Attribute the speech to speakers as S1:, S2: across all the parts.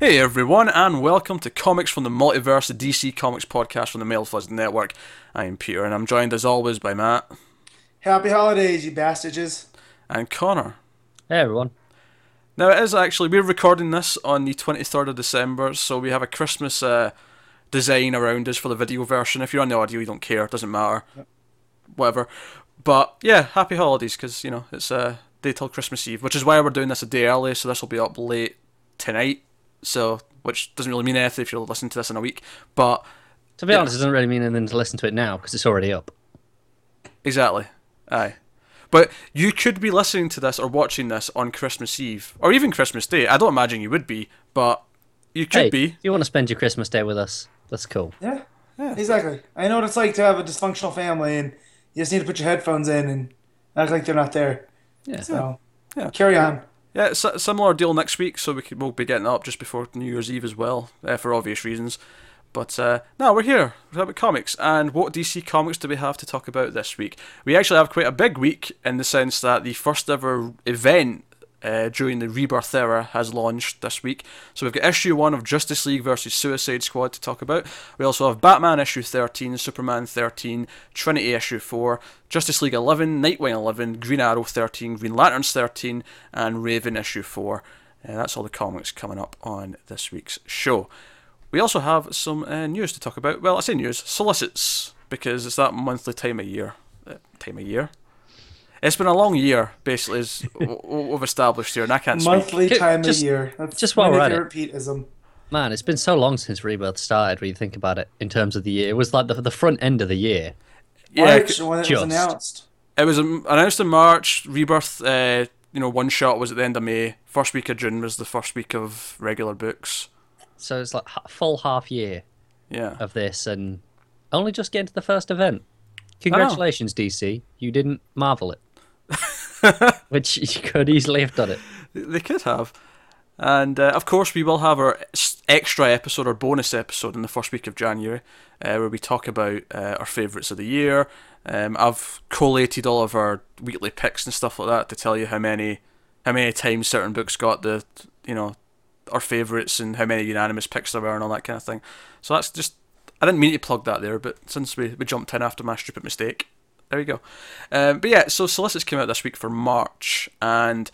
S1: Hey everyone, and welcome to Comics from the Multiverse, the DC Comics podcast from the Mail Floods Network. I am Peter, and I'm joined as always by Matt
S2: Happy holidays, you bastards.
S1: and Connor.
S3: Hey everyone.
S1: Now it is actually we're recording this on the 23rd of December, so we have a Christmas uh, design around us for the video version. If you're on the audio, you don't care; it doesn't matter, whatever. But yeah, happy holidays because you know it's a uh, day till Christmas Eve, which is why we're doing this a day early. So this will be up late tonight. So which doesn't really mean anything if you're listening to this in a week, but
S3: To be
S1: Yeah.
S3: honest, it doesn't really mean anything to listen to it now because it's already up.
S1: Exactly. Aye. But you could be listening to this or watching this on Christmas Eve or even Christmas Day. I don't imagine you would be, but you could
S3: hey,
S1: be.
S3: you want to spend your Christmas day with us? That's cool.
S2: Yeah. Exactly. I know what it's like to have a dysfunctional family and you just need to put your headphones in and act like they're not there.
S3: Yeah.
S2: So
S1: Yeah.
S2: carry on.
S1: Yeah, it's a similar deal next week, so we could, we'll be getting up just before New Year's Eve as well, uh, for obvious reasons. But uh, no, we're here. We're talking about comics. And what DC comics do we have to talk about this week? We actually have quite a big week in the sense that the first ever event uh, during the Rebirth era has launched this week. So we've got issue one of Justice League versus Suicide Squad to talk about. We also have Batman issue 13, Superman 13, Trinity issue 4, Justice League 11, Nightwing 11, Green Arrow 13, Green Lanterns 13, and Raven issue 4. And that's all the comics coming up on this week's show. We also have some uh, news to talk about. Well, I say news, solicits, because it's that monthly time of year. Uh, time of year? It's been a long year, basically, is w- w- we've established here, and I can't speak.
S2: Monthly
S3: Just-
S2: time
S3: just-
S2: of year. That's
S3: just while
S2: my
S3: we're at it.
S2: favorite Pete-ism.
S3: Man, it's been so long since Rebirth started when you think about it in terms of the year. It was like the, the front end of the year.
S1: Yeah,
S2: March, when it was
S3: just.
S2: announced.
S1: it was um, announced in March. Rebirth, uh, you know, one shot was at the end of May. First week of June was the first week of regular books.
S3: So it's like a full half year
S1: Yeah,
S3: of this and only just getting to the first event.
S1: Oh.
S3: Congratulations, DC. You didn't marvel it. Which you could easily have done it.
S1: they could have. And uh, of course, we will have our s- extra episode or bonus episode in the first week of January, uh, where we talk about uh, our favourites of the year. Um, I've collated all of our weekly picks and stuff like that to tell you how many, how many times certain books got the, you know, our favourites and how many unanimous picks there were and all that kind of thing. So that's just I didn't mean to plug that there, but since we, we jumped in after my stupid mistake, there we go. Um, but yeah, so solicits came out this week for March, and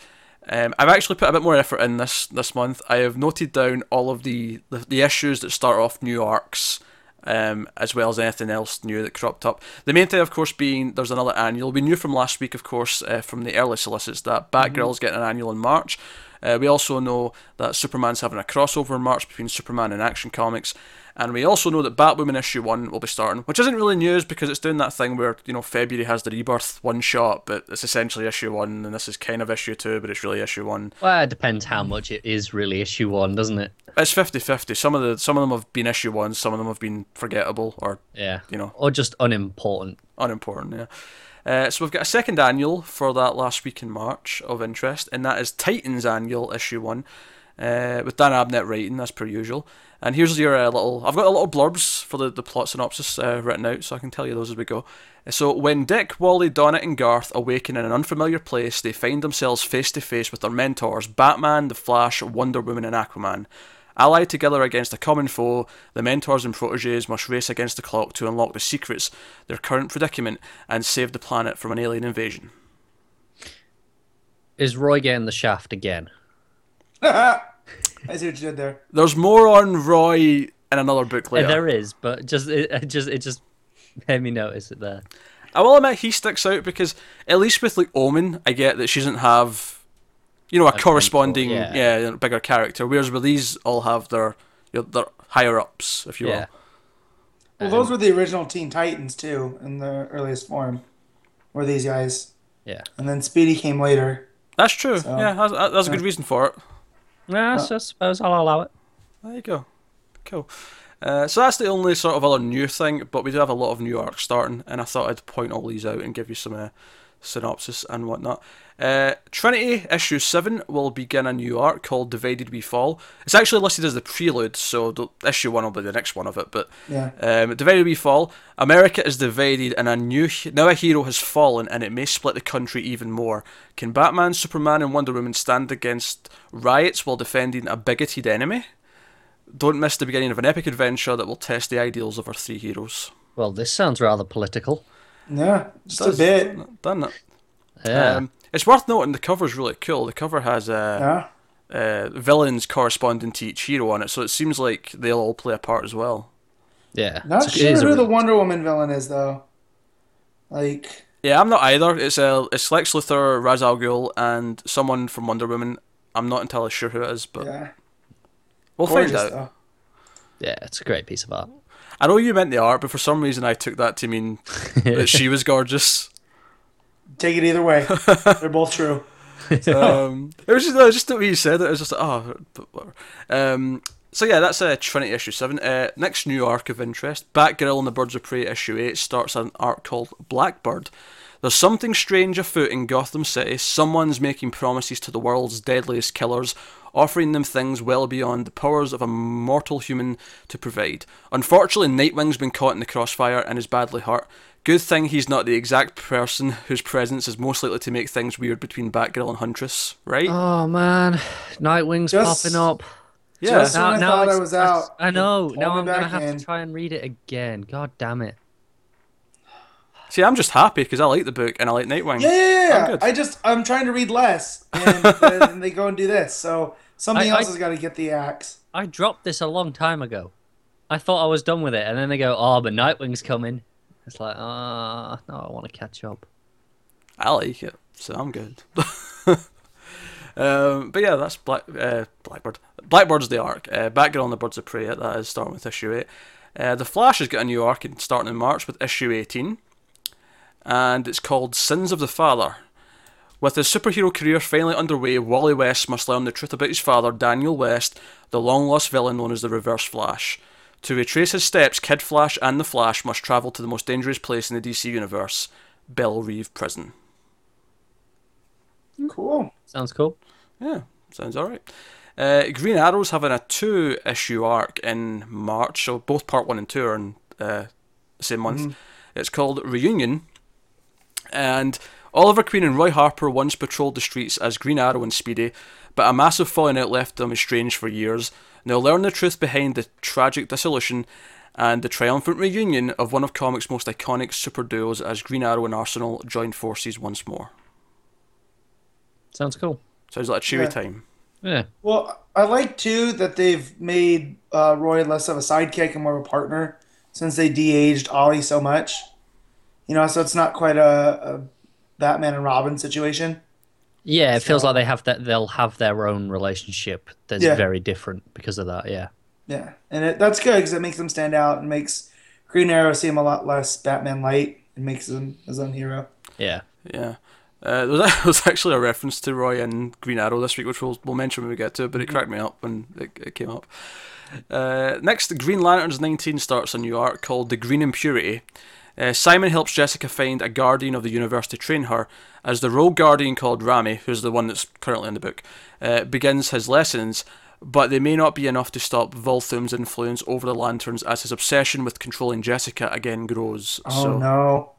S1: um, I've actually put a bit more effort in this this month. I have noted down all of the the, the issues that start off new arcs. Um, as well as anything else new that cropped up. The main thing, of course, being there's another annual. We knew from last week, of course, uh, from the early solicits that Batgirl's getting an annual in March. Uh, we also know that Superman's having a crossover in March between Superman and Action Comics, and we also know that Batwoman issue one will be starting, which isn't really news because it's doing that thing where you know February has the rebirth one shot, but it's essentially issue one, and this is kind of issue two, but it's really issue one.
S3: Well, it depends how much it is really issue one, doesn't it?
S1: It's 50-50. Some of the some of them have been issue one, some of them have been forgettable or
S3: Yeah.
S1: You know.
S3: Or just unimportant.
S1: unimportant. Yeah. Uh, so we've got a second annual for that last week in March of interest, and that is Titans Annual Issue One, uh, with Dan Abnett writing as per usual. And here's your uh, little. I've got a little blurbs for the, the plot synopsis uh, written out, so I can tell you those as we go. So when Dick, Wally, Donna, and Garth awaken in an unfamiliar place, they find themselves face to face with their mentors: Batman, the Flash, Wonder Woman, and Aquaman. Allied together against a common foe, the mentors and proteges must race against the clock to unlock the secrets, their current predicament, and save the planet from an alien invasion.
S3: Is Roy getting the shaft again?
S2: I see what you did there.
S1: There's more on Roy in another book
S3: Yeah,
S1: later.
S3: There is, but just it, it just it just made me notice it there.
S1: I will admit he sticks out because at least with like Omen, I get that she doesn't have, you know, a, corresponding
S3: yeah.
S1: yeah. bigger character. Whereas with these, all have their you know, their higher ups, if you
S3: Yeah,
S2: Well,
S3: Um,
S2: those were the original Teen Titans too, in the earliest form. Were these guys,
S3: yeah.
S2: and then Speedy came later.
S1: will. That's true. yeah, that's, that's a good reason for it.
S3: No, I suppose I'll allow it.
S1: There you go. Cool. Uh, so that's the only sort of other new thing, but we do have a lot of new arcs starting, and I thought I'd point all these out and give you some uh, synopsis and whatnot. Uh, Trinity issue seven will begin a new arc called "Divided We Fall." It's actually listed as the prelude, so the, issue one will be the next one of it. But
S2: Yeah.
S1: um, divided we fall. America is divided, and a new he- now a hero has fallen, and it may split the country even more. Can Batman, Superman, and Wonder Woman stand against riots while defending a bigoted enemy? Don't miss the beginning of an epic adventure that will test the ideals of our three heroes.
S3: Well, this sounds rather political.
S2: Yeah, just a
S1: Does-
S2: bit.
S1: Doesn't it?
S3: Yeah.
S1: Um, it's worth noting the cover's really cool. The cover has uh,
S2: Yeah.
S1: uh, villains corresponding to each hero on it, so it seems like they'll all play a part as well.
S3: yeah.
S2: Not
S3: It's- it is
S2: sure
S3: a
S2: who the
S3: really-
S2: Wonder Woman villain is though. Like,
S1: Yeah, I'm not either. It's uh, it's Lex Luthor, Ra's al Ghul, and someone from Wonder Woman. I'm not entirely sure who it is, but
S2: yeah,
S1: we'll
S2: gorgeous
S1: find out.
S2: though.
S3: Yeah, it's a great piece of art.
S1: I know you meant the art, but for some reason I took that to mean that she was gorgeous.
S2: Take it either way. They're both true.
S1: Um, it was just, no, just what you said. It was just like, oh, but whatever. Um, so yeah, that's uh, Trinity issue seven. Uh, next new arc of interest: Batgirl and the Birds of Prey issue eight starts an arc called Blackbird. There's something strange afoot in Gotham City. Someone's making promises to the world's deadliest killers, offering them things well beyond the powers of a mortal human to provide. Unfortunately, Nightwing's been caught in the crossfire and is badly hurt. Good thing he's not the exact person whose presence is most likely to make things weird between Batgirl and Huntress, right?
S2: Uh,
S3: Oh man, Nightwing's
S2: Just-
S3: popping up.
S1: yeah.
S2: just- when I thought
S3: it's-
S2: I was
S3: I-
S2: out,
S3: I know.
S2: pulled
S3: Now
S2: me
S3: I'm gonna
S2: back
S3: have
S2: in.
S3: to try and read it again. God damn it.
S1: See, I'm just happy because I like the book and I like Nightwing.
S2: Yeah, yeah,
S1: I'm
S2: yeah.
S1: good.
S2: I just I'm trying to read less, and then they go and do this. So something
S3: I- I-
S2: else has got to get the axe.
S3: I dropped this a long time ago. I thought I was done with it, and then they go, "Oh, but Nightwing's coming." It's like, ah, no, I want to catch up.
S1: I like it, so I'm good. um, but yeah, that's Black uh, Blackbird. Blackbird's the arc. Uh, Batgirl and the Birds of Prey. That is starting with issue eight. Uh, the Flash has got a new arc in, starting in March with issue 18, and it's called Sins of the Father. With his superhero career finally underway, Wally West must learn the truth about his father, Daniel West, the long lost villain known as the Reverse Flash. To retrace his steps, Kid Flash and the Flash must travel to the most dangerous place in the DC universe, Belle Reeve Prison.
S2: Cool.
S3: Sounds cool.
S1: Yeah, sounds all right. Uh, Green Arrow's having a two issue arc in March, so both part one and two are in uh, the same month. It's called Reunion, and Oliver Queen and Roy Harper once patrolled the streets as Green Arrow and Speedy, but a massive falling out left them estranged for years. Now learn the truth behind the tragic dissolution and the triumphant reunion of one of comics' most iconic super duos as Green Arrow and Arsenal join forces once more.
S3: Sounds cool.
S1: Sounds like a cheery
S2: Yeah.
S1: time.
S3: Yeah.
S2: Well, I like too that they've made uh, Roy less of a sidekick and more of a partner since they de-aged Ollie so much. You know, so it's not quite a, a Batman and Robin situation.
S3: Yeah, it feels like they have that. They'll have their own relationship that's
S2: Yeah.
S3: very different because of that. Yeah.
S2: Yeah, and it, that's good because it makes them stand out and makes Green Arrow seem a lot less Batman light and makes him his own hero.
S3: Yeah.
S1: Yeah. Uh, there, was, there was actually a reference to Roy and Green Arrow this week, which we'll, we'll mention when we get to it, but it cracked me up when it, it came up. Uh, next, Green Lanterns 19 starts a new arc called The Green Impurity. Uh, Simon helps Jessica find a guardian of the universe to train her, as the rogue guardian called Rami, who's the one that's currently in the book, uh, begins his lessons, but they may not be enough to stop Volthum's influence over the Lanterns as his obsession with controlling Jessica again grows.
S2: Oh
S1: so,
S2: no!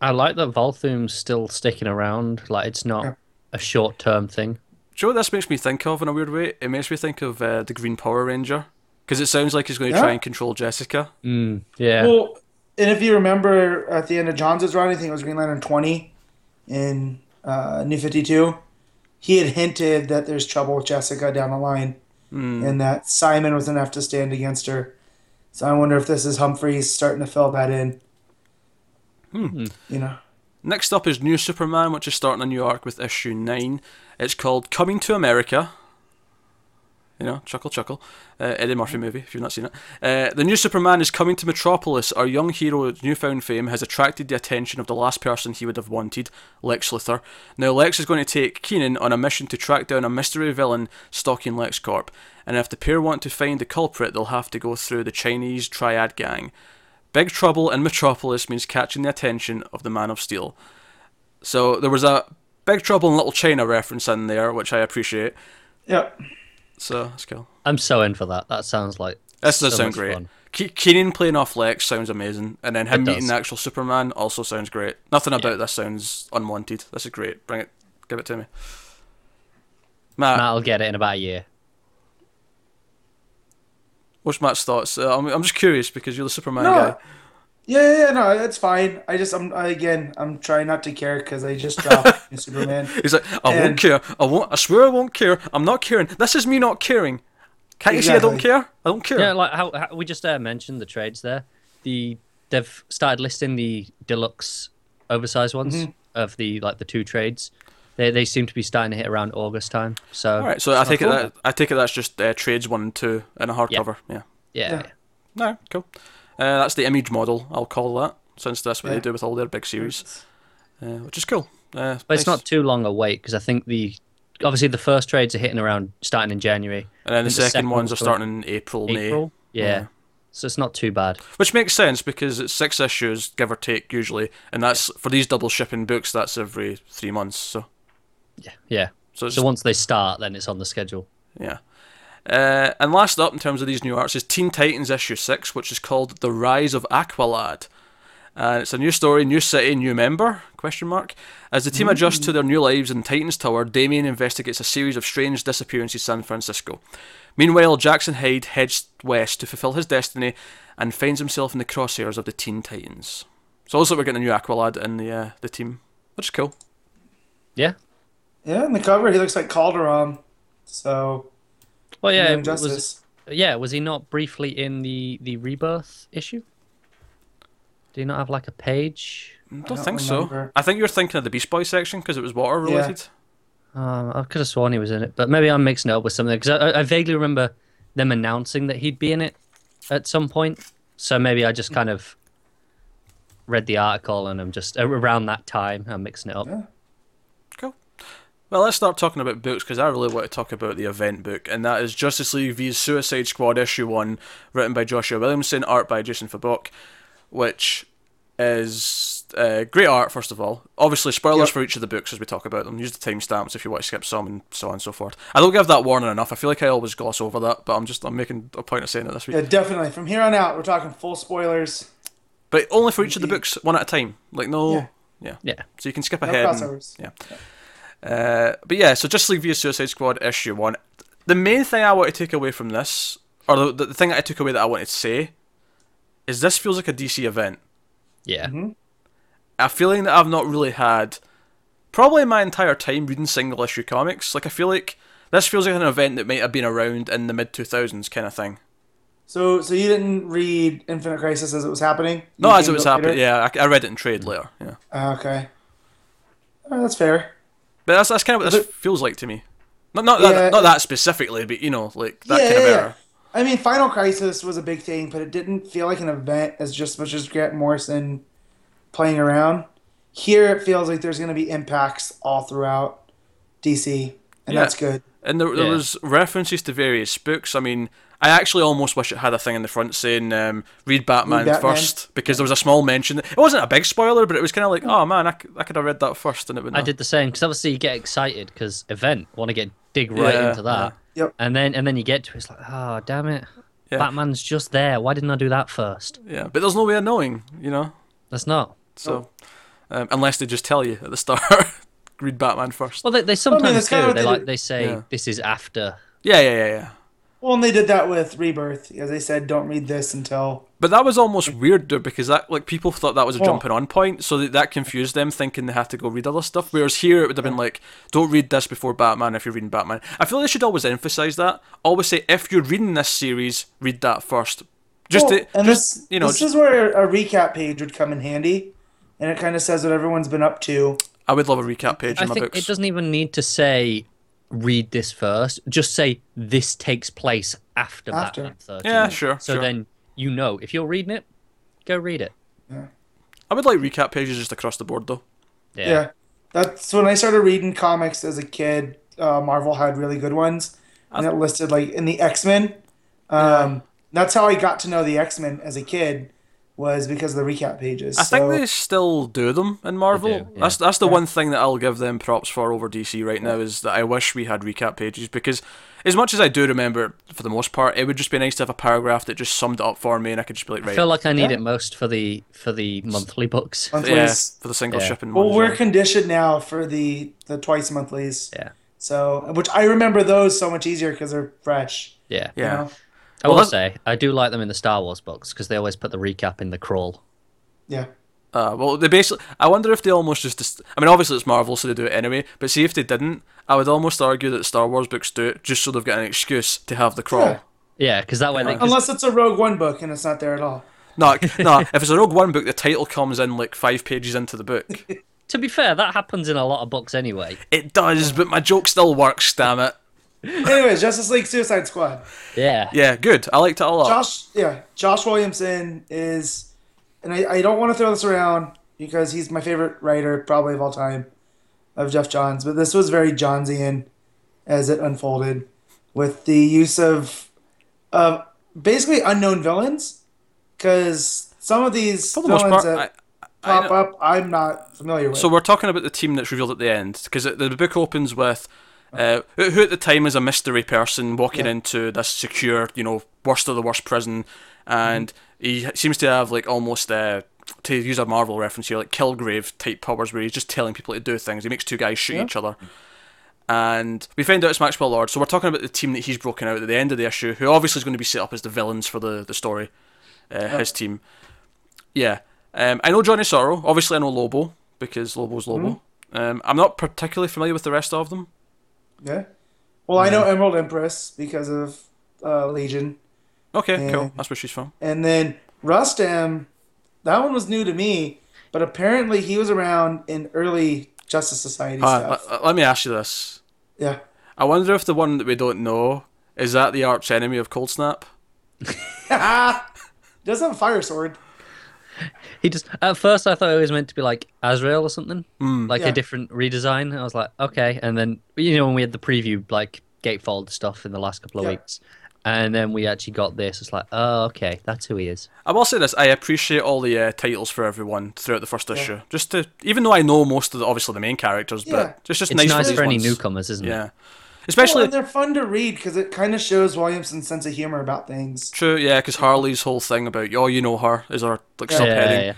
S3: I like that Volthum's still sticking around. Like it's not
S2: Yeah.
S3: a short-term thing.
S1: Do you know what this makes me think of in a weird way? It makes me think of uh, the Green Power Ranger because it sounds like he's going to
S2: Yeah.
S1: try and control Jessica.
S3: Mm, yeah.
S2: Well, and if you remember at the end of John's run, I think it was Green Lantern twenty in uh, New Fifty Two. He had hinted that there's trouble with Jessica down the line, and that Simon was enough to stand against her. So I wonder if this is Humphreys starting to fill that in. You know,
S1: Next up is New Superman, which is starting a new arc with issue nine. It's called Coming to America. You know, chuckle, chuckle. Uh, Eddie Murphy movie, if you've not seen it. Uh, the new Superman is coming to Metropolis. Our young hero's newfound fame has attracted the attention of the last person he would have wanted, Lex Luthor. Now, Lex is going to take Keenan on a mission to track down a mystery villain stalking LexCorp. And if the pair want to find the culprit, they'll have to go through the Chinese Triad Gang. Big Trouble in Metropolis means catching the attention of the Man of Steel. So there was a Big Trouble in Little China reference in there, which I appreciate.
S2: yep.
S1: So that's cool.
S3: I'm so in for that. That sounds like
S1: This does
S3: So
S1: sound
S3: much
S1: great.
S3: fun.
S1: Ke- Keenan playing off Lex sounds amazing, and then him
S3: It does.
S1: meeting the actual Superman also sounds great. Nothing about this sounds unwanted. This is great. Bring it, give it to me. Matt,
S3: Matt'll get it in about a year.
S1: What's Matt's thoughts? Uh, I'm, I'm just curious because you're the Superman
S2: No.
S1: guy.
S2: Yeah, yeah, yeah, no, it's fine. I just, I'm I- again, I'm trying not to care because I just dropped Superman.
S1: He's like, I
S2: And-
S1: won't care. I won't. I swear I won't care. I'm not caring. This is me not caring. Can't you see I don't
S2: Exactly.
S1: care? I don't care.
S3: Yeah, like how, how we just uh, mentioned the trades there. The they've started listing the deluxe, oversized ones
S2: Mm-hmm.
S3: of the like the two trades. They they seem to be starting to hit around August time. So
S1: All right. So I
S3: Oh,
S1: take
S3: cool.
S1: it that I take it that's just uh, trades one and two in a hardcover. Yeah.
S2: Yeah.
S3: yeah, yeah.
S1: No, cool. Uh, that's the image model. I'll call that since that's what
S2: Yeah.
S1: they do with all their big series, uh, which is cool. Uh,
S3: but it's not too long a wait because I think the obviously the first trades are hitting around starting in January,
S1: And then the
S3: the
S1: second,
S3: second
S1: ones are
S3: one's
S1: starting in April, May,
S3: April. Yeah.
S1: Yeah.
S3: so it's not too bad.
S1: which makes sense because it's six issues, give or take, usually, and that's for these double shipping books. That's every three months. So,
S3: Yeah.
S1: so it's
S3: So once they start, then it's on the schedule.
S1: Yeah. Uh, and last up in terms of these new arts is Teen Titans issue 6, which is called The Rise of Aqualad. And it's a new story, new city, new member? Question mark. As the team adjusts to their new lives in Titans Tower, Damien investigates a series of strange disappearances in San Francisco. Meanwhile, Jackson Hyde heads west to fulfill his destiny and finds himself in the crosshairs of the Teen Titans. So also we're getting a new Aqualad in the uh, the team, which is cool.
S3: Yeah.
S2: Yeah, in the cover, he looks like Calderon. So,
S3: Well, yeah.
S2: Young
S3: it was,
S2: Justice.
S3: yeah. Was he not briefly in the the rebirth issue? Do you not have like a page?
S1: I don't,
S2: don't
S1: think so.
S2: remember.
S1: I think you're thinking of the Beast Boy section because it was water
S2: Yeah.
S1: related.
S3: Um, I could have sworn he was in it, but maybe I'm mixing it up with something because I, I vaguely remember them announcing that he'd be in it at some point. So maybe I just kind of read the article and I'm just around that time I'm mixing it up.
S1: Cool. Well, let's start talking about books because I really want to talk about the event book, and that is Justice League vs Suicide Squad issue one, written by Joshua Williamson, art by Jason Fabok, which is uh, great art first of all. Obviously, spoilers
S2: Yep.
S1: for each of the books as we talk about them. Use the timestamps if you want to skip some, and so on and so forth. I don't give that warning enough. I feel like I always gloss over that, but I'm just I'm making a point of saying it this week.
S2: yeah, definitely. From here on out, we're talking full spoilers.
S1: But only for each of the books, one at a time. Like no, yeah,
S2: Yeah.
S3: Yeah.
S1: so you can skip
S2: No
S1: ahead. and-
S2: crossovers.
S1: yeah. Uh, but yeah, so Justice League vs Suicide Squad issue one. The main thing I want to take away from this, or the, the thing that I took away that I wanted to say, is this feels like a DC event.
S3: Yeah.
S2: Mm-hmm.
S1: A feeling that I've not really had, probably in my entire time reading single issue comics. Like I feel like this feels like an event that might have been around in the mid two thousands kind of thing.
S2: So, so you didn't read Infinite Crisis as it was happening?
S1: No,
S2: You
S1: as it
S2: came
S1: was
S2: to
S1: happening.
S2: later?
S1: Yeah, I, I read it in trade later. Yeah,
S2: Ah, okay. Oh, that's fair.
S1: but that's that's kind of what this
S2: But-
S1: feels like to me. Not not
S2: Yeah.
S1: that, not that specifically, but you know, like that
S2: yeah,
S1: kind of
S2: yeah,
S1: era.
S2: yeah. I mean, Final Crisis was a big thing, but it didn't feel like an event as just much as Grant Morrison playing around. Here, it feels like there's going to be impacts all throughout DC, and
S1: Yeah.
S2: that's good.
S1: And there, there
S3: Yeah.
S1: was references to various books. I mean, I actually almost wish it had a thing in the front saying um, "read Batman,
S2: Batman.
S1: first because there was a small mention. It wasn't a big spoiler, but it was kind of like, oh man, I, c- I could have read that first, and it would.
S2: Oh.
S3: I did the same because obviously you get excited because event want to get dig right
S1: Yeah,
S3: into that,
S2: yeah. Yep.
S3: and then and then you get to it, it's like oh damn it,
S1: Yeah.
S3: Batman's just there. Why didn't I do that first?
S1: Yeah, but there's no way of knowing, you know.
S3: That's not.
S1: So
S3: Oh.
S1: um, unless they just tell you at the start, read Batman first.
S3: Well, they, they sometimes
S2: that's
S3: do.
S2: kinda what
S3: they
S2: they
S3: like
S2: do.
S3: they say
S1: Yeah.
S3: this is after.
S1: Yeah, yeah, yeah, yeah.
S2: Well, and they did that with Rebirth, as they said, don't read this until.
S1: But that was almost weird, though, because that like people thought that was a
S3: Oh.
S2: Yeah.
S1: jumping on point, so that, that confused them, thinking they had to go read other stuff. Whereas here, it would have been like, don't read this before Batman if you're reading Batman. I feel they should always emphasize that. Always say if you're reading this series, read that first. Just
S2: Well,
S1: to,
S2: and
S1: just
S2: this,
S1: you know,
S2: this
S1: just-
S2: is where a recap page would come in handy, and it kind of says what everyone's been up to.
S1: I would love a recap page
S3: I
S1: in my
S3: think it
S1: books.
S3: doesn't even need to say read this first. Just say this takes place after,
S2: After.
S3: Batman 30.
S1: Yeah, sure,
S3: So
S1: sure.
S3: then you know if you're reading it, go read it.
S1: I would like recap pages just across the board, though.
S3: Yeah.
S2: Yeah. That's when I started reading comics as a kid. Uh, Marvel had really good ones, and it listed like in the X Men. Um, That's how I got to know the X Men as a kid, was because of the recap pages.
S1: I think
S2: so,
S1: they still do them in Marvel.
S3: do, yeah.
S1: That's that's the one thing that I'll give them props for over DC right now is that I wish we had recap pages because as much as I do remember for the most part, it would just be nice to have a paragraph that just summed it up for me and I could just be like,
S3: I
S1: right,
S3: feel like I need
S2: Yeah. Uh,
S3: it most for the for the monthly books.
S2: monthlies.
S1: yeah, for the single
S3: Yeah.
S1: shipping.
S2: well,
S1: ones,
S2: we're
S1: yeah.
S2: conditioned now for the the twice monthlies.
S3: Yeah.
S2: So, which I remember those so much easier because they're fresh.
S3: Yeah.
S1: yeah.
S2: know?
S3: I
S1: Well,
S3: will
S1: that's-
S3: say I do like them in the Star Wars books because they always put the recap in the crawl.
S2: Yeah.
S1: Uh, well, they basically. I wonder if they almost just. dis- I mean, obviously it's Marvel, so they do it anyway. But see if they didn't, I would almost argue that Star Wars books do it just so they've got an excuse to have the crawl.
S2: Yeah.
S3: Yeah, because that way they. 'cause-
S2: Unless it's a Rogue One book and it's not there at all.
S1: No, no. If it's a Rogue One book, the title comes in like five pages into the book.
S3: to be fair, that happens in a lot of books anyway.
S1: It does, but my joke still works. Damn it.
S2: Anyways, Justice League Suicide Squad.
S3: Yeah.
S1: Yeah, good. I liked it a lot.
S2: Josh, yeah, Josh Williamson is, and I, I don't want to throw this around because he's my favorite writer probably of all time of Jeff Johns, but this was very Johnsian as it unfolded with the use of, of basically unknown villains because some of these
S1: For the most
S2: villains
S1: part,
S2: that
S1: I- I
S2: pop
S1: know-
S2: up I'm not familiar with.
S1: so we're talking about the team that's revealed at the end because the book opens with uh, who who at the time is a mystery person walking into this secure, you know, worst of the worst prison, and he seems to have like almost. Uh, to use a Marvel reference here, like Kilgrave type powers, where he's just telling people to do things. He makes two guys shoot each other, and we find out it's Maxwell Lord. So we're talking about the team that he's broken out at the end of the issue, who obviously is going to be set up as the villains for the the story. Uh, His team, yeah. Um, I know Johnny Sorrow. Obviously, I know Lobo because Lobo's Lobo.
S2: Mm-hmm.
S1: Um, I'm not particularly familiar with the rest of them.
S2: yeah. Well, I know Emerald Empress because of uh, Legion.
S1: Okay,
S2: Yeah.
S1: cool. That's where she's from.
S2: And then Rustam, that one was new to me, but apparently he was around in early Justice Society
S1: Uh,
S2: stuff.
S1: le- let me ask you this.
S2: yeah.
S1: I wonder if the one that we don't know is that the arch enemy of Cold Snap.
S2: Does have a fire sword.
S3: He just at first I thought it was meant to be like Azrael or something,
S1: Mm.
S3: like
S2: Yeah.
S3: a different redesign. I was like, okay. And then you know when we had the preview like gatefold stuff in the last couple of
S2: Yeah.
S3: weeks, and then we actually got this. It's like, oh, okay, that's who he is.
S1: I will say this: I appreciate all the uh, titles for everyone throughout the first issue. Just to, even though I know most of the obviously the main characters,
S2: Yeah.
S1: but it's just
S3: It's
S1: nice,
S3: nice,
S1: these
S3: for any
S1: ones.
S3: newcomers, isn't it?
S1: Yeah,
S2: Well,
S1: especially
S2: Oh, and they're fun to read because it kind of shows Williamson's sense of humor about things.
S1: true. Yeah, because Harley's whole thing about oh you know her is her like
S3: Yeah,
S1: subheading.
S3: yeah, yeah.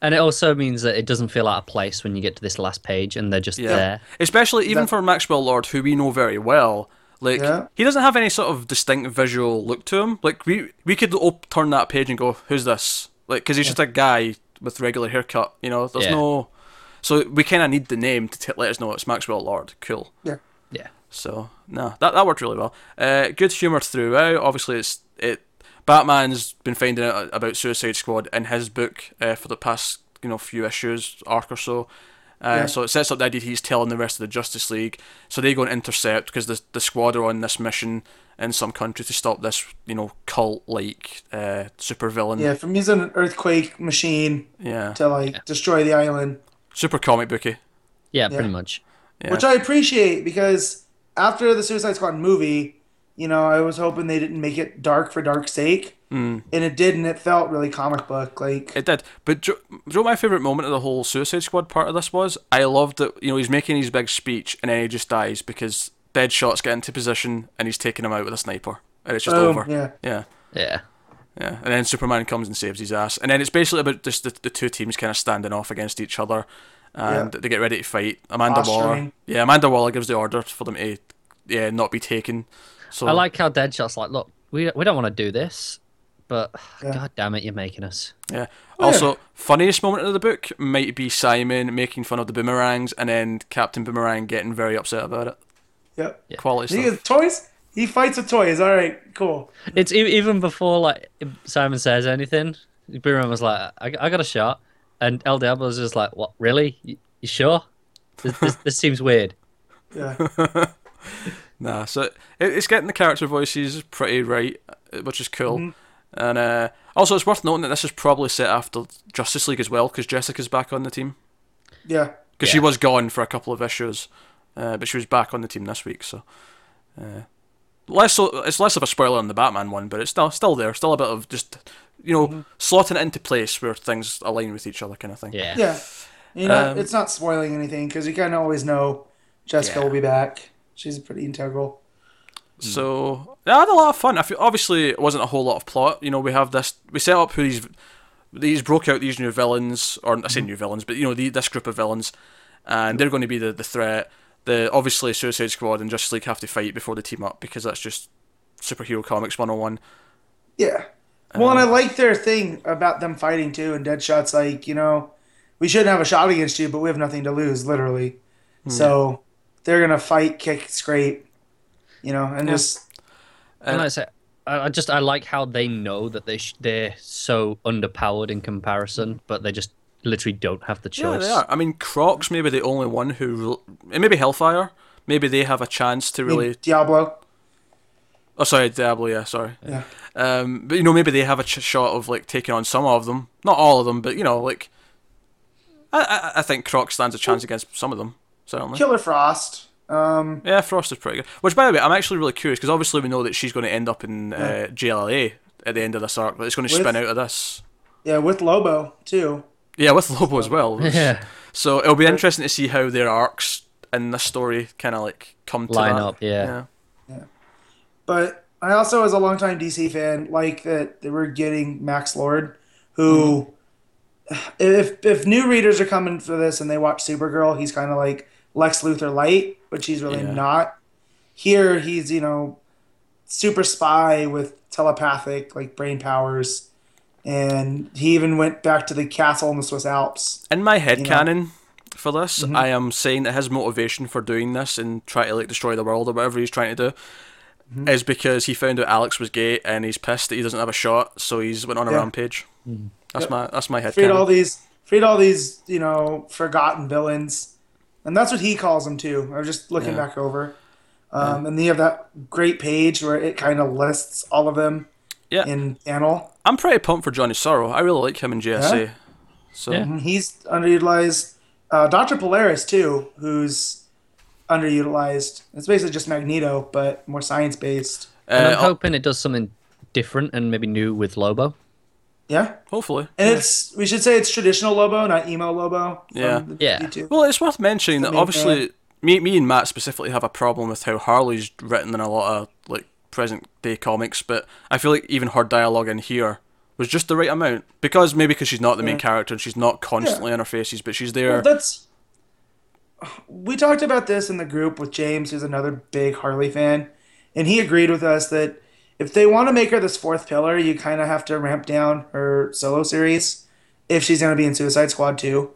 S3: And it also means that it doesn't feel out of place when you get to this last page and they're just
S1: Yeah.
S3: there.
S1: Especially even
S2: That-
S1: for Maxwell Lord, who we know very well. Like
S2: Yeah.
S1: he doesn't have any sort of distinct visual look to him. Like we we could op- turn that page and go, "Who's this?" Like because he's just a guy with regular haircut. You know, there's
S3: Yeah.
S1: no. So we kind of need the name to t- let us know it's Maxwell Lord. Cool.
S2: Yeah.
S3: Yeah.
S1: So no, that that worked really well. Uh, good humor throughout. Obviously, it's it. Batman's been finding out about Suicide Squad in his book uh, for the past you know few issues arc or so. Uh,
S2: Yeah.
S1: So it sets up the idea he's telling the rest of the Justice League, so they go and intercept because the the squad are on this mission in some country to stop this you know cult like uh, supervillain.
S2: Yeah, from using an earthquake machine
S1: yeah,
S2: to like destroy the island,
S1: super comic booky.
S3: Yeah, pretty much.
S2: which I appreciate because after the Suicide Squad movie, you know, I was hoping they didn't make it dark for dark's sake, mm. and it did, and it felt really comic book like.
S1: It did. But do, do you know what my favourite moment of the whole Suicide Squad part of this was? I loved that, you know, he's making his big speech and then he just dies because Deadshot's get into position and he's taking him out with a sniper. And it's just
S2: Boom,
S1: over.
S2: yeah.
S1: Yeah.
S3: Yeah.
S1: Yeah. And then Superman comes and saves his ass. And then it's basically about just the, the two teams kind of standing off against each other and they get ready to fight. Amanda Waller.
S2: Posturing.
S1: Yeah, Amanda Waller gives the order for them to yeah, not be taken. So
S3: I like how Deadshot's like, look, we, we don't want to do this, but god damn it, you're making us.
S1: Yeah. Also, funniest moment of the book might be Simon making fun of the boomerangs and then Captain Boomerang getting very upset about it.
S2: Yep.
S1: Quality
S2: He
S1: stuff.
S2: has toys. He fights with toys. All right, cool.
S3: It's e- even before like Simon says anything. Boomerang was like, I, I got a shot, and El Diablo's just like, what? Really? You, you sure? This, this, this seems weird.
S2: Yeah,
S1: Nah, so it, it's getting the character voices pretty right, uh, which is cool. And uh, also, it's worth noting that this is probably set after Justice League as well, because Jessica's back on the team.
S2: yeah.
S1: Because she
S3: Yeah.
S1: was gone for a couple of issues, uh, but she was back on the team this week, so. Uh, less so, it's less of a spoiler on the Batman one, but it's still still there, still a bit of just, you know, slotting it into place where things align with each other, kind of thing.
S3: Yeah.
S2: Yeah. You know,
S1: Um,
S2: it's not spoiling anything because you kind of always know Jessica
S1: Yeah.
S2: will be back. She's pretty integral.
S1: So I had a lot of fun. I feel, obviously it wasn't a whole lot of plot. You know, we have this. We set up who these these broke out these new villains, or I say new villains, but you know the, this group of villains, and they're going to be the the threat. The obviously Suicide Squad and Justice League have to fight before they team up because that's just superhero comics 101.
S2: Yeah.
S1: Um,
S2: Well, and I like their thing about them fighting too. And Deadshot's like, you know, we shouldn't have a shot against you, but we have nothing to lose, literally.
S1: Hmm.
S2: So they're gonna fight, kick, scrape, you know, and just
S3: and like I say, I I just I like how they know that they sh- they're so underpowered in comparison, but they just literally don't have the
S1: Yeah,
S3: choice.
S1: they are. I mean, Crocs may be the only one who, re- maybe Hellfire, maybe they have a chance to really.
S2: Diablo.
S1: Oh, sorry, Diablo. Yeah, sorry.
S2: Yeah.
S1: Um, but you know, maybe they have a ch- shot of like taking on some of them, not all of them, but you know, like. I I, I think Croc stands a chance against some of them certainly.
S2: Killer Frost. Um,
S1: Yeah, Frost is pretty good. Which, by the way, I'm actually really curious because obviously we know that she's going to end up in uh, JLA at the end of this arc. That it's going to
S2: With-
S1: spin out of this.
S2: yeah, with Lobo too.
S1: Yeah, with Lobo as well.
S3: Yeah.
S1: So it'll be interesting to see how their arcs in this story kind of like come to
S3: Line
S1: that.
S3: up, yeah.
S2: But I also, as a longtime DC fan, like that they were getting Max Lord, who, if if new readers are coming for this and they watch Supergirl, he's kind of like Lex Luthor light, but she's really
S1: Yeah.
S2: not. Here, he's you know, super spy with telepathic like brain powers, and he even went back to the castle in the Swiss Alps.
S1: In my head
S2: You know? Mm-hmm.
S1: canon for this, I am saying that his motivation for doing this and try to like destroy the world or whatever he's trying to do
S2: Mm-hmm.
S1: is because he found out Alex was gay and he's pissed that he doesn't have a shot, so he's went on a
S2: Yeah. Mm-hmm.
S1: rampage. That's my that's my head
S2: freed
S1: canon.
S2: all these freed all these you know forgotten villains and that's what he calls them too i was just looking
S1: Yeah.
S2: back over um, and they have that great page where it kind of lists all of them
S1: Yeah.
S2: in panel
S1: I'm pretty pumped for Johnny Sorrow. I really like him in JSA. So
S3: Yeah.
S2: and he's underutilized uh, dr polaris too who's underutilized it's basically just magneto but more science based
S3: And
S1: uh,
S3: I'm hoping it does something different and maybe new with Lobo.
S2: yeah
S1: hopefully.
S2: and it's we should say it's traditional lobo not emo lobo from
S1: Yeah.
S2: the
S3: Yeah.
S2: YouTube.
S1: Well, it's worth mentioning that
S2: mean,
S1: obviously me, me and Matt specifically have a problem with how Harley's written in a lot of like present day comics, but I feel like even her dialogue in here was just the right amount because maybe because she's not the main character and she's not constantly in our faces, but she's there.
S2: Well, that's we talked about this in the group with James, who's another big Harley fan, and he agreed with us that if they want to make her this fourth pillar, you kind of have to ramp down her solo series if she's going to be in Suicide Squad too,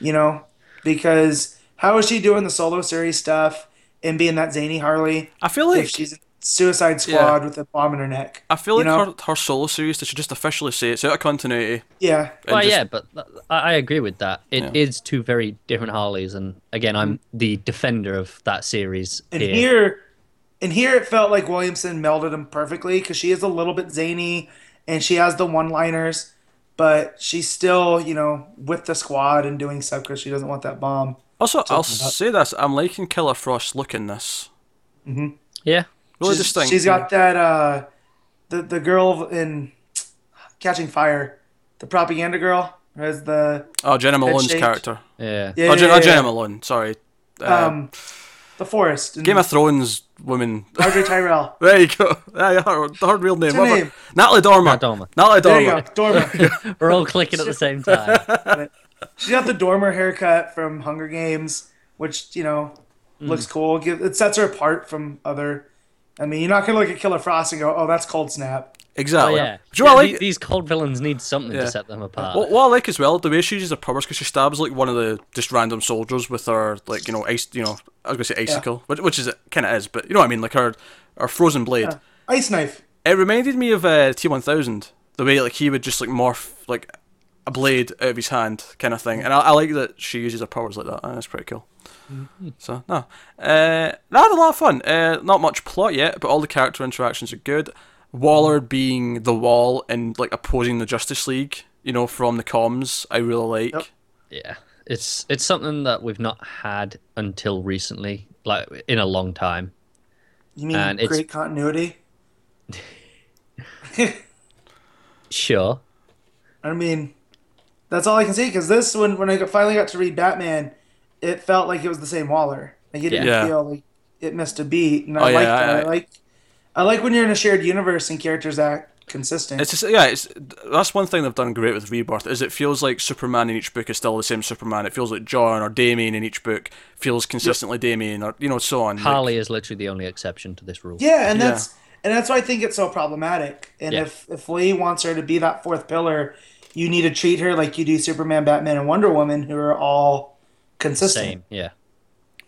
S2: you know, because how is she doing the solo series stuff and being that zany Harley
S1: I feel like
S2: if she's in Suicide Squad with a bomb in her neck?
S1: I feel
S2: you
S1: like
S2: know?
S1: her her solo series. They should just officially say it's out of continuity.
S2: Yeah,
S1: and
S3: well,
S1: just-
S3: yeah, but th- I I agree with that. It is two very different Harleys, and again,
S1: Mm.
S3: I'm the defender of that series
S2: And
S3: here.
S2: here, and here it felt like Williamson melded them perfectly because she is a little bit zany and she has the one-liners, but she's still, you know, with the squad and doing stuff because she doesn't want that bomb.
S1: Also, I'll say this: I'm liking Killer Frost's look in this.
S3: yeah,
S1: Really
S2: She's-
S1: distinct.
S2: she's got that uh, the the girl in Catching Fire, the propaganda girl who has the
S1: oh Jenna Malone's
S2: shaped.
S1: character.
S3: yeah,
S2: yeah,
S1: Oh, Jen-
S2: yeah,
S1: oh,
S2: yeah,
S1: Jenna Malone. Sorry.
S2: yeah,
S1: Uh,
S2: um, the forest and
S1: Game of Oh, Thrones woman.
S2: Audrey Tyrell.
S1: There you go. Yeah, her, her real name.
S2: her
S1: Whatever.
S2: name?
S1: Natalie Dormer.
S3: Nat Dormer.
S1: Natalie
S2: There you
S1: Dormer.
S2: go, Dormer.
S3: we're all clicking at the same time.
S2: She's got the Dormer haircut from Hunger Games, which you know looks cool. Give- It sets her apart from other. I mean, you're not gonna look at Killer Frost and go, "Oh, that's Cold Snap."
S1: Exactly.
S3: Oh, yeah,
S1: Oh, Do you know
S3: Yeah,
S1: what I
S3: the-
S1: like?
S3: these cold villains need something
S1: Yeah.
S3: to set them apart.
S1: What, what I like as well, the way she uses her powers, because she stabs like one of the just random soldiers with her like you know ice, you know I was gonna say icicle, which, which is kind of is, but you know what I mean, like her her frozen blade.
S2: Ice knife.
S1: It reminded me of uh, T one thousand, the way like he would just like morph like a blade out of his hand kind of thing, and I, I like that she uses her powers like that. and That's pretty cool. So no, uh, that had a lot of fun. Uh, not much plot yet, but all the character interactions are good. Waller being the wall and like opposing the Justice League, you know, from the comms, I really like.
S3: yeah, it's it's something that we've not had until recently, like in a long time.
S2: You mean
S3: And it's-
S2: great continuity?
S3: Sure,
S2: I mean, that's all I can see because this one, when I got- finally got to read Batman, it felt like it was the same Waller. Like it didn't
S1: Yeah. Yeah.
S2: feel like it missed a beat, and I
S1: Oh,
S2: like
S1: yeah,
S2: that. I,
S1: I- I-
S2: like, I like when you're in a shared universe and characters act consistent.
S1: It's just yeah, it's that's one thing they've done great with Rebirth is it feels like Superman in each book is still the same Superman. It feels like John or Damien in each book feels consistently Damien or you know so on. Like,
S3: Harley is literally the only exception to this rule.
S2: Yeah, and that's and that's why I think it's so problematic. And
S3: Yeah.
S2: if if Lee wants her to be that fourth pillar, you need to treat her like you do Superman, Batman, and Wonder Woman, who are all consistent.
S3: Same. Yeah.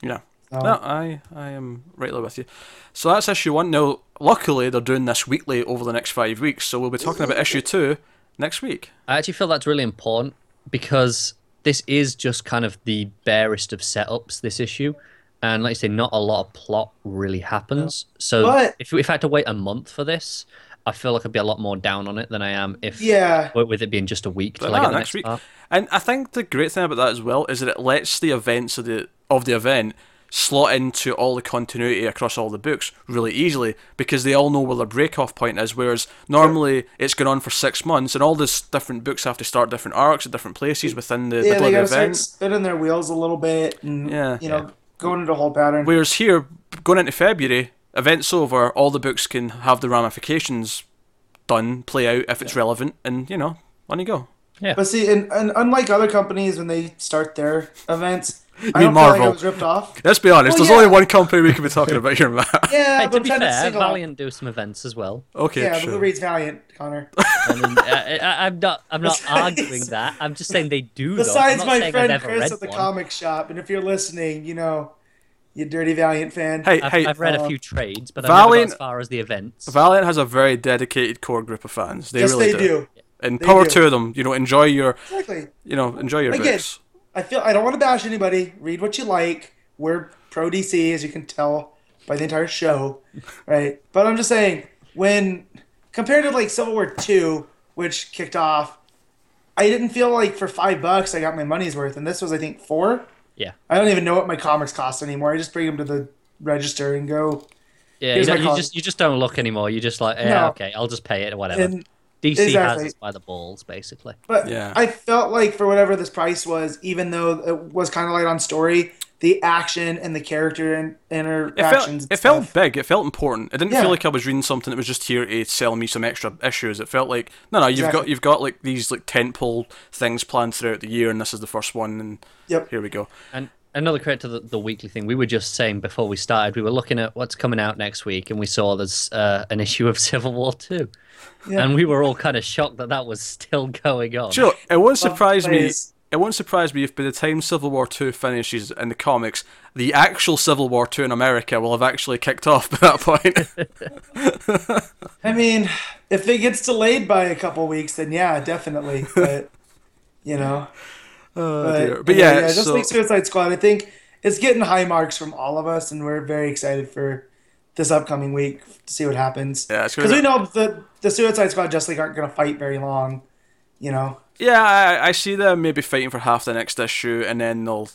S1: Yeah.
S2: So-
S1: No, I, I am right there with you. So that's issue one. Now, luckily, they're doing this weekly over the next five weeks, so we'll be talking about issue two next week.
S3: I actually feel that's really important because this is just kind of the barest of setups, this issue. And like you say, not a lot of plot really happens. So
S2: But-
S3: if, if I had to wait a month for this, I feel like I'd be a lot more down on it than I am if
S2: Yeah.
S3: with with it being just a week till
S1: But
S3: I
S1: no,
S3: get the
S1: next week.
S3: part.
S1: And I think the great thing about that as well is that it lets the events of the of the event slot into all the continuity across all the books really easily because they all know where their break-off point is. Whereas normally it's gone on for six months, and all these different books have to start different arcs at different places within the
S2: Yeah,
S1: middle
S2: they
S1: of the
S2: gotta
S1: event.
S2: start spinning their wheels a little bit and
S1: Yeah.
S2: you know, going into a whole pattern.
S1: Whereas here, going into February, events over, all the books can have the ramifications done, play out if it's relevant, and you know, on you go.
S2: But see, and, and unlike other companies when they start their events, I
S1: mean
S2: don't feel like I
S1: Marvel.
S2: was ripped off.
S1: Let's be honest.
S2: Well,
S1: there's only
S2: yeah.
S1: one company we can be talking about here, Matt.
S2: Yeah,
S3: Hey,
S2: but
S3: to
S2: I'm
S3: be
S2: trying to
S3: fair,
S2: single out-
S3: Valiant do some events as well.
S1: Okay,
S2: Yeah, but
S1: sure.
S2: who reads Valiant, Connor?
S3: I mean, I, I, I'm not, I'm not arguing that. I'm just saying they do. though. I'm
S2: Besides
S3: not
S2: my
S3: saying
S2: friend
S3: I've ever
S2: Chris
S3: read
S2: at the
S3: one.
S2: comic shop, and if you're listening, you know, you dirty Valiant fan.
S1: hey,
S3: I've,
S1: hey,
S3: I've read a
S2: uh,
S3: few trades, but I've never
S1: Valiant-
S3: got as far as the events.
S1: Valiant has a very dedicated core group of fans. They
S2: yes,
S1: really
S2: they do.
S1: And power
S2: do.
S1: to them. You know, enjoy your,
S2: Exactly.
S1: you know, enjoy your
S2: Again,
S1: books.
S2: I feel I don't want to bash anybody. Read what you like. We're pro DC, as you can tell by the entire show, right? But I'm just saying, when compared to like Civil War Two, which kicked off, I didn't feel like for five bucks I got my money's worth, and this was I think four.
S3: Yeah.
S2: I don't even know what my comics cost anymore. I just bring them to the register and go.
S3: Yeah, you,
S2: Here's my
S3: don't- you
S2: card.
S3: just you just don't look anymore. You're just like, yeah,
S2: oh, No.
S3: okay, I'll just pay it or whatever.
S2: And
S3: DC
S2: exactly.
S3: has us by the balls, basically.
S2: But
S1: Yeah.
S2: I felt like for whatever this price was, even though it was kind of light on story, the action and the character and
S1: It felt,
S2: interactions. and
S1: it felt
S2: stuff-
S1: big. It felt important. It didn't
S2: Yeah.
S1: feel like I was reading something that was just here to sell me some extra issues. It felt like no, no. You've got
S2: Exactly.
S1: you've got like these like tentpole things planned throughout the year, and this is the first one. And
S2: Yep.
S1: here we go.
S3: And another credit to the, the weekly thing. We were just saying before we started, we were looking at what's coming out next week, and we saw there's uh, an issue of Civil War Two,
S2: Yeah.
S3: and we were all kind of shocked that that was still going on.
S1: Do you know, it won't surprise me.
S2: plays.
S1: It won't surprise me if by the time Civil War Two finishes in the comics, the actual Civil War Two in America will have actually kicked off by that point.
S2: I mean, if it gets delayed by a couple weeks, then yeah, definitely. But you know,
S1: oh,
S2: but,
S1: dear. but yeah,
S2: just
S1: so,
S2: like Suicide Squad, I think it's getting high marks from all of us, and we're very excited for this upcoming week to see what happens.
S1: Yeah, it's gonna
S2: because we
S1: be-
S2: know the the Suicide Squad Just League aren't going to fight very long. You know,
S1: yeah, I, I see them maybe fighting for half the next issue, and then they'll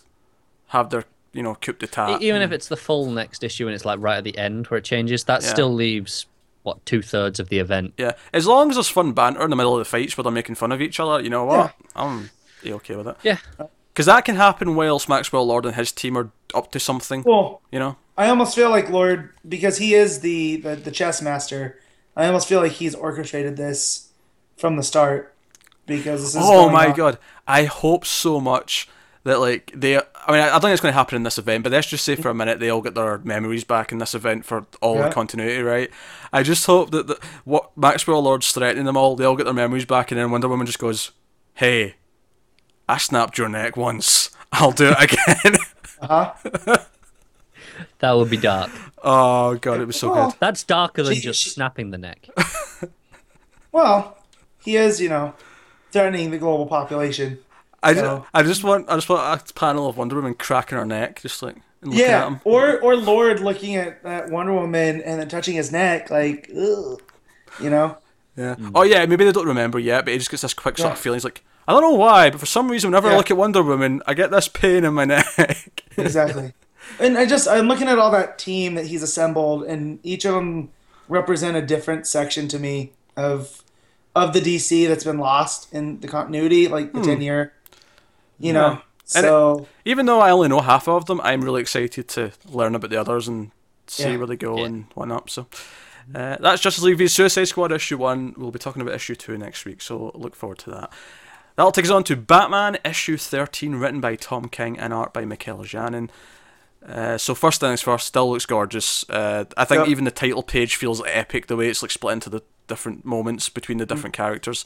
S1: have their you know coup d'état.
S3: E- Even if it's the full next issue and it's like right at the end where it changes, that
S1: Yeah.
S3: still leaves what two thirds of the event.
S1: Yeah, as long as there's fun banter in the middle of the fights where they're making fun of each other, you know what? I'm yeah, okay with it.
S3: Yeah,
S1: Because that can happen whilst Maxwell Lord and his team are up to something,
S2: well,
S1: you know?
S2: I almost feel like Lord because he is the the, the chess master. I almost feel like he's orchestrated this from the start because this is
S1: Oh
S2: going
S1: my
S2: on-
S1: god, I hope so much that, like, they. I mean, I I don't think it's going to happen in this event, but let's just say for a minute they all get their memories back in this event for all
S2: Yeah.
S1: the continuity, right? I just hope that the, what Maxwell Lord's threatening them all, they all get their memories back, and then Wonder Woman just goes, hey, I snapped your neck once. I'll do it again.
S3: that would be dark.
S1: oh god, it was so
S2: Well,
S1: good.
S3: That's darker than
S2: She-
S3: just
S2: she-
S3: snapping the neck.
S2: Well, he is, you know, threatening the global population.
S1: I, ju-
S2: So-
S1: I just want I just want a panel of Wonder Woman cracking her neck, just like and looking at
S2: Yeah,
S1: him.
S2: or or Lord looking at, at Wonder Woman and then touching his neck, like, ugh, you know.
S1: Yeah. Oh yeah, maybe they don't remember yet, but he just gets this quick sort of
S2: Hmm. Yeah.
S1: feeling. He's like, I don't know why, but for some reason, whenever I
S2: Yeah.
S1: look at Wonder Woman, I get this pain in my neck.
S2: exactly. And I just I'm looking at all that team that he's assembled, and each of them represent a different section to me of of the DC that's been lost in the continuity, like the ten year. You know,
S1: Hmm. And it-
S2: so
S1: Even though I only know half of them, I'm really excited to learn about the others and see
S2: Yeah.
S1: where they go
S3: Yeah.
S1: and whatnot. So. Uh, that's Justice League v Suicide Squad issue one. We'll be talking about issue two next week, so look forward to that. That'll take us on to Batman issue thirteen, written by Tom King and art by Michael Shannon. Uh, so first things first, still looks gorgeous. Uh, I think
S2: Yep.
S1: even the title page feels epic the way it's like split into the different moments between
S2: Mm.
S1: the different characters.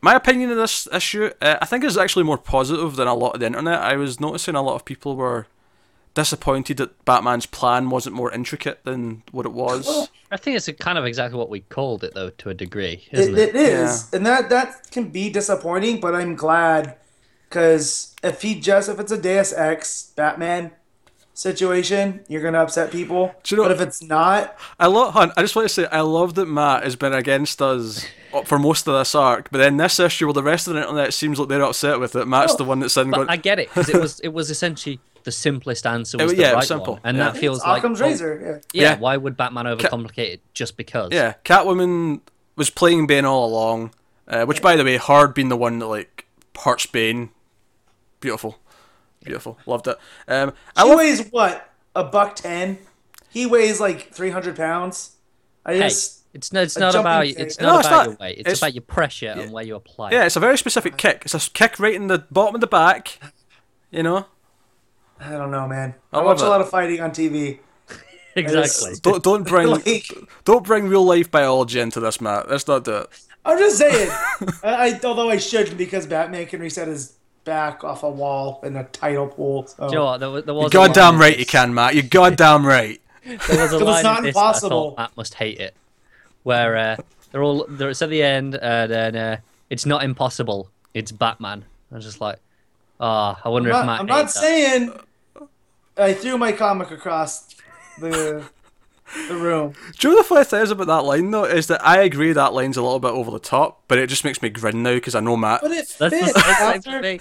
S1: My opinion of this issue, uh, I think, is actually more positive than a lot of the internet. I was noticing a lot of people were disappointed that Batman's plan wasn't more intricate than what it was.
S3: I think it's kind of exactly what we called it, though, to a degree, isn't
S2: It, it
S3: it?
S2: is, and that that can be disappointing, but I'm glad because if he just if it's a Deus Ex Batman situation, you're gonna upset people.
S1: Do you know-
S2: but if it's not,
S1: I love, hon, I just want to say, I love that Matt has been against us for most of this arc, but then this issue, well, the rest of the internet seems like they're upset with it. Matt's the one that's in going,
S3: I get it because it was it was essentially the simplest answer was
S1: was-
S3: the
S1: yeah, it
S3: right
S1: was oh. simple,
S3: one, and
S1: yeah.
S3: that feels
S2: it's
S3: like
S2: Occam's
S3: well,
S2: razor. Yeah.
S3: Yeah,
S1: Yeah.
S3: why would Batman overcomplicate it just because?
S1: Yeah, Catwoman was playing Bane all along. Uh, which, by the way, Hard being the one that like hurts Bane, beautiful, beautiful, loved it. Um, I
S2: He
S1: love.
S2: weighs what a buck ten. He weighs like three hundred pounds. I
S3: Hey,
S2: just
S3: it's no, it's
S2: a
S3: not
S2: jumping
S3: about
S2: kick.
S3: it's
S1: No,
S3: not
S1: it's
S3: about
S1: not.
S3: your weight. It's,
S1: It's-
S3: about your pressure and where you apply.
S1: Yeah,
S3: it.
S1: it's a very specific kick. It's a s- kick right in the bottom of the back. You know,
S2: I don't know, man. I,
S1: I love
S2: watch a
S1: it.
S2: lot of fighting on TV.
S3: exactly.
S1: don't don't bring
S2: Like-
S1: don't bring real life biology into this, Matt. Let's not do it.
S2: I'm just saying. I, I although I should because Batman can reset his back off a wall in a tidal pool. So.
S3: Do you know what? There, wa- there was a line
S1: Goddamn
S3: in
S1: right, you
S3: this-
S1: can, Matt. You're goddamn right.
S3: There was a line
S2: not
S3: in this that I thought
S2: impossible.
S3: Matt must hate it, where uh, they're all they're, it's at the end and then uh, it's not impossible. It's Batman. I'm just like, ah, I wonder
S2: I'm not,
S3: if Matt.
S2: I'm not
S3: hates that.
S2: saying I threw my comic across the the room.
S1: Do you know the funny thing is about that line though is that I agree that line's a little bit over the top, but it just makes me grin now because I know Matt.
S2: But it
S3: That's
S2: fits.
S3: the same thing for
S2: after,
S3: me.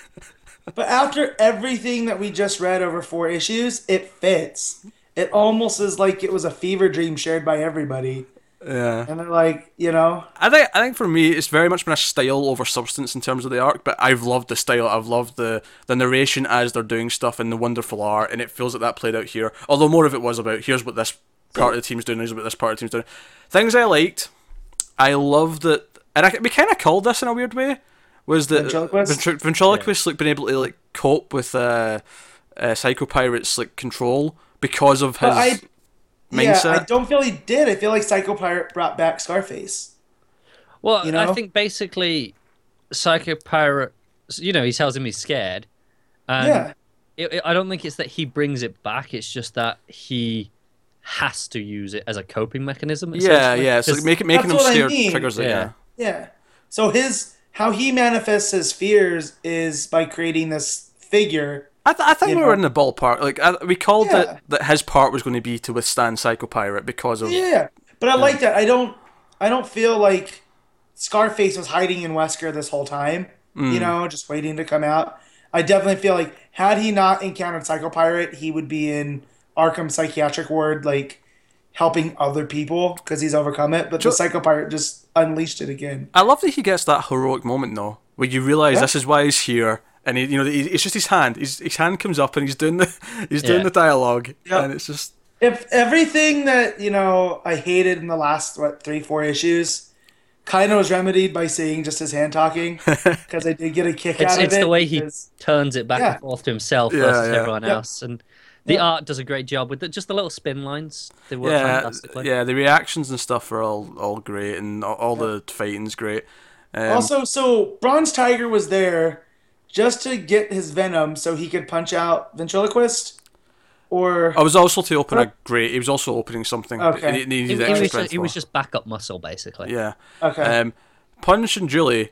S2: but after everything that we just read over four issues, it fits. It almost is like it was a fever dream shared by everybody.
S1: Yeah.
S2: And they're like, you know,
S1: I think I think for me it's very much been a style over substance in terms of the arc, but I've loved the style. I've loved the the narration as they're doing stuff and the wonderful art, and it feels like that played out here. Although more of it was about here's what this part of the team's doing, here's what this part of the team's doing. Things I liked, I love that, and I, we kind of called this in a weird way. Was that
S2: Ventriloquist?
S1: ventri- ventriloquist like being able to like cope with uh, uh, Psycho Pirate's like control because of his
S2: But I- yeah,
S1: mindset?
S2: I don't feel he did. I feel like Psycho Pirate brought back Scarface.
S3: Well,
S2: You
S3: I
S2: know?
S3: think basically, Psycho Pirate, you know, he tells him he's scared. And
S2: yeah.
S3: it, it- I don't think it's that he brings it back. It's just that he has to use it as a coping mechanism.
S1: yeah,
S3: essentially,
S1: yeah. So
S3: 'cause-
S1: making making him
S2: That's what I
S1: scared
S2: mean.
S1: triggers it.
S3: Yeah.
S1: Yeah.
S2: Yeah. So his how he manifests his fears is by creating this figure.
S1: I, th- I think
S2: You
S1: we
S2: know?
S1: were in the ballpark. Like I, we called
S2: Yeah.
S1: it that his part was going to be to withstand Psycho Pirate because of
S2: Yeah. But I like that. I don't I don't feel like Scarface was hiding in Wesker this whole time. You know, just waiting to come out. I definitely feel like had he not encountered Psycho Pirate, he would be in Arkham psychiatric ward, like helping other people because he's overcome it. But the Psycho Pirate just unleashed it again.
S1: I love that he gets that heroic moment though, where you realize
S2: Yeah.
S1: this is why he's here, and he, you know, he, it's just his hand. His, his hand comes up, and he's doing the he's doing
S3: Yeah.
S1: the dialogue,
S2: Yeah.
S1: and it's just
S2: if everything that you know I hated in the last what three four issues kind of was remedied by seeing just his hand talking because I did get a kick
S3: It's,
S2: out of
S3: it's
S2: it.
S3: the way he
S2: 'cause-
S3: turns it back
S2: Yeah.
S3: and forth to himself
S1: Yeah,
S3: versus
S1: yeah.
S3: everyone
S2: Yeah.
S3: else. And the art does a great job with it. Just the little spin lines. They work
S1: yeah,
S3: fantastically.
S1: yeah. The reactions and stuff are all all great, and all, all the fighting's great. Um,
S2: also so Bronze Tiger was there just to get his venom so he could punch out ventriloquist or
S1: I was also to open a great. He was also opening something.
S2: Okay.
S1: He, he needed
S3: It, it
S1: extra
S3: was
S1: strength
S3: just, it
S1: for.
S3: was just backup muscle, basically.
S1: yeah.
S2: okay
S1: Um, Punch and Julie.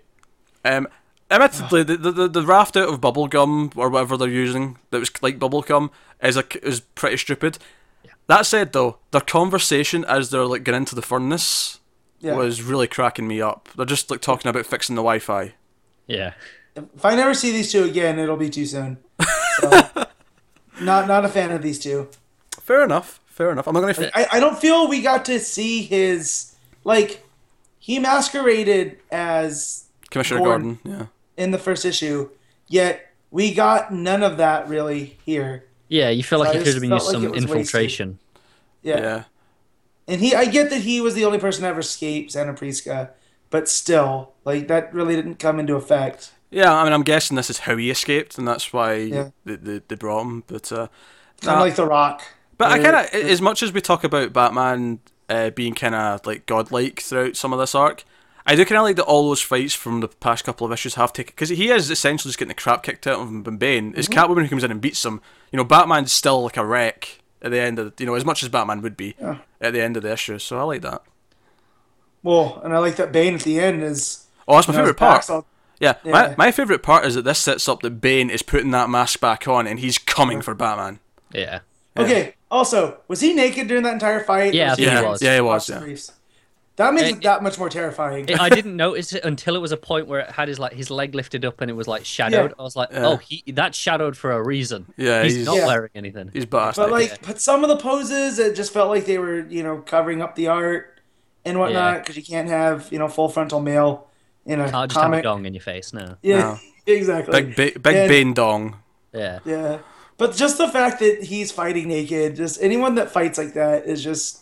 S1: Um, admittedly, the, the- the the raft out of bubble gum or whatever they're using that was like bubble gum is a, is pretty stupid. That said, though, their conversation as they're like getting into the furnace
S2: yeah.
S1: was really cracking me up. They're just like talking about fixing the Wi-Fi.
S3: Yeah.
S2: if I never see these two again it'll be too soon. So, not not a fan of these two.
S1: Fair enough. Fair enough. I'm not gonna. F-
S2: I, I don't feel we got to see his like he masqueraded as
S1: Commissioner
S2: Gordon.
S1: Gordon. Yeah.
S2: in the first issue, yet we got none of that really here.
S3: Yeah, you feel like
S2: I
S3: it could
S2: just
S3: have been
S2: felt
S3: used
S2: like
S3: some
S2: it was wasted.
S3: infiltration.
S2: Yeah.
S1: Yeah.
S2: And he I get that he was the only person to ever escape Santa Prisca, but still, like that really didn't come into effect.
S1: Yeah, I mean, I'm guessing this is how he escaped, and that's why
S2: Yeah.
S1: they, they, they brought him. But uh,
S2: I'm like The Rock.
S1: But I
S2: Or-
S1: kind of, as much as we talk about Batman uh, being kind of like godlike throughout some of this arc, I do kind of like that all those fights from the past couple of issues have taken because he is essentially just getting the crap kicked out of him by Bane.
S2: Mm-hmm.
S1: It's Catwoman who comes in and beats him. You know, Batman's still like a wreck at the end of you know as much as Batman would be at the end of the issue. So I like that.
S2: Well, and I like that Bane at the end is.
S1: Oh, that's my
S2: you know,
S1: favorite
S2: his
S1: part.
S2: back's all-
S1: Yeah,
S2: Yeah.
S1: my my favorite part is that this sets up that Bane is putting that mask back on and he's coming for Batman.
S3: Yeah.
S2: Okay. Also, was he naked during that entire fight?
S3: Yeah, I
S2: Or
S3: think he
S2: wearing
S3: was.
S1: Yeah, he was, yeah.
S2: briefs? That makes
S3: It-
S2: it that much more terrifying.
S3: It, I didn't notice it until it was a point where it had his like his leg lifted up and it was like shadowed.
S2: Yeah.
S3: I was like,
S1: Yeah.
S3: oh, he that's shadowed for a reason.
S1: Yeah,
S3: he's,
S1: he's-
S3: not
S2: Yeah.
S3: wearing anything.
S1: He's badass.
S2: But
S1: like,
S2: like, but some of the poses, it just felt like they were, you know, covering up the art and whatnot
S3: Yeah.
S2: because you can't have, you know, full frontal male in a
S3: Can't just have a
S2: comic.
S3: dong in your face. No.
S2: Yeah, exactly.
S1: big ba- big
S2: And-
S1: Bane dong.
S3: Yeah.
S2: Yeah, but just the fact that he's fighting naked, just anyone that fights like that is just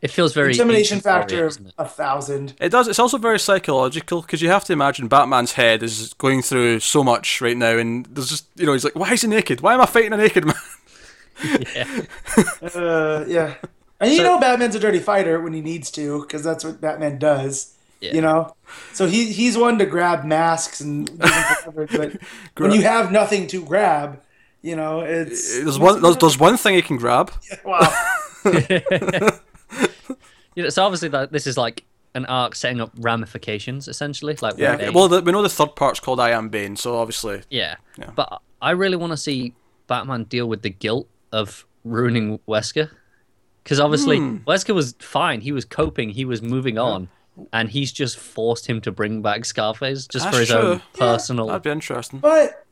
S3: It feels very
S2: intimidation
S3: ancient warrior,
S2: factor of
S3: doesn't it?
S2: a thousand.
S1: It does. It's also very psychological because you have to imagine Batman's head is going through so much right now, and there's just you know he's like, why is he naked? Why am I fighting a naked man?
S2: Uh, yeah, and you know Batman's a dirty fighter when he needs to because that's what Batman does.
S3: Yeah.
S2: You know, so he he's one to grab masks and but when you have nothing to grab, you know it's
S1: There's one. There's, there's one thing he can grab.
S2: wow.
S3: You know, so obviously that this is like an arc setting up ramifications essentially. Like
S1: Yeah.
S3: one day-
S1: Well, the, we know the third part's called I Am Bane, so obviously.
S3: yeah. But I really want to see Batman deal with the guilt of ruining Wesker, because obviously
S1: Hmm.
S3: Wesker was fine. He was coping. He was moving on, and he's just forced him to bring back Scarface just
S1: That's
S3: for his own
S1: true.
S3: personal.
S1: That'd be interesting.
S2: But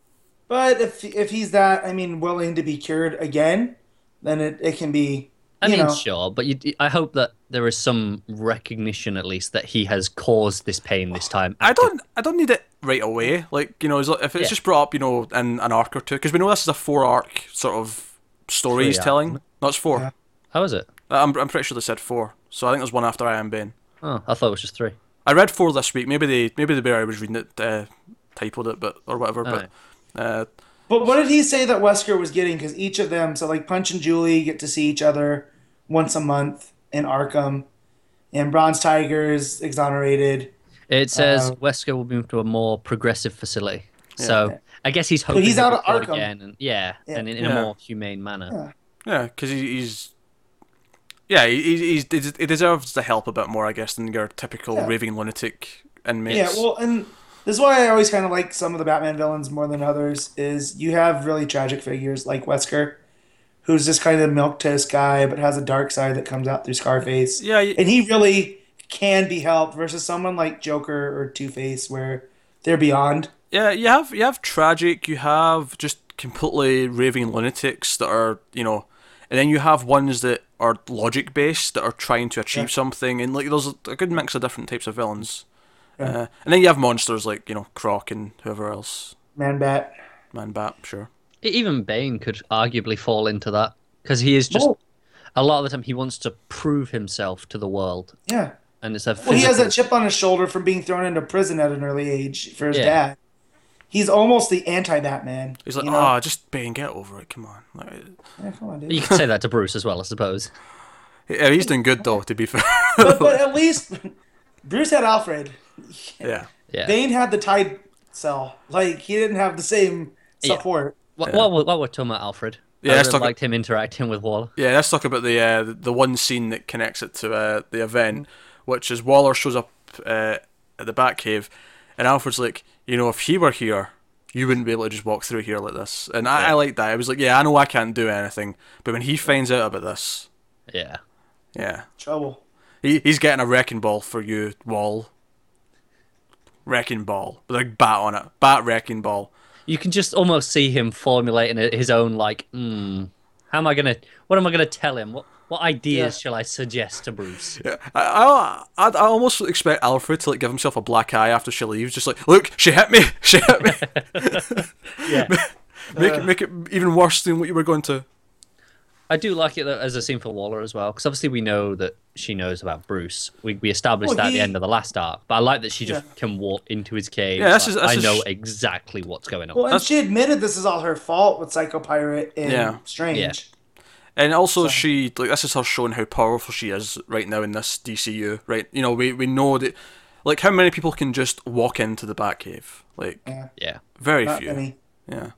S2: but if if he's that, I mean, willing to be cured again, then it, it can be.
S3: I
S2: you
S3: mean,
S2: know,
S3: sure, but you, I hope that there is some recognition at least that he has caused this pain this time.
S1: I don't. I don't need it right away. Like you know, as- if it's
S3: Yeah.
S1: just brought up, you know, in an arc or two, because we know this is a four arc sort of story he's
S3: Three arc,
S1: telling. No, it's four.
S2: Yeah.
S3: How is it?
S1: I'm, I'm pretty sure they said four. So I think there's one after I Am Bane.
S3: Oh, I thought it was just three.
S1: I read four this week. Maybe they maybe the bear I was reading it uh, typoed it, but or whatever.
S3: Alright.
S1: But uh,
S2: But what did he say that Wesker was getting? Because each of them, so like Punch and Julie get to see each other once a month in Arkham, and Bronze Tiger's exonerated.
S3: It says
S2: Uh,
S3: Wesker will be moved to a more progressive facility. So I guess he's hoping
S2: he's
S3: he'll
S2: out
S3: be
S2: of
S3: cured
S2: Arkham.
S3: again, and yeah,
S2: Yeah.
S3: and in, in
S1: Yeah.
S3: a more humane manner.
S1: yeah, because he, he's yeah he, he's, he's he deserves the help a bit more, I guess, than your typical
S2: Yeah.
S1: raving lunatic inmates.
S2: Yeah, well, and this is why I always kind of like some of the Batman villains more than others. Is you have really tragic figures like Wesker, who's just kind of milk toast guy, but has a dark side that comes out through Scarface.
S1: yeah, y-
S2: and he really can be helped versus someone like Joker or Two Face, where they're beyond.
S1: yeah. You have you have tragic. You have just completely raving lunatics that are you know, and then you have ones that are logic based that are trying to achieve something, and like there's a, a good mix of different types of villains. Uh, and then you have monsters like you know Croc and whoever else,
S2: Man Bat.
S1: Man Bat, sure.
S3: E- Even Bane could arguably fall into that because he is just
S2: Oh.
S3: a lot of the time he wants to prove himself to the world,
S2: Yeah.
S3: and it's a physical,
S2: Well, he has that chip on his shoulder from being thrown into prison at an early age for his
S3: Yeah.
S2: dad. He's almost the anti-Batman.
S1: He's like,
S2: you
S1: ah,
S2: know?
S1: just Bane, get over it. Come on. Like,
S2: Yeah, come on, dude.
S3: You could say that to Bruce as well, I suppose.
S1: yeah, he's doing good though, to be fair.
S2: but, but at least Bruce had Alfred.
S1: yeah.
S3: Yeah.
S2: Bane had the Tide Cell. Like he didn't have the same support.
S3: What, what, what, we're talking about Alfred?
S1: Yeah,
S3: I
S1: let's
S3: really
S1: talk-
S3: liked him interacting with Waller.
S1: Yeah, let's talk about the uh, the one scene that connects it to uh, the event, which is Waller shows up uh, at the Batcave, and Alfred's like, you know, if he were here, you wouldn't be able to just walk through here like this. And I, I like that. I was like, yeah, I know I can't do anything, but when he finds out about this,
S3: Yeah.
S1: yeah,
S2: Trouble.
S1: he, he's getting a wrecking ball for you, Wall. Wrecking ball with a bat on it, bat wrecking ball.
S3: You can just almost see him formulating i- his own like, hmm, how am I gonna? What am I gonna tell him? What what ideas shall I suggest to Bruce?
S1: I, I, I'd- I almost expect Alfred to like give himself a black eye after she leaves. Just like, look, she hit me, she hit me.
S3: Yeah.
S1: make it make it even worse than what you were going to.
S3: I do like it though, as a scene for Waller as well, because obviously we know that she knows about Bruce. We, we established
S2: Well,
S3: that at
S2: he-
S3: the end of the last arc, but I like that she just
S2: Yeah.
S3: can walk into his cave.
S1: Yeah, this
S3: like,
S1: is- this
S3: I
S1: is-
S3: know exactly what's going on.
S2: Well, and she admitted this is all her fault with Psycho Pirate and
S1: Yeah.
S2: Strange.
S3: Yeah.
S1: And also, she like this is her showing how powerful she is right now in this DCU. Right, you know, we we know that like how many people can just walk into the Batcave? Like
S2: Yeah.
S3: Yeah.
S1: very
S2: Not
S1: few.
S2: many.
S1: Yeah.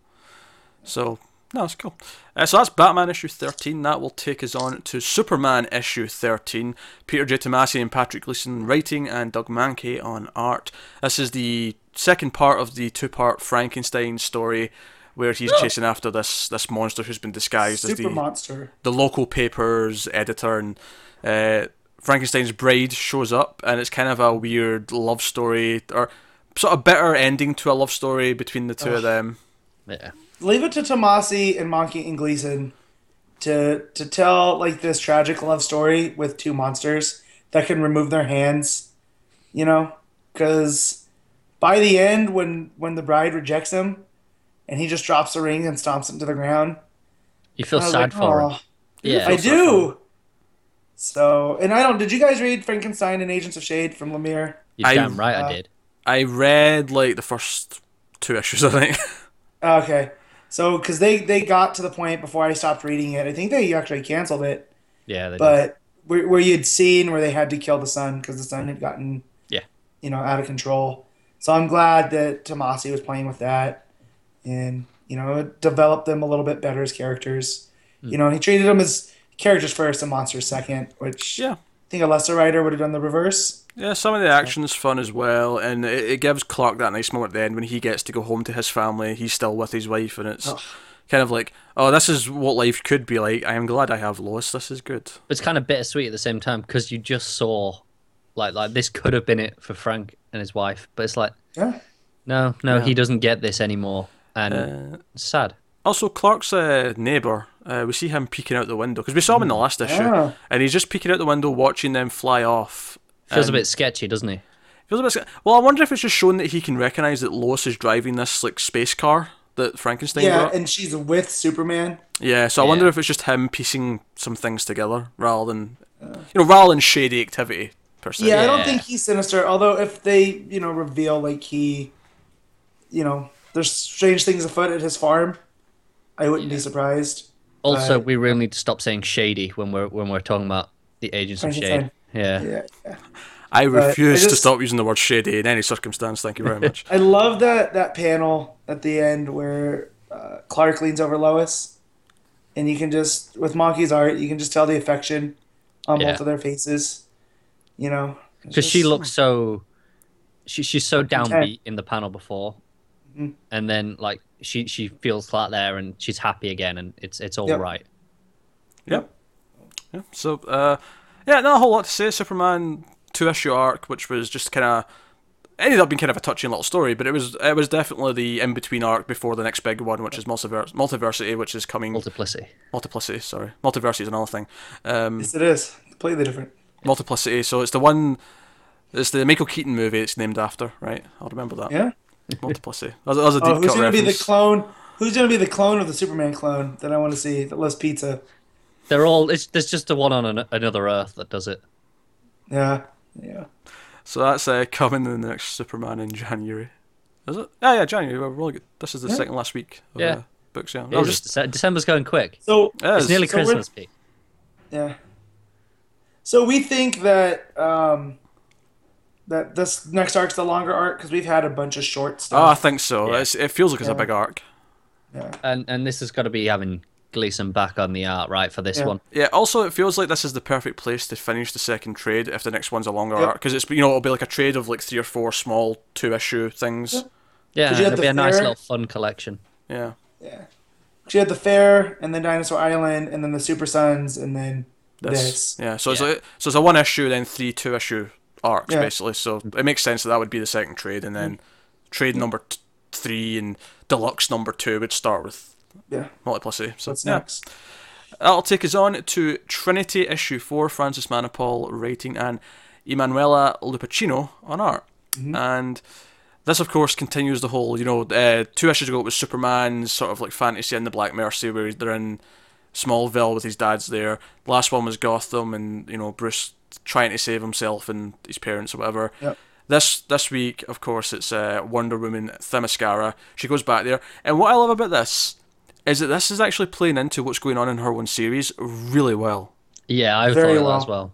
S1: So no, it's cool. Uh, so that's Batman issue thirteen. That will take us on to Superman issue thirteen. Peter J. Tomasi and Patrick Gleason writing, and Doug Mankey on art. This is the second part of the two-part Frankenstein story, where he's chasing after this this monster who's been disguised as
S2: Super
S1: the
S2: monster.
S1: the local paper's editor and uh, Frankenstein's bride shows up, and it's kind of a weird love story or sort of bitter ending to a love story between the two of them.
S3: Yeah.
S2: Leave it to Tomasi and Monkey and Gleason to to tell like this tragic love story with two monsters that can remove their hands. You know, because by the end, when when the bride rejects him, and he just drops the ring and stomps him to the ground,
S3: You feel
S2: I was
S3: sad
S2: like,
S3: for
S2: "Aw."
S3: him. Yeah.
S2: I do. So, and I don't. Did you guys read Frankenstein and Agents of Shade from Lemire?
S3: You're
S1: I-
S3: damn right
S2: uh,
S3: I did.
S1: I read like the first two issues, I think.
S2: Okay. So, because they they got to the point before I stopped reading it. I think they actually canceled it,
S3: Yeah, they did.
S2: but where, where you'd seen where they had to kill the sun because the sun had gotten
S3: Yeah.
S2: you know out of control. So I'm glad that Tomasi was playing with that, and you know it developed them a little bit better as characters.
S3: Hmm.
S2: You know, he treated them as characters first and monsters second, which
S1: yeah.
S2: I think a lesser writer would have done the reverse.
S1: Yeah, some of the action's fun as well, and it, it gives Clark that nice moment at the end when he gets to go home to his family. He's still with his wife, and it's kind of like, oh, this is what life could be like. I am glad I have Lois. This is good.
S3: But it's kind of bittersweet at the same time because you just saw, like, like this could have been it for Frank and his wife, but it's like,
S2: Yeah.
S3: no, no, he doesn't get this anymore, and
S2: Uh,
S3: it's sad.
S1: Also, Clark's uh, neighbour, uh, we see him peeking out the window because we saw him in the last issue,
S2: Yeah.
S1: and he's just peeking out the window watching them fly off.
S3: Feels
S1: and
S3: a bit sketchy, doesn't he?
S1: feels a bit sc- Well, I wonder if it's just shown that he can recognise that Lois is driving this like space car that Frankenstein
S2: Yeah,
S1: got.
S2: and she's with Superman.
S1: yeah, so I wonder
S3: Yeah.
S1: if it's just him piecing some things together rather than you know rather than shady activity per se.
S2: Yeah, I
S3: Yeah.
S2: don't think he's sinister. Although if they, you know, reveal like he, you know, there's strange things afoot at his farm, I wouldn't be surprised.
S3: Also,
S2: Right.
S3: we really need to stop saying shady when we're when we're talking about the agents of shade.
S2: Frankenstein.
S3: Yeah.
S2: Yeah, yeah.
S1: I
S2: I
S1: refuse to
S2: just-
S1: stop using the word shady in any circumstance. Thank you very much.
S2: I love that that panel at the end where uh, Clark leans over Lois, and you can just with Monkey's art, you can just tell the affection on
S3: Yeah.
S2: both of their faces. You know, It's
S3: because she
S2: just-
S3: looks so she, she's so downbeat
S2: Okay.
S3: in the panel before
S2: Mm-hmm.
S3: and then like she she feels flat there and she's happy again and it's it's all right.
S2: Yep.
S1: Yep. Yeah. So, uh, yeah, not a whole lot to say. Superman two issue arc, which was just kind of ended up being kind of a touching little story, but it was it was definitely the in between arc before the next big one, which is multiverse multiversity, which is coming
S3: multiplicity
S1: multiplicity. Sorry, multiversity is another thing. Um,
S2: Yes, it is completely different.
S1: multiplicity. So it's the one. It's the Michael Keaton movie. It's named after, right? I'll remember that.
S2: Yeah.
S1: Multiplicity. That was, that was a deep
S2: Oh, who's
S1: cut
S2: gonna be the
S1: reference.
S2: clone? Who's gonna be the clone of the Superman clone that I want to see that loves pizza?
S3: they're all it's there's just the one on an, another earth that does it
S2: Yeah, yeah.
S1: so that's uh, coming in the next Superman in January. Is it? Yeah, yeah, January. We're really good. This is the second last week. Of,
S3: Yeah.
S1: Uh, books. Yeah.
S3: It
S1: That was
S3: was
S1: just-
S3: Dece- december's going quick
S2: So
S1: yeah,
S3: it's nearly
S2: so we're-
S3: christmas Pete.
S2: yeah. So we think that um, that this next arc's the longer arc because we've had a bunch of short
S1: Oh, I
S2: stuff.
S1: think so. It's, it feels like it's a big arc.
S3: and and this has got to be having gleason back on the art right for this
S2: Yeah.
S3: one
S1: Yeah. Also, it feels like this is the perfect place to finish the second trade if the next one's a longer
S2: Yep.
S1: arc because it's you know it'll be like a trade of like three or four small two issue things.
S3: yeah
S2: Did you have
S3: it'll
S2: the
S3: be a nice
S2: fair?
S3: little fun collection
S1: Yeah.
S2: yeah. She had the fair and then Dinosaur Island and then the Super Sons and then
S1: This.
S2: this.
S1: Yeah. So it's
S3: Yeah.
S1: like so it's a one issue then three two issue arcs
S2: Yeah.
S1: basically. So it makes sense that that would be the second trade and then
S2: Mm-hmm.
S1: trade number t- three and deluxe number two would start with
S2: Yeah.
S1: multiplicity. So
S2: What's
S1: yeah.
S2: next?
S1: That'll take us on to Trinity issue four, Francis Manipal writing and Emanuela Lupacino on art. And this, of course, continues the whole, you know, uh, two issues ago it was Superman's sort of like fantasy in the Black Mercy where they're in Smallville with his dad's there. The last one was Gotham and, you know, Bruce trying to save himself and his parents or whatever.
S2: Yep.
S1: This this week, of course, it's uh, Wonder Woman Themyscira. She goes back there, and what I love about this is that this is actually playing into what's going on in her one series really well.
S3: Yeah, I
S2: Very
S3: thought of that
S2: well.
S3: as well.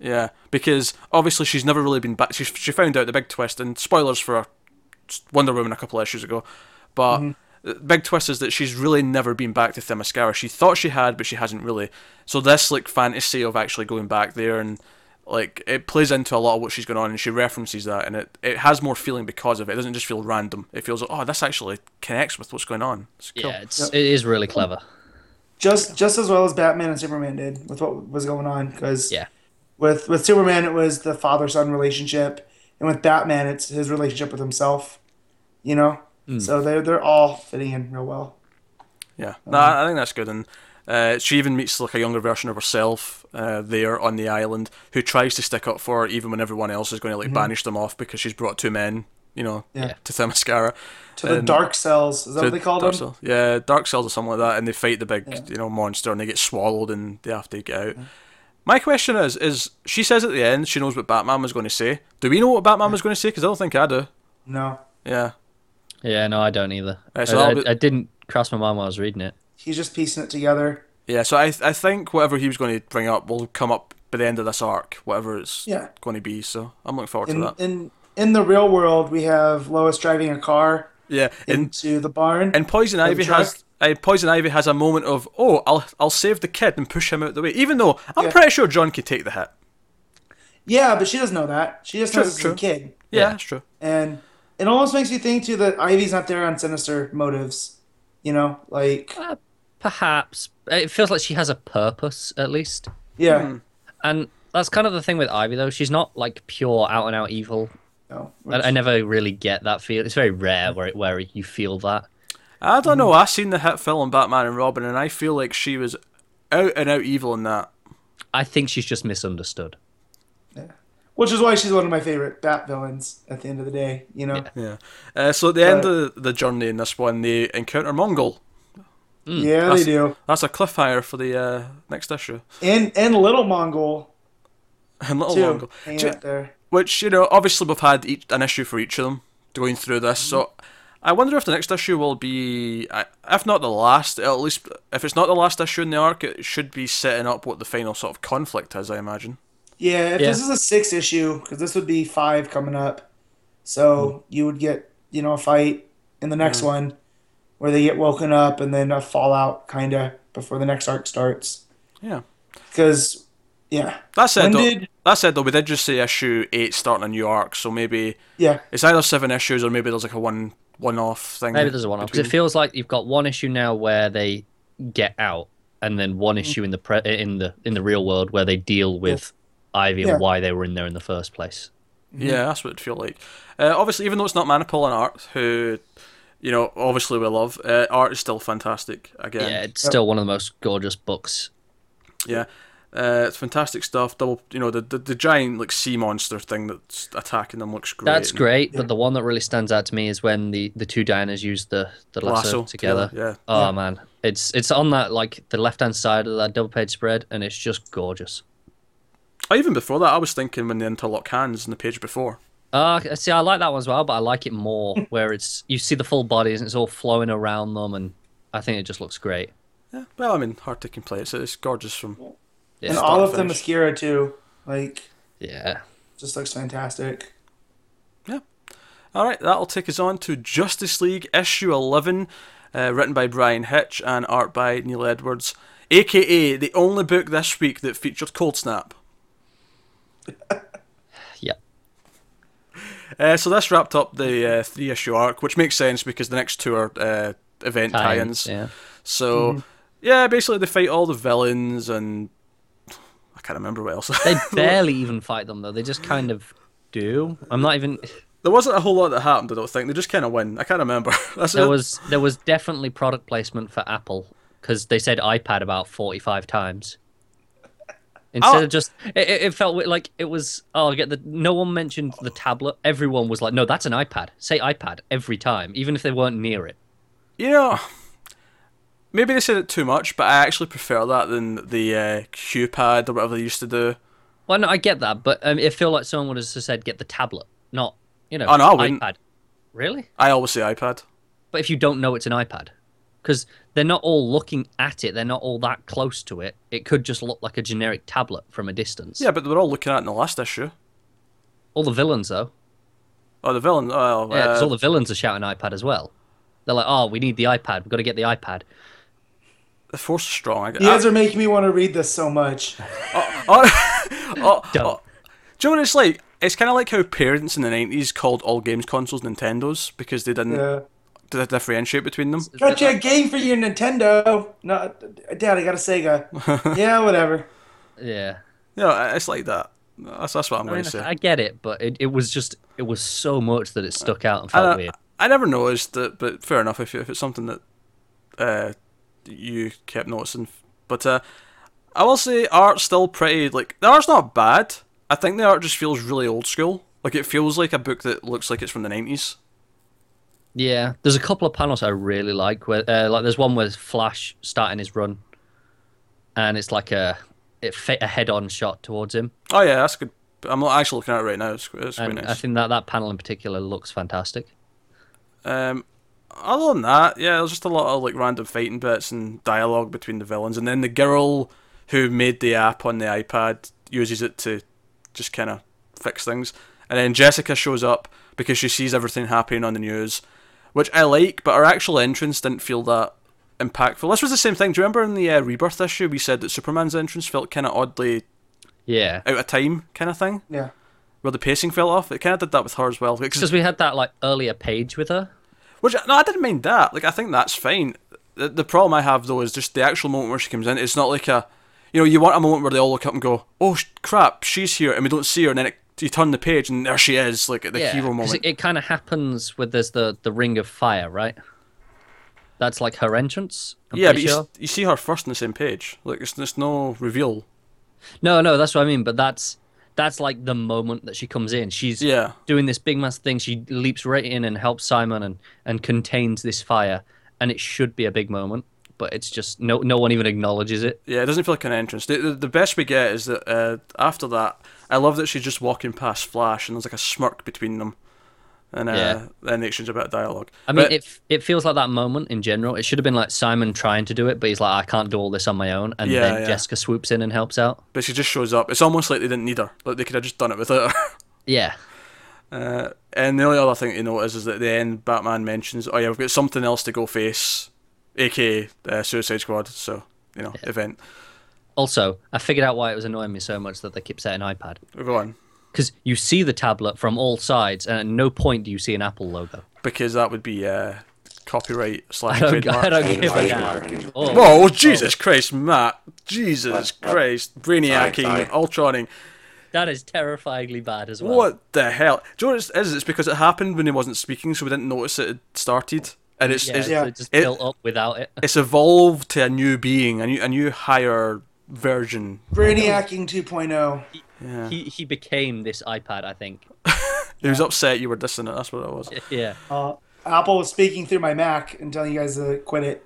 S1: Yeah, because obviously she's never really been back. She she found out the big twist, and spoilers for Wonder Woman a couple of issues ago, but the big twist is that she's really never been back to Themyscira. She thought she had, but she hasn't really. So this like fantasy of actually going back there and like it plays into a lot of what she's going on, and she references that, and it it has more feeling because of it. It doesn't just feel random. It feels like oh, this actually connects with what's going on. It's cool.
S3: Yeah, it's it is really clever.
S2: Just just as well as Batman and Superman did with what was going on because
S3: Yeah.
S2: with with Superman it was the father son relationship, and with Batman it's his relationship with himself. You know,
S1: Hmm.
S2: so they're they're all fitting in real well.
S1: Yeah,
S2: Um,
S1: no, I I think that's good. And uh, she even meets like a younger version of herself uh, there on the island, who tries to stick up for her even when everyone else is going to like banish them off because she's brought two men, you know,
S2: Mm-hmm. Yeah.
S1: to Themyscira.
S2: To the
S1: And
S2: dark cells is that
S1: to
S2: what they called
S1: Dark
S2: them?
S1: Cells. Yeah, Dark Cells or something like that, and they fight the big, you know, monster, and they get swallowed, and they have to get out. My question is: Is she says at the end she knows what Batman was going to say? Do we know what Batman was going to say? Because I don't think I do.
S2: No,
S1: Yeah,
S3: Yeah, no, I don't either.
S1: Right, so
S3: I,
S1: that'll be-
S3: I, I didn't cross my mind while I was reading it.
S2: he's just piecing it together.
S1: Yeah, so I th- I think whatever he was going to bring up will come up by the end of this arc, whatever it's
S2: Yeah.
S1: going to be. So I'm looking forward
S2: In
S1: to that.
S2: in in the real world, we have Lois driving a car
S1: Yeah, and
S2: into the barn.
S1: and Poison Ivy
S2: truck.
S1: has uh, Poison Ivy has a moment of oh I'll I'll save the kid and push him out the way, even though I'm
S2: Yeah.
S1: pretty sure John could take the hit.
S2: yeah, but she doesn't know that. She just knows
S1: true.
S2: it's a kid.
S1: Yeah,
S3: Yeah.
S1: that's true.
S2: And it almost makes you think too that Ivy's not there on sinister motives. You know, like
S3: Uh, perhaps it feels like she has a purpose at least,
S2: yeah,
S1: Hmm.
S3: and that's kind of the thing with Ivy though. She's not like pure out and out evil.
S2: no,
S3: I, I never really get that feel. It's very rare where it, where you feel that.
S1: I
S2: Mm-hmm.
S1: don't know. I seen the hit film Batman and Robin, and I feel like she was out and out evil in that.
S3: I think she's just misunderstood.
S2: which is why she's one of my favorite Bat villains. At the end of the day, you know,
S1: Yeah. Uh, so at the end
S2: But-
S1: of the journey in this one, they encounter Mongol.
S3: Hmm.
S2: yeah, they
S1: That's-
S2: do.
S1: That's a cliffhanger for the uh, next issue.
S2: And and Little Mongol
S1: And little
S2: too,
S1: Mongol.
S2: hanging
S1: Do you-
S2: out there.
S1: Which you know, obviously we've had each, an issue for each of them going through this. So
S3: Mm-hmm.
S1: I wonder if the next issue will be, I- if not the last, at least if it's not the last issue in the arc, it should be setting up what the final sort of conflict is. I imagine.
S2: Yeah, if
S3: Yeah.
S2: this is a six issue, because this would be five coming up,
S3: Hmm.
S2: so you would get you know a fight in the next one where they get woken up and then a fallout kind of before the next arc starts.
S1: Yeah.
S2: Because yeah,
S1: That said,
S2: When
S1: though,
S2: did-
S1: that said though, we did just say issue eight starting a new arc, so maybe
S2: yeah,
S1: it's either seven issues or maybe there's like a one one off thing.
S3: Maybe there's a one off because it
S1: between-
S3: feels like you've got one issue now where they get out, and then one issue in the pre- in the in the real world where they deal with Ivy
S2: Yeah.
S3: and why they were in there in the first place.
S1: Yeah, that's what it feel like. Uh, obviously, even though it's not Manipul and Art, who you know obviously we love, uh, Art is still fantastic again.
S3: Yeah, it's still one of the most gorgeous books.
S1: Yeah, uh, it's fantastic stuff. Double, you know, the, the the giant like sea monster thing that's attacking them looks great.
S3: That's
S1: And
S3: great, but the one that really stands out to me is when the the two Dianas use the the lasso, together.
S1: Yeah,
S3: Oh man, it's it's on that like the left hand side of that double page spread, and it's just gorgeous.
S1: Oh, even before that, I was thinking when they interlock hands in the page before.
S3: Uh, see, I like that one as well, but I like it more where it's you see the full bodies and it's all flowing around them, and I think it just looks great.
S1: Yeah, well, I mean, hard to complain. It's, it's gorgeous from.
S3: Yeah,
S2: and all
S1: to
S2: of the
S1: finish.
S2: mascara too, like
S3: yeah.
S2: just looks fantastic.
S1: All right, that'll take us on to Justice League issue eleven, uh, written by Brian Hitch and art by Neil Edwards, aka the only book this week that featured Cold Snap.
S3: Yeah.
S1: Uh, so this wrapped up the uh, three issue arc, which makes sense because the next two are uh, event tie ins.
S3: Yeah. Mm-hmm.
S1: So yeah, basically they fight all the villains and I can't remember what else.
S3: They barely even fight them though. They just kind of do. I'm not even.
S1: there wasn't a whole lot that happened. I don't think they just kind of win. I can't remember. That's
S3: There
S1: it.
S3: was there was definitely product placement for Apple because they said iPad about 45 times. Instead
S1: Oh.
S3: of just, it, it it felt wi- like it was. Oh, I get the. No one mentioned the tablet. Everyone was like, "No, that's an iPad." Say iPad every time, even if they weren't near it.
S1: you know. Maybe they said it too much, but I actually prefer that than the uh, Q pad or whatever they used to do.
S3: Well, no, I get that, but um, it feel like someone would have just said, "Get the tablet," not you know,
S1: Oh, no, I wouldn't.
S3: iPad. Really?
S1: I always say iPad.
S3: But if you don't know it's an iPad, because they're not all looking at it. They're not all that close to it. It could just look like a generic tablet from a distance.
S1: Yeah, but they were all looking at it in the last issue.
S3: All the villains though.
S1: Oh, the villain. Oh,
S3: Yeah, 'cause
S1: uh,
S3: all the villains are shouting iPad as well. They're like, oh, we need the iPad. We've got to get the iPad.
S1: the force is strong. I,
S2: You guys are making me want to read this so much.
S1: oh, oh,
S3: Don't.
S1: oh. Do you know what it's like? It's kind of like how parents in the 90s called all games consoles Nintendos because they didn't
S2: Yeah.
S1: di- differentiate between them.
S2: Got you Uh, a game for your Nintendo. No, Dad, I got a Sega. yeah, whatever.
S3: Yeah.
S1: Yeah, it's like that. That's, that's what I'm
S3: I,
S1: going
S3: mean,
S1: to say.
S3: I get it, but it, it was just it was so much that it stuck out and felt
S1: I,
S3: weird.
S1: Uh, I never noticed it, but fair enough if, if it's something that uh, you kept noticing. But uh, I will say art's still pretty, like, the art's not bad. I think the art just feels really old school. Like, it feels like a book that looks like it's from the 90s.
S3: Yeah, there's a couple of panels I really like. Where uh, like there's one where Flash starting his run, and it's like a it fa- a head-on shot towards him,
S1: Oh, yeah, that's good. I'm actually looking at it right now. It's, it's quite
S3: and
S1: nice.
S3: I think that that panel in particular looks fantastic.
S1: Um, other than that, yeah, there's just a lot of like random fighting bits and dialogue between the villains, and then the girl who made the app on the iPad uses it to just kind of fix things, and then Jessica shows up because she sees everything happening on the news, which I like, but her actual entrance didn't feel that impactful. This was the same thing. Do you remember in the uh, Rebirth issue we said that Superman's entrance felt kind of oddly
S3: Yeah,
S1: out of time, kind of thing,
S2: Yeah.
S1: where the pacing fell off? It kind of did that with her as well. 'cause-
S3: because we had that like earlier page with her.
S1: Which no, I didn't mind that. Like I think that's fine. The, the problem I have though is just the actual moment where she comes in. It's not like a, you know, you want a moment where they all look up and go, "Oh sh- crap, she's here," and we don't see her, and then it, you turn the page and there she is, like at the
S3: yeah,
S1: hero
S3: 'cause
S1: moment.
S3: it, it kind of happens with there's the the Ring of Fire, right? That's like her entrance. I'm
S1: yeah, but
S3: pretty
S1: you,
S3: sure.
S1: s- you see her first on the same page. Like it's, there's no reveal.
S3: No, no, that's what I mean. But that's that's like the moment that she comes in. She's
S1: Yeah.
S3: doing this big mass thing. She leaps right in and helps Simon and and contains this fire. And it should be a big moment, but it's just no no one even acknowledges it.
S1: Yeah, it doesn't feel like an entrance. The, the, the best we get is that uh, after that, I love that she's just walking past Flash and there's like a smirk between them, and uh,
S3: Yeah.
S1: then they exchange a bit of dialogue.
S3: I mean,
S1: But-
S3: it it feels like that moment in general. It should have been like Simon trying to do it, but he's like, I can't do all this on my own. And
S1: Yeah,
S3: then
S1: yeah.
S3: Jessica swoops in and helps out.
S1: but she just shows up. It's almost like they didn't need her. Like they could have just done it without her.
S3: Yeah,
S1: Uh, and the only other thing to notice is that at the end Batman mentions, "Oh yeah, we've got something else to go face, aka uh, Suicide Squad." So you know, event.
S3: Also, I figured out why it was annoying me so much that they kept saying iPad.
S1: Go on,
S3: Because you see the tablet from all sides, and at no point do you see an Apple logo.
S1: because that would be uh, copyright slash
S3: I don't,
S1: trademark.
S3: I don't give a damn. Oh,
S1: Whoa, Jesus Christ, Matt! Jesus Christ, brainiacing,
S4: sorry.
S1: ultroning.
S3: that is terrifyingly bad as well.
S1: What the hell? Do you know what it is? It's because it happened when he wasn't speaking, so we didn't notice it had started, and it's
S3: Yeah,
S1: it's,
S3: so it just
S1: it-
S3: built up without it.
S1: it's evolved to a new being, a new a new higher version.
S2: Brainiacking 2.0.
S3: He, he became this iPad, I think.
S1: He was upset you were dissing it. That's what it was.
S3: Yeah.
S2: Uh, Apple was speaking through my Mac and telling you guys to quit it.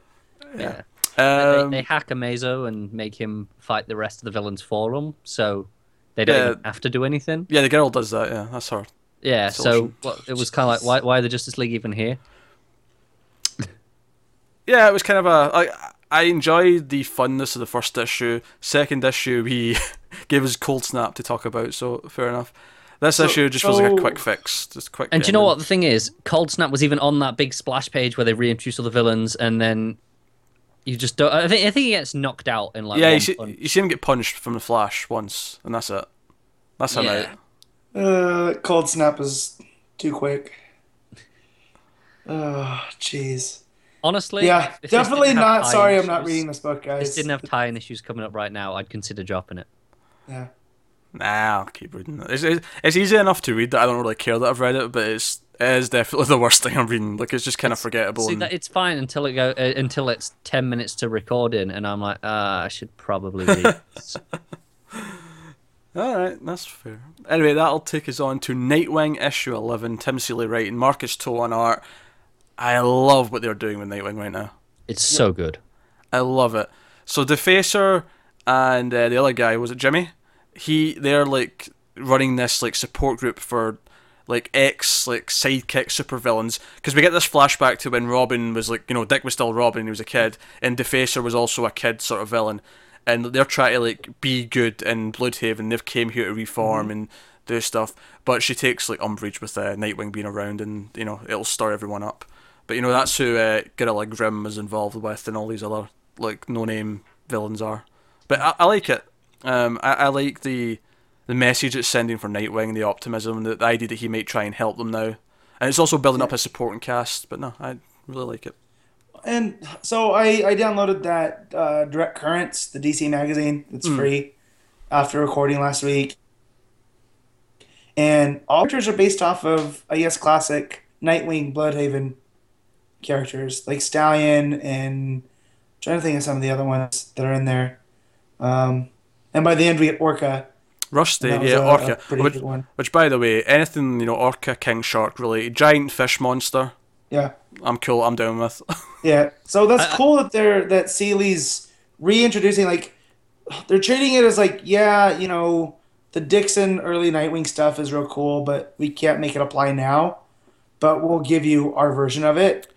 S3: yeah.
S1: Um,
S3: they, they hack Amazo and make him fight the rest of the villains for him, so they don't
S1: Yeah.
S3: even have to do anything.
S1: yeah, the girl does that. Yeah, that's her.
S3: Yeah, so
S1: Solution.
S3: well, it was kind of like, why, why are the Justice League even here?
S1: Yeah, it was kind of a. I I enjoyed the funness of the first issue. Second issue, he gave us cold snap to talk about. So fair enough. This issue just feels like a
S2: so-
S1: quick fix. Just quick.
S3: And do you know
S1: ending.
S3: what the thing is? Cold Snap was even on that big splash page where they reintroduce all the villains, and then you just don't. I think I think he gets knocked out in like
S1: Yeah,
S3: one
S1: you see,
S3: punch.
S1: you see him get punched from the Flash once, and that's it. That's him
S3: Yeah.
S1: out.
S2: Uh, cold snap is too quick. Oh, jeez.
S3: Honestly,
S2: Yeah,
S3: if this didn't
S2: definitely
S3: have
S2: not.
S3: tie
S2: Sorry, I'm not
S3: issues-
S2: reading this book,
S3: If
S2: guys.
S3: this didn't have tie-in issues coming up right now, I'd consider dropping it.
S2: yeah.
S1: Nah, I'll keep reading it. It's, it's, it's easy enough to read that I don't really care that I've read it, but it's it is definitely the worst thing I'm reading. Like it's just kind of forgettable.
S3: See,
S1: and-
S3: that, it's fine until it go uh, until it's ten minutes to recording, and I'm like, ah, I should probably read. this.
S1: All right, that's fair. Anyway, that'll take us on to Nightwing issue 11. Tim Seeley writing, Marcus Toe on art. I love what they're doing with Nightwing right now.
S3: It's so good.
S1: I love it. So Defacer and uh, the other guy was it Jimmy? He they're like running this like support group for like ex like sidekick supervillains because we get this flashback to when Robin was like you know Dick was still Robin he was a kid and Defacer was also a kid sort of villain and they're trying to like be good in Bloodhaven they've came here to reform and do stuff but she takes like umbrage with uh, Nightwing being around and you know it'll stir everyone up but you know that's who uh, Gorilla Grim is involved with and all these other like no name villains are but I, I like it um I, I like the the message it's sending for Nightwing, the optimism, the, the idea that he might try and help them now, and it's also building up his supporting cast. But no, I really like it.
S2: And so I, I downloaded that uh, Direct Currents, the DC magazine.
S1: Mm.
S2: It's free after recording last week. And all characters are based off of, I guess, classic Nightwing, Bloodhaven characters, like Stallion and I'm trying to think of some of the other ones that are in there. Um, and by the end, we get Orca.
S1: Rusty,
S2: That was
S1: yeah,
S2: a- a
S1: Orca.
S2: pretty
S1: which,
S2: good one.
S1: which, by the way, anything you know, Orca, King Shark related, giant fish monster,
S2: Yeah.
S1: I'm cool. I'm down with.
S2: Yeah. So that's cool that they're that Seeley's reintroducing like they're treating it as like, yeah, you know, the Dixon early Nightwing stuff is real cool, but we can't make it apply now. But we'll give you our version of it.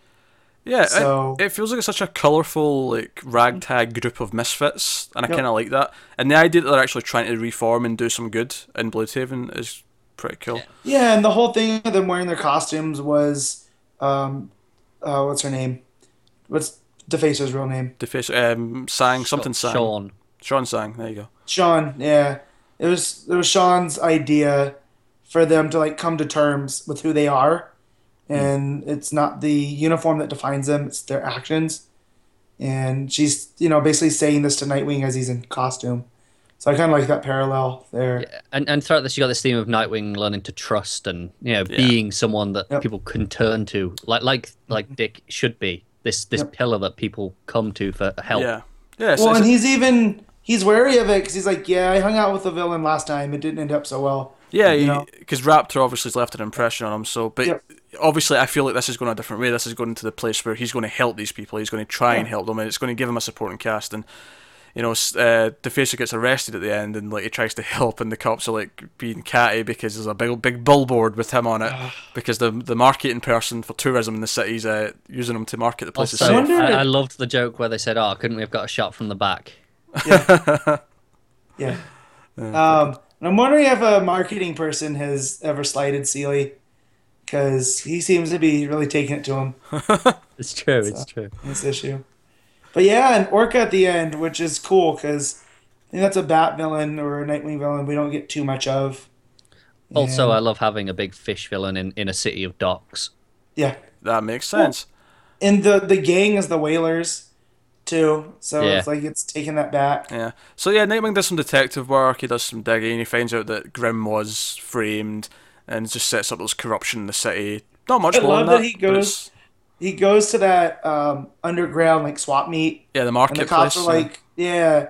S1: yeah, it-
S2: So-
S1: it, feels like it's such a colourful like ragtag group of misfits, and I kind of like that. And the idea that they're actually trying to reform and do some good in Bloodhaven is pretty cool.
S2: Yeah, and the whole thing of them wearing their costumes was um uh what's her name? What's Defacer's real name?
S1: Deface, um, Sang something Sang,
S3: Sean.
S1: Sean Sang. There you go.
S2: Sean, yeah. It was it was Sean's idea for them to like come to terms with who they are. And it's not the uniform that defines them, it's their actions. And she's, you know, basically saying this to Nightwing as he's in costume. So I kind of like that parallel there.
S3: And and throughout this, you got this theme of Nightwing learning to trust and you know being someone that
S2: Yep.
S3: people can turn to, like like like Dick should be. This this
S2: Yep.
S3: pillar that people come to for help.
S1: Yeah, yeah. It's,
S2: Well,
S1: it's-
S2: and he's even he's wary of it because he's like, yeah, I hung out with the villain last time. It didn't end up so well. you
S1: Yeah,
S2: know?
S1: because Raptor obviously has left an impression on him. So, but
S2: Yep.
S1: obviously, I feel like this is going a different way. This is going to the place where he's going to help these people. He's going to try and help them, and it's going to give him a supporting cast. And you know, s- uh, Defacer gets arrested at the end, and like he tries to help, and the cops are like being catty because there's a big, big billboard with him on it because the the marketing person for tourism in the city's uh, using him to market the place. as
S3: Also,
S1: safe.
S2: I wonder-
S3: I, I loved the joke where they said, "Oh, couldn't we have got a shot from the back?"
S2: Yeah. Um, and I'm wondering if a marketing person has ever slighted Seeley because he seems to be really taking it to him.
S3: It's true. It's true.
S2: this issue. But yeah, and Orca at the end, which is cool because I think that's a Bat villain or a Nightwing villain we don't get too much of.
S3: Also,
S2: Yeah.
S3: I love having a big fish villain in, in a city of docks.
S2: Yeah,
S1: that makes sense.
S2: and the the gang is the Whalers too, so
S3: Yeah.
S2: it's like it's taking that back.
S1: Yeah. So yeah, Nightwing does some detective work. He does some digging. He finds out that Grimm was framed, and just sets up this corruption in the city. Not much
S2: I
S1: more than
S2: love that
S1: that.
S2: he
S1: but it's-
S2: goes- He goes to that um, underground like swap meet,
S1: Yeah, the
S2: and the
S1: marketplace.
S2: cops are
S1: yeah.
S2: like, yeah,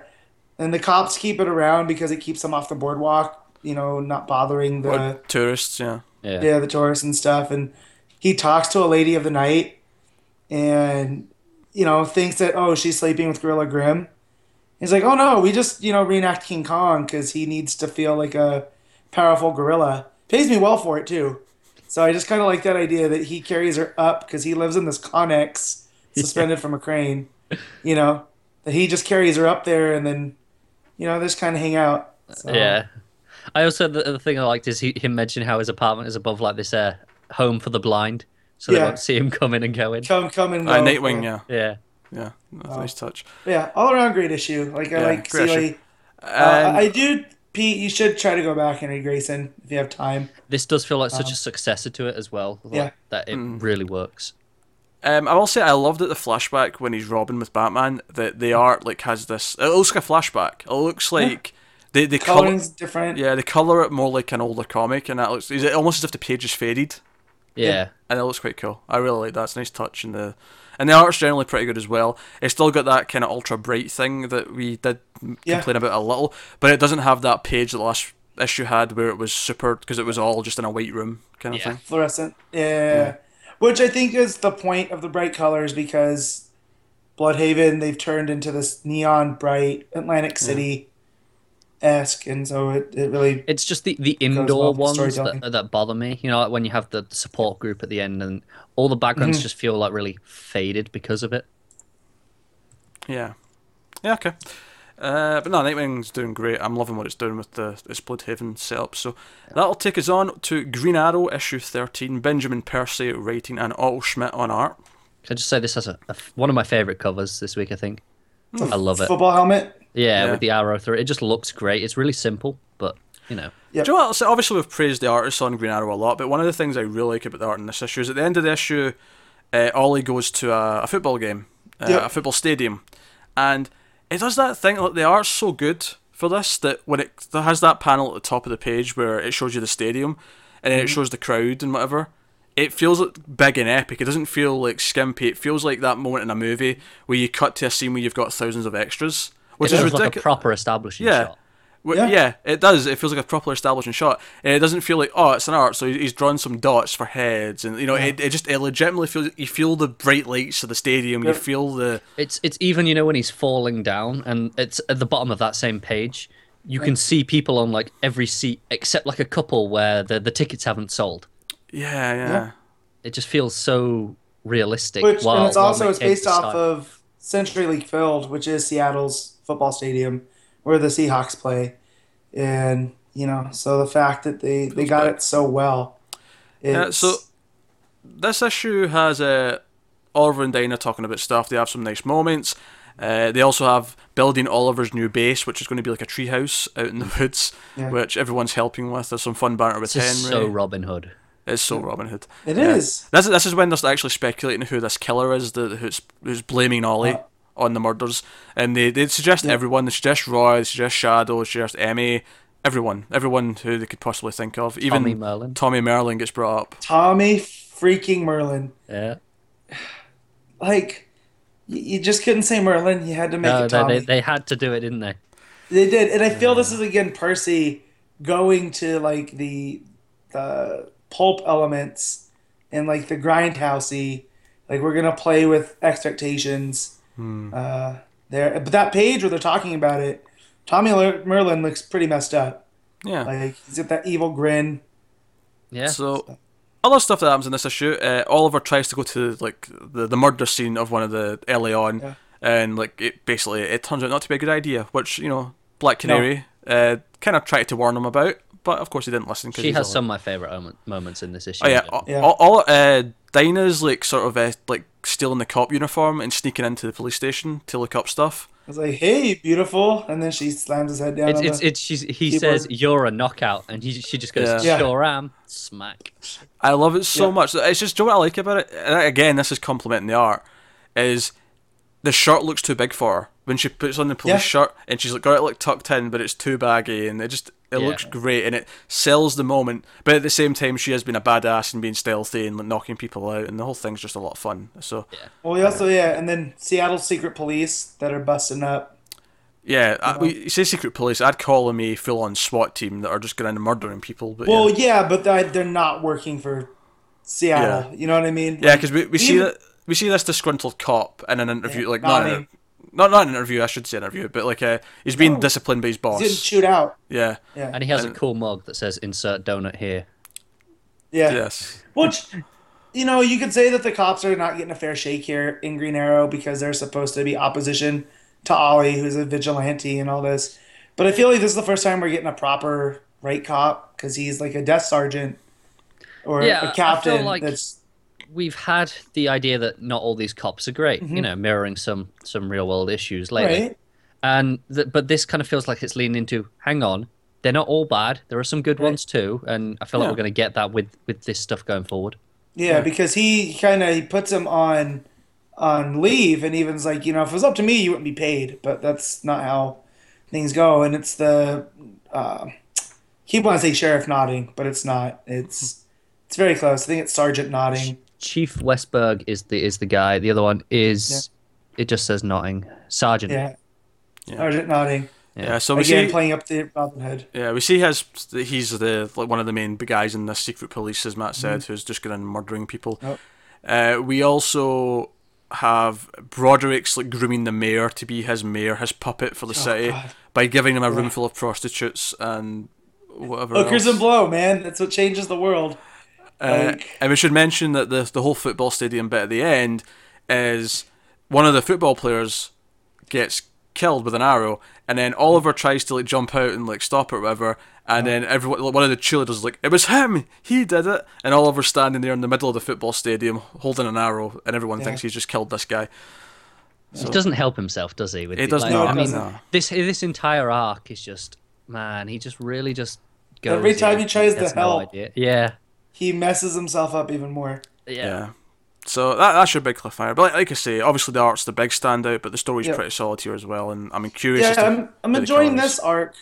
S2: and the cops keep it around because it keeps them off the boardwalk, you know, not bothering the.
S1: Or tourists. Yeah.
S3: Yeah.
S2: yeah, the tourists and stuff. And he talks to a lady of the night, and you know thinks that oh she's sleeping with Gorilla Grim. He's like, oh no, we just you know reenact King Kong because he needs to feel like a powerful gorilla. Pays me well for it too. So I just kind of like that idea that he carries her up because he lives in this connex suspended from a crane. You know that he just carries her up there and then you know they just kind of hang out. So,
S3: Yeah. Uh-huh. I also the, the thing I liked is he, him mentioned how his apartment is above like this uh, home for the blind, so they
S2: Yeah.
S3: won't see him coming and going.
S2: Come, come and go.
S1: Uh, Nightwing. Yeah.
S3: Yeah.
S1: Yeah.
S2: Oh.
S1: That's a nice touch.
S2: Yeah, all around great issue. Like I
S1: Yeah,
S2: like
S1: great
S2: Sealy.
S1: issue.
S2: Uh,
S1: And
S2: I do, Pete. You should try to go back and read Grayson if you have time.
S3: This does feel like such a successor to it as well. like,
S2: Uh-huh. Yeah. Mm.
S3: That it really works.
S1: um, I will say I loved at the flashback when he's Robin with Batman that the art like has this. It looks like a flashback. It looks like they they color.
S2: Coloring's different.
S1: Yeah, they color it more like an older comic, and that looks. Is it almost as if the page is faded?
S3: Yeah.
S1: and it looks quite cool. I really like that. It's a nice touch, and the and the art's generally pretty good as well. It's still got that kind of ultra bright thing that we did m
S2: Yeah.
S1: complain about a little, but it doesn't have that page that the last issue had where it was super because it was all just in a white room kind of
S3: Yeah.
S1: thing.
S2: Fluorescent. Yeah. Which I think is the point of the bright colors because Bloodhaven they've turned into this neon bright Atlantic City. esque, and so it, it really
S3: It's just the, the
S2: well
S3: indoor
S2: with the
S3: ones
S2: storytelling.
S3: that, that bother me. You know, like when you have the, the support group at the end and all the backgrounds
S2: Mm-hmm.
S3: just feel like really faded because of it.
S1: Yeah. Yeah, okay. Uh, but no, Nightwing's doing great. I'm loving what it's doing with the its Bloodhaven setup. So that'll take us on to Green Arrow issue 13. Benjamin Percy writing and Otto Schmidt on art.
S3: Can I just say this has a, a f- one of my favorite covers this week? I think
S2: Mm.
S3: I love it.
S2: football helmet.
S3: Yeah,
S1: Yeah.
S3: with the arrow through it, it just looks great. It's really simple, but you know,
S2: Yep.
S1: Do you know what? So obviously, we've praised the artists on Green Arrow a lot, but one of the things I really like about the art in this issue is at the end of the issue, uh, Ollie goes to a, a football game, uh,
S2: Yep.
S1: a football stadium, and it does that thing. Like the art's so good for this that when it that has that panel at the top of the page where it shows you the stadium, and
S3: Mm-hmm.
S1: then it shows the crowd and whatever. It feels like big and epic. It doesn't feel like skimpy. It feels like that moment in a movie where you cut to a scene where you've got thousands of extras, which
S3: it
S1: is
S3: feels
S1: ridiculous.
S3: like a proper establishing
S1: Yeah.
S3: shot.
S1: Well, yeah.
S2: Yeah.
S1: it does. It feels like a proper establishing shot. And it doesn't feel like, oh, it's an art, so he- he's drawn some dots for heads. And, you know, it, it just, it legitimately feels, you feel the bright lights of the stadium, you
S2: Yeah.
S1: feel the,
S3: It's it's even you know when he's falling down and it's at the bottom of that same page, you can see people on like every seat except like a couple where the the tickets haven't sold.
S1: yeah, yeah.
S2: Yeah.
S3: It just feels so realistic.
S2: Which
S3: while-
S2: and it's
S3: while
S2: also it's
S3: maintained
S2: based off
S3: style.
S2: of Century League Field, which is Seattle's football stadium where the Seahawks play, and you know so the fact that they they got it so well.
S1: Yeah, Uh, so
S2: it's-
S1: this issue has uh, Oliver and Dinah talking about stuff. They have some nice moments. Uh, they also have building Oliver's new base, which is going to be like a treehouse out in the woods,
S2: Yeah.
S1: which everyone's helping with. There's some fun banter with
S3: It's just
S1: Henry.
S3: so Robin Hood.
S1: It's so Robin Hood.
S2: It
S1: It is.
S2: is.
S1: This is this is when they're actually speculating who this killer is, the, who's who's blaming Ollie
S3: Uh.
S1: on the murders, and they they suggest everyone. They suggest Roy. They suggest Shadow. They suggest Emmy. Everyone, everyone who they could possibly think of. Even
S3: Tommy Merlin.
S1: Tommy Merlin gets brought up.
S2: Tommy freaking Merlin,
S3: Yeah.
S2: like. y- You just couldn't say Merlin. You had to make
S3: No,
S2: it
S3: they,
S2: Tommy.
S3: they, they had to do it, didn't they?
S2: They did, and I feel this is again Percy going to like the the pulp elements and like the grindhousey, like we're gonna play with expectations. Uh, there, but that page where they're talking about it, Tommy Ler- Merlin looks pretty messed up.
S1: Yeah.
S2: Like he's got that evil grin.
S3: Yeah.
S1: So other stuff that happens in this issue, uh, Oliver tries to go to like the, the murder scene of one of the early on,
S2: Yeah.
S1: and like it basically it turns out not to be a good idea, which you know Black Canary uh, kind of tried to warn him about, but of course he didn't listen. 'cause
S3: she
S1: he's
S3: has
S1: Oliver.
S3: some of my favorite moment, moments in this issue.
S1: Oh yeah,
S3: in
S1: all,
S3: general.
S2: Yeah.
S1: all- all, uh, Dinah's like sort of uh, like stealing the cop uniform and sneaking into the police station to look up stuff.
S2: I was like, "Hey, beautiful," and then she slams his head down.
S3: It's,
S2: on
S3: it's,
S2: the,
S3: it's, she's, he
S2: Keyboard.
S3: says, You're a knockout. And he, she just goes,
S1: Yeah.
S2: Yeah.
S3: Sure am. Smack.
S1: I love it so
S2: Yeah.
S1: much. It's just do you know what I like about it. And again, this is complimenting the art. Is the shirt looks too big for her when she puts on the police
S2: Yeah.
S1: shirt and she's like got it like tucked in, but it's too baggy and it just it
S3: Yeah.
S1: looks great and it sells the moment. But at the same time, she has been a badass and being stealthy and like, knocking people out, and the whole thing's just a lot of fun. So
S2: well, we also yeah, and then Seattle secret police that are busting up.
S1: yeah, I,
S2: Uh-huh.
S1: we, you say secret police, I'd call them a full-on SWAT team that are just going in and murdering people. But
S2: Well,
S1: yeah,
S2: yeah, but they're, they're not working for Seattle. You know what I mean?
S1: yeah, because we, we see
S2: even-
S1: that we see this disgruntled cop in an interview, like
S2: not
S1: not in
S2: me.
S1: a- not not an interview. I should say interview, but like uh, he's being
S2: No.
S1: disciplined by his boss.
S2: didn't shoot out.
S1: yeah.
S2: Yeah.
S3: And he has a cool mug that says, Insert donut here.
S2: yeah.
S1: Yes.
S2: Which, you know, you could say that the cops are not getting a fair shake here in Green Arrow because they're supposed to be opposition to Ollie, who's a vigilante and all this. But I feel like this is the first time we're getting a proper right cop because he's like a desk sergeant or
S3: Yeah, I
S2: a
S3: feel
S2: captain.
S3: like-
S2: that's
S3: We've had the idea that not all these cops are great, you know, mirroring some, some real world issues lately.
S2: right.
S3: and th- but this kind of feels like it's leaning into hang on they're not all bad there are some good ones too and i feel
S1: Yeah.
S3: like we're going to get that with with this stuff going forward
S2: Yeah, because he kind of he puts him on on leave and even's like, you know, if it was up to me, you wouldn't be paid. But that's not how things go. And it's the uh, keep wanting to say sheriff nodding, but it's not. It's it's very close. I think it's sergeant nodding.
S3: chief westberg is the is the guy the other one is it just says notting sergeant
S2: Yeah,
S1: Yeah.
S2: sergeant nodding
S1: Yeah. So we
S2: again,
S1: see.
S2: playing up the Robin Hood.
S1: yeah, we see his. He's the like one of the main big guys in the secret police, as Matt said, who's just going in and murdering people.
S2: Mm. Yep.
S1: Uh, we also have Broderick's like grooming the mayor to be his mayor, his puppet for the city,
S2: Oh, God.
S1: by giving them a room full of prostitutes and whatever.
S2: Hookers
S1: else.
S2: and blow, man. That's what changes the world.
S1: Uh,
S2: Like-
S1: and we should mention that the the whole football stadium bit at the end is one of the football players gets killed with an arrow, and then Oliver tries to like jump out and like stop it or whatever, and then everyone like, one of the cheerleaders is like, "It was him, he did it," and Oliver's standing there in the middle of the football stadium holding an arrow, and everyone thinks he's just killed this guy.
S3: He doesn't help himself, does he? With
S1: It
S3: the-
S1: does
S3: like,
S1: not.
S3: I mean,
S1: No.
S3: this this entire arc is just man. He just really just goes
S2: Every time he
S3: in,
S2: tries to
S3: gets no
S2: help.
S3: idea. Yeah,
S2: He messes himself up even more.
S3: yeah.
S1: Yeah. So that, that's your big cliffhanger. But like, like I say, obviously the art's the big standout, but the story's
S2: Yeah.
S1: pretty solid here as well. And I'm curious.
S2: Yeah,
S1: as to
S2: I'm,
S1: where
S2: I'm
S1: the
S2: enjoying
S1: colours-
S2: this arc.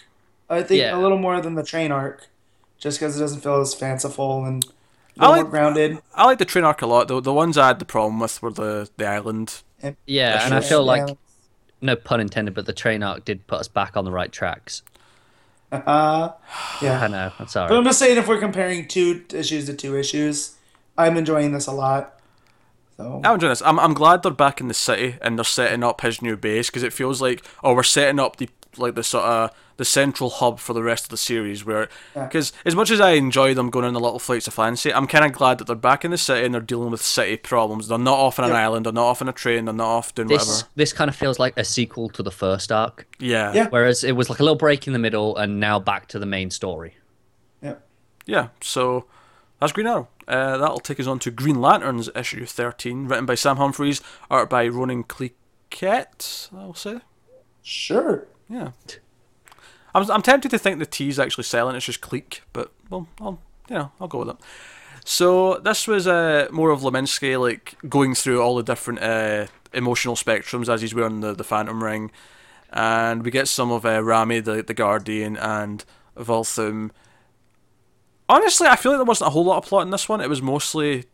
S2: I think
S3: Yeah.
S2: a little more than the train arc, just because it doesn't feel as fanciful and a
S1: I
S2: little
S1: like-
S2: more grounded.
S1: I like the train arc a lot. The the ones I had the problem with were the the island.
S3: Yeah, and I
S2: Sure.
S3: feel like
S2: Yeah.
S3: no pun intended, but the train arc did put us back on the right tracks.
S2: Uh, yeah.
S3: I know. I'm sorry.
S2: But I'm just saying, if we're comparing two issues to two issues, I'm enjoying this a lot. So
S3: Oh.
S1: I'm enjoying this. I'm I'm glad they're back in the city and they're setting up his new base because it feels like oh we're setting up the like the sort of the central hub for the rest of the series where because as much as I enjoy them going on the little flights of fancy, I'm kind of glad that they're back in the city and they're dealing with city problems. They're not off on an
S2: Yeah.
S1: island. They're not off on a train. They're not off doing
S3: This
S1: whatever.
S3: this kind of feels like a sequel to the first arc,
S1: Yeah.
S2: Yeah.
S3: whereas it was like a little break in the middle and now back to the main story.
S2: yeah.
S1: Yeah, so that's Green Arrow. Uh, that'll take us on to Green Lanterns issue 13, written by Sam Humphries, art by Ronan Cliquette, I'll say.
S2: sure.
S1: Yeah. I'm, I'm tempted to think the T's actually selling, it's just clique, but, well, I'll, you know, I'll go with it. So this was uh, more of Leminski like going through all the different uh, emotional spectrums as he's wearing the, the Phantom Ring, and we get some of uh, Rami the the Guardian and Volthum. Honestly, I feel like there wasn't a whole lot of plot in this one. It was mostly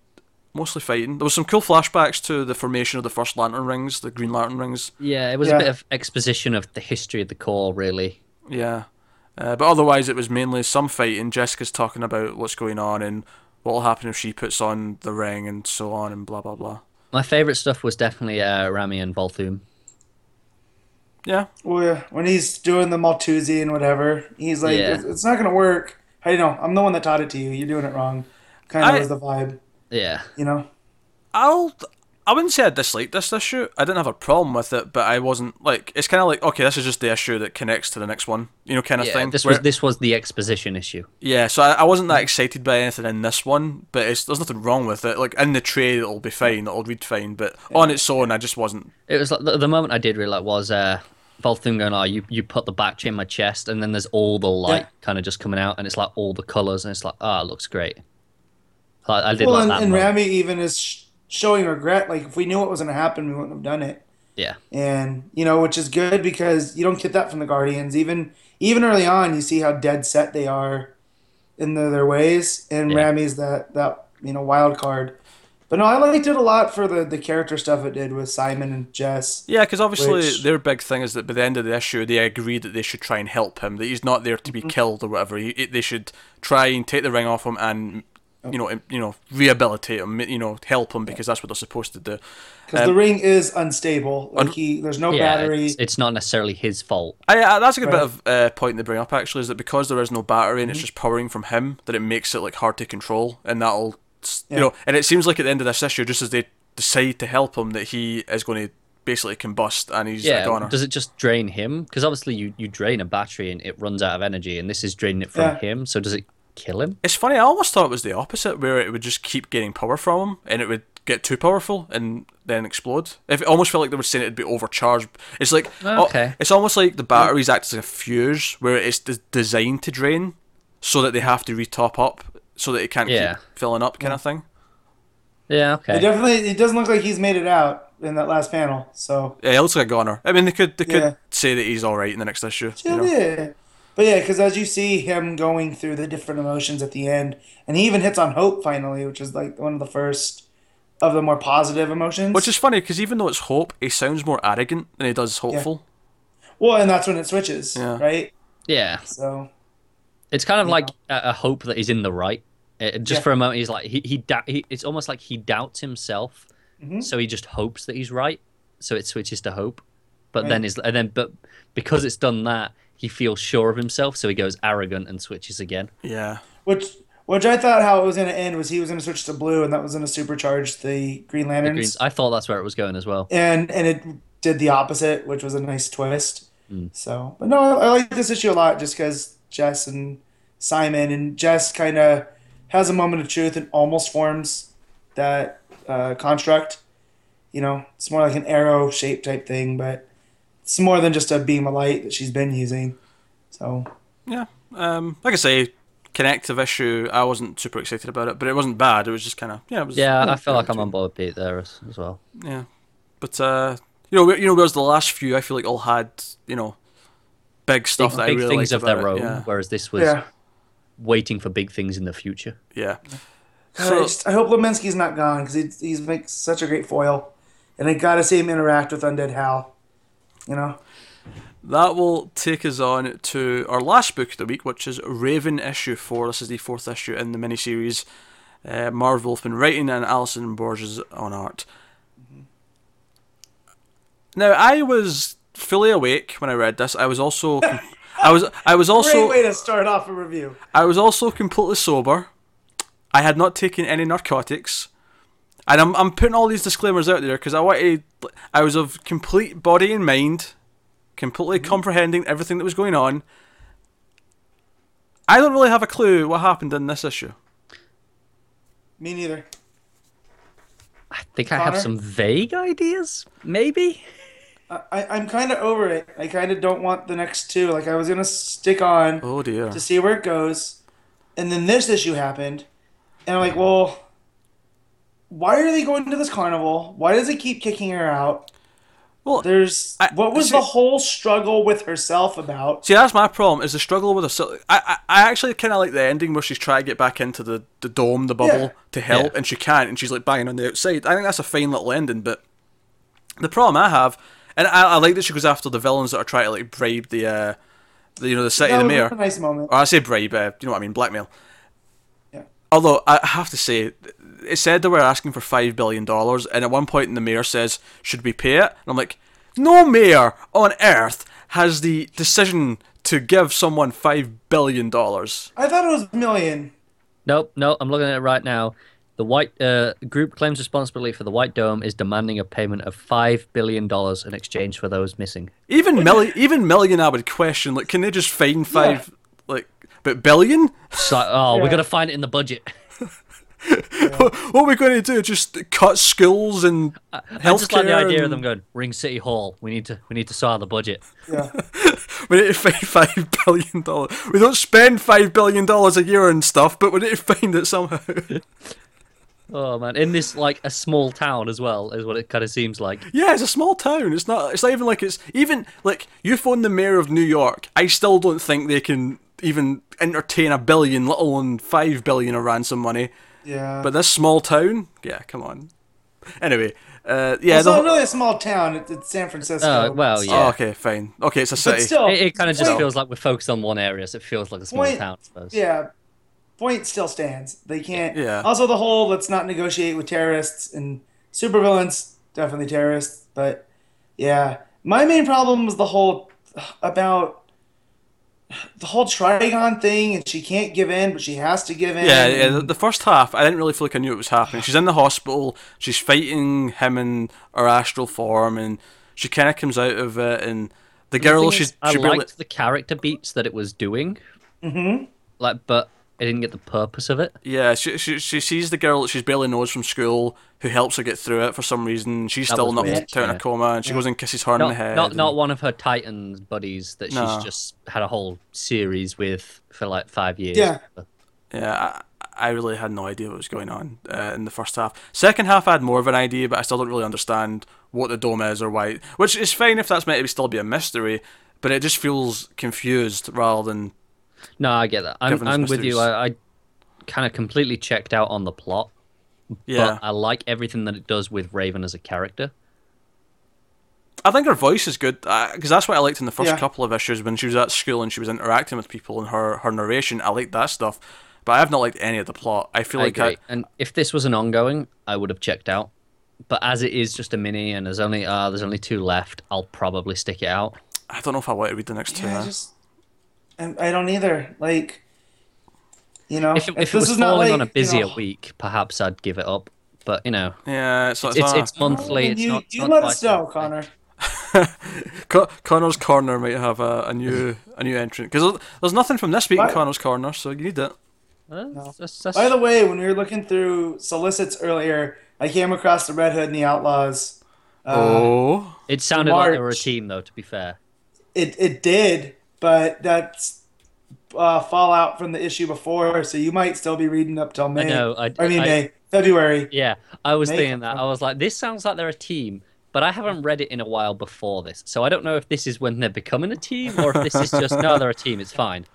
S1: mostly fighting. There was some cool flashbacks to the formation of the first Lantern Rings, the Green Lantern Rings.
S3: Yeah, it was
S2: Yeah.
S3: a bit of exposition of the history of the core, really.
S1: Yeah. Uh, but otherwise, it was mainly some fighting. Jessica's talking about what's going on and what will happen if she puts on the ring and so on and blah blah blah.
S3: My favorite stuff was definitely uh, Rami and Volthoom.
S1: Yeah,
S2: Well, yeah, when he's doing the Maltusi and whatever, he's like,
S3: Yeah.
S2: it's, it's not gonna work. How do you know? I'm the one that taught it to you. You're doing it wrong. Kind of
S1: I-
S2: was the vibe,
S3: Yeah,
S2: you know.
S1: I'll. I wouldn't say I disliked this issue. I didn't have a problem with it, but I wasn't like it's kind of like okay, this is just the issue that connects to the next one, you know, kind of
S3: yeah
S1: thing.
S3: this
S1: where-
S3: was this was the exposition issue.
S1: yeah, so I, I wasn't that excited by anything in this one, but it's, there's nothing wrong with it. Like in the trade, it'll be fine, it'll read fine, but on its own, I just wasn't.
S3: It was like the, the moment I did really like was uh, Volthoom going, "Oh, you you put the batch in my chest," and then there's all the light
S2: Yeah.
S3: kind of just coming out, and it's like all the colors, and it's like, "Ah, it looks great." Like, I did
S2: Well,
S3: like
S2: and,
S3: that.
S2: and
S3: moment.
S2: Rami even is sh- showing regret. Like, if we knew what was gonna happen, we wouldn't have done it.
S3: yeah,
S2: and you know which is good because you don't get that from the guardians even even early on you see how dead set they are in their, their ways and
S3: Yeah.
S2: rami's that that you know wild card but no i liked it a lot for the the character stuff it did with simon and jess
S1: Yeah, because obviously
S2: Which-
S1: their big thing is that by the end of the issue, they agree that they should try and help him, that he's not there to be
S2: Mm-hmm.
S1: killed or whatever. He, it- they should try and take the ring off him and. You know, and- you know, rehabilitate him. You know, help him because that's what they're supposed to do.
S2: because the ring is unstable like he there's no
S3: Um, yeah.
S2: battery
S3: It's, it's not necessarily his fault.
S1: I, I, that's a good
S2: Right. Mm-hmm.
S1: bit of uh, point to bring up actually is that because there is no battery and it's just powering from him, that it makes it like hard to control, and that'll s you
S2: Yeah.
S1: know. And it seems like at the end of this issue, just as they decide to help him, that he is going to basically combust and he's a
S3: Yeah,
S1: goner.
S3: does it just drain him? Because obviously you you drain a battery and it runs out of energy, and this is draining it from
S2: Yeah.
S3: him. So does it kill him?
S1: It's funny. I almost thought it was the opposite, where it would just keep getting power from him, and it would get too powerful and then explode. If it almost felt like they were saying it'd be overcharged. It's like oh,
S3: Okay.
S1: it's almost like the batteries act as a fuse, where it's d- designed to drain, so that they have to re-top up, so that it can't
S3: Yeah.
S1: keep filling up, kind of thing.
S3: Yeah,
S2: it
S3: okay.
S2: definitely it doesn't look like he's made it out in that last panel so
S1: Yeah, it looks like a goner. I mean, they could they could
S2: Yeah.
S1: say that he's all right in the next issue.
S2: Yeah,
S1: You know?
S2: yeah. But yeah, because as you see him going through the different emotions at the end, and he even hits on hope finally, which is like one of the first of the more positive emotions.
S1: Which is funny because even though it's hope, he sounds more arrogant than he does hopeful.
S2: well, and that's when it switches,
S1: Yeah.
S2: right?
S3: Yeah,
S2: So
S3: it's kind of like a, a hope that he's in the right. Uh, just
S2: Yeah.
S3: for a moment, he's like he he, dou- he It's almost like he doubts himself,
S1: Mm-hmm.
S3: so he just hopes that he's right. So it switches to hope, but then is and then but because it's done that, he feels sure of himself, so he goes arrogant and switches again.
S1: Yeah.
S2: Which which I thought how it was going to end was he was going to switch to blue, and that was going to supercharge the Green
S3: The
S2: Lanterns.
S3: Greens- I thought that's where it was going as well.
S2: and and it did the opposite, which was a nice twist. So, but no, I, I like this issue a lot just because Jess and Simon and Jess kind of has a moment of truth and almost forms that uh, construct. You know, it's more like an arrow shape type thing, but it's more than just a beam of light that she's been using. So,
S1: Yeah. Um, like I say, connective issue. I wasn't super excited about it, but it wasn't bad. It was just kind of yeah. It was,
S3: Yeah, I feel like I'm on board Pete there as, as well.
S1: Yeah, but uh, you know, you know, whereas the last few, I feel like all had you know, big stuff that
S3: big
S1: I really
S3: things
S1: liked
S3: of
S1: about
S3: their
S1: it.
S3: own,
S1: Yeah,
S3: whereas this was
S2: yeah.
S3: waiting for big things in the future.
S1: yeah.
S2: I,
S1: So,
S2: just- I hope Leminski's not gone because he's, he's makes such a great foil. And I got to see him interact with Undead Hal. You know?
S1: That will take us on to our last book of the week, which is Raven issue four. This is the fourth issue in the miniseries. Uh, Marv Wolfman writing and Alison Borges on art. Now, I was fully awake when I read this. I was also, I was, I was also,
S2: Great way to start off a review.
S1: I was also completely sober. I had not taken any narcotics. And I'm, I'm putting all these disclaimers out there because I wanted, I was of complete body and mind, completely comprehending everything that was going on. I don't really have a clue what happened in this issue.
S2: Me neither.
S3: I think I have
S2: Connor?
S3: some vague ideas, maybe.
S2: I, I- I'm kind of over it. I kind of don't want the next two. Like I was gonna stick on
S1: Oh dear.
S2: to see where it goes, and then this issue happened, and I'm like, well, why are they going to this carnival? Why does it keep kicking her out?
S1: Well,
S2: There's
S1: I-
S2: what was
S1: see-
S2: the whole struggle with herself about?
S1: See, that's my problem. Is the struggle with herself. I, I, I actually kind of like the ending where she's trying to get back into the, the dome, the bubble
S2: Yeah.
S1: to help,
S3: Yeah.
S1: and she can't, and she's like banging on the outside. I think that's a fine little ending, but the problem I have, and I, I like that she goes after the villains that are trying to like bribe the, uh, the you know, the city
S2: That
S1: and the
S2: was
S1: mayor.
S2: a nice moment.
S1: Or I say bribe, uh, you know what I mean, blackmail.
S2: Yeah.
S1: Although I have to say, it said they were asking for five billion dollars, and at one point, the mayor says, "Should we pay it?" And I'm like, "No mayor on earth has the decision to give someone five billion dollars."
S2: I thought it was a million.
S3: Nope, no, I'm looking at it right now. The white uh, group claims responsibility for the White Dome is demanding a payment of five billion dollars in exchange for those missing.
S1: Even million, even million, I would question. Like, can they just find five? Like, but billion?
S3: It's like, oh, we're
S2: Yeah.
S3: gonna find it in the budget.
S1: what are we going to do? Just cut schools and healthcare?
S3: I just like the idea of
S1: and-
S3: them going Ring City Hall. We need to we need to sort out the budget.
S2: Yeah.
S1: We need to find five billion dollars. We don't spend five billion dollars a year on stuff, but we need to find it somehow.
S3: Oh man, in this like a small town as well is what it kind of seems like.
S1: yeah, it's a small town. It's not. It's not even like it's even like you phone the mayor of New York. I still don't think they can even entertain a billion, let alone five billion of ransom money.
S2: yeah.
S1: But this small town, yeah, come on. Anyway, uh, yeah,
S2: it's
S1: the whole-
S2: not really a small town. It, it's San Francisco.
S3: Oh, well, yeah.
S1: oh, okay, fine. Okay, it's a
S2: But
S1: city.
S2: still,
S3: It, it kind of just
S2: wait.
S3: feels like we're focused on one area, so it feels like a small
S2: Oh, Point-
S3: town. I suppose.
S2: Yeah. Point still stands. They can't.
S1: Yeah.
S2: Also, the whole let's not negotiate with terrorists and supervillains, definitely terrorists. But yeah. My main problem was the whole about the whole Trigon thing, and she can't give in, but she has to give in.
S1: Yeah, yeah. The,
S3: Um,
S1: the first half, I didn't really feel like I knew it was happening. She's in the hospital. She's fighting him in her astral form, and she kind of comes out of it. And the
S3: The
S1: girl,
S3: thing
S1: she,
S3: is, I
S1: she
S3: liked
S1: barely-
S3: the character beats that it was doing. Mm-hmm. Like, but I didn't get the purpose of it.
S1: yeah, she, she she sees the girl that she's barely knows from school, who helps her get through it for some reason. She's
S3: That
S1: still
S3: was
S1: knocked
S3: weird,
S1: out in
S3: yeah.
S1: a coma, and she goes and kisses her in the
S3: Not,
S1: head.
S3: not,
S1: and-
S3: not one of her Titans buddies that she's
S1: No.
S3: just had a whole series with for like five years.
S2: Yeah.
S1: Yeah, I, I really had no idea what was going on uh, in the first half. Second half, I had more of an idea, but I still don't really understand what the dome is or why. Which is fine if that's meant to be, still be a mystery, but it just feels confused rather than
S3: No, I get that. I'm,
S1: Kevin's
S3: I'm with
S1: mysteries.
S3: you. I, I kind of completely checked out on the plot,
S1: yeah.
S3: but uh, I like everything that it does with Raven as a character.
S1: I think her voice is good because that's what I liked in the first
S2: Yeah.
S1: couple of issues when she was at school and she was interacting with people and her her narration. I liked that stuff, but I have not liked any of the plot. I feel
S3: I
S1: like
S3: agree.
S1: I,
S3: and if this was an ongoing, I would have checked out. But as it is just a mini, and there's only uh, there's only two left, I'll probably stick it out.
S1: I don't know if I want to read the next two.
S2: Yeah,
S1: now.
S2: just I, I don't either. Like, you know,
S3: If it, if it was falling on a busier week, perhaps I'd give it up. But you know,
S1: Yeah, it's it's,
S3: it's
S1: not-
S3: it's monthly. It's
S2: you
S3: not.
S2: you
S3: not
S2: let us
S3: biweekly.
S2: know, Connor.
S1: Co- Connor's Corner might have a, a new a new entrant because there's nothing from this week in
S2: Right.
S1: Connor's Corner, so you need it.
S3: Uh, that's- that's-
S2: By the way, when we were looking through solicits earlier, I came across the Red Hood and the Outlaws. Uh,
S1: oh,
S3: it sounded like they were a
S2: March.
S3: team, though. To be fair,
S2: It it did, but that's uh, fallout from the issue before, so you might still be reading up till May.
S3: I know. I,
S2: I mean
S3: I-
S2: May, February.
S3: Yeah, I was
S2: Make
S3: thinking that.
S2: up.
S3: I was like, this sounds like they're a team, but I haven't read it in a while before this, so I don't know if this is when they're becoming a team or if this is just no, they're a team. It's fine.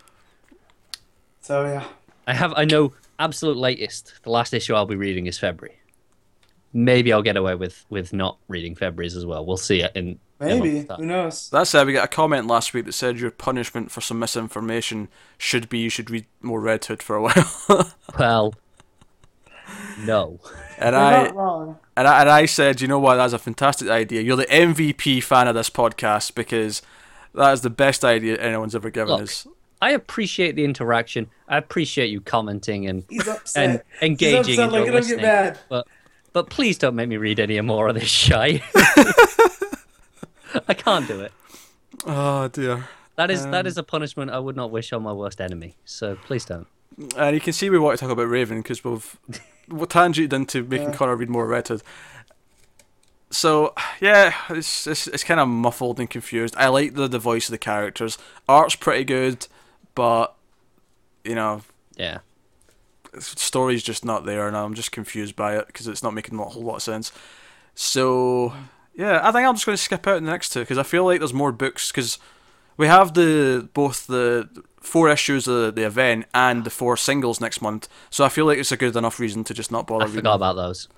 S2: So yeah,
S3: I have. I know absolute latest. The last issue I'll be reading is February. Maybe I'll get away with with not reading February's as well. We'll see it in in a
S2: maybe
S3: month's time.
S2: who knows?
S1: that's it. We got a comment last week that said your punishment for some misinformation should be you should read more Red Hood for a while,
S3: Well, no.
S1: and
S2: You're
S1: I
S2: not wrong.
S1: and I, and I said, you know what, that's a fantastic idea. You're the MVP fan of this podcast because that is the best idea anyone's ever given
S3: Look,
S1: us.
S3: I appreciate the interaction. I appreciate you commenting and
S2: He's upset.
S3: and engaging
S2: He's upset.
S3: and
S2: Look at him
S3: listening.
S2: get mad.
S3: But but please don't make me read any more of this shy. I can't do it.
S1: Oh dear.
S3: That is
S1: Um,
S3: that is a punishment I would not wish on my worst enemy. So please don't.
S1: And you can see we want to talk about Raven because we've we tangented into making Connor read more Red Hood. So yeah, it's it's, it's kind of muffled and confused. I like the, the voice of the characters. Art's pretty good, but you know,
S3: Yeah.
S1: story's just not there, and I'm just confused by it because it's not making a whole lot of sense. So yeah, I think I'm just going to skip out the next two because I feel like there's more books because we have the both the four issues of the event and the four singles next month. So I feel like it's a good enough reason to just not bother
S3: I
S1: reading,
S3: forgot about those.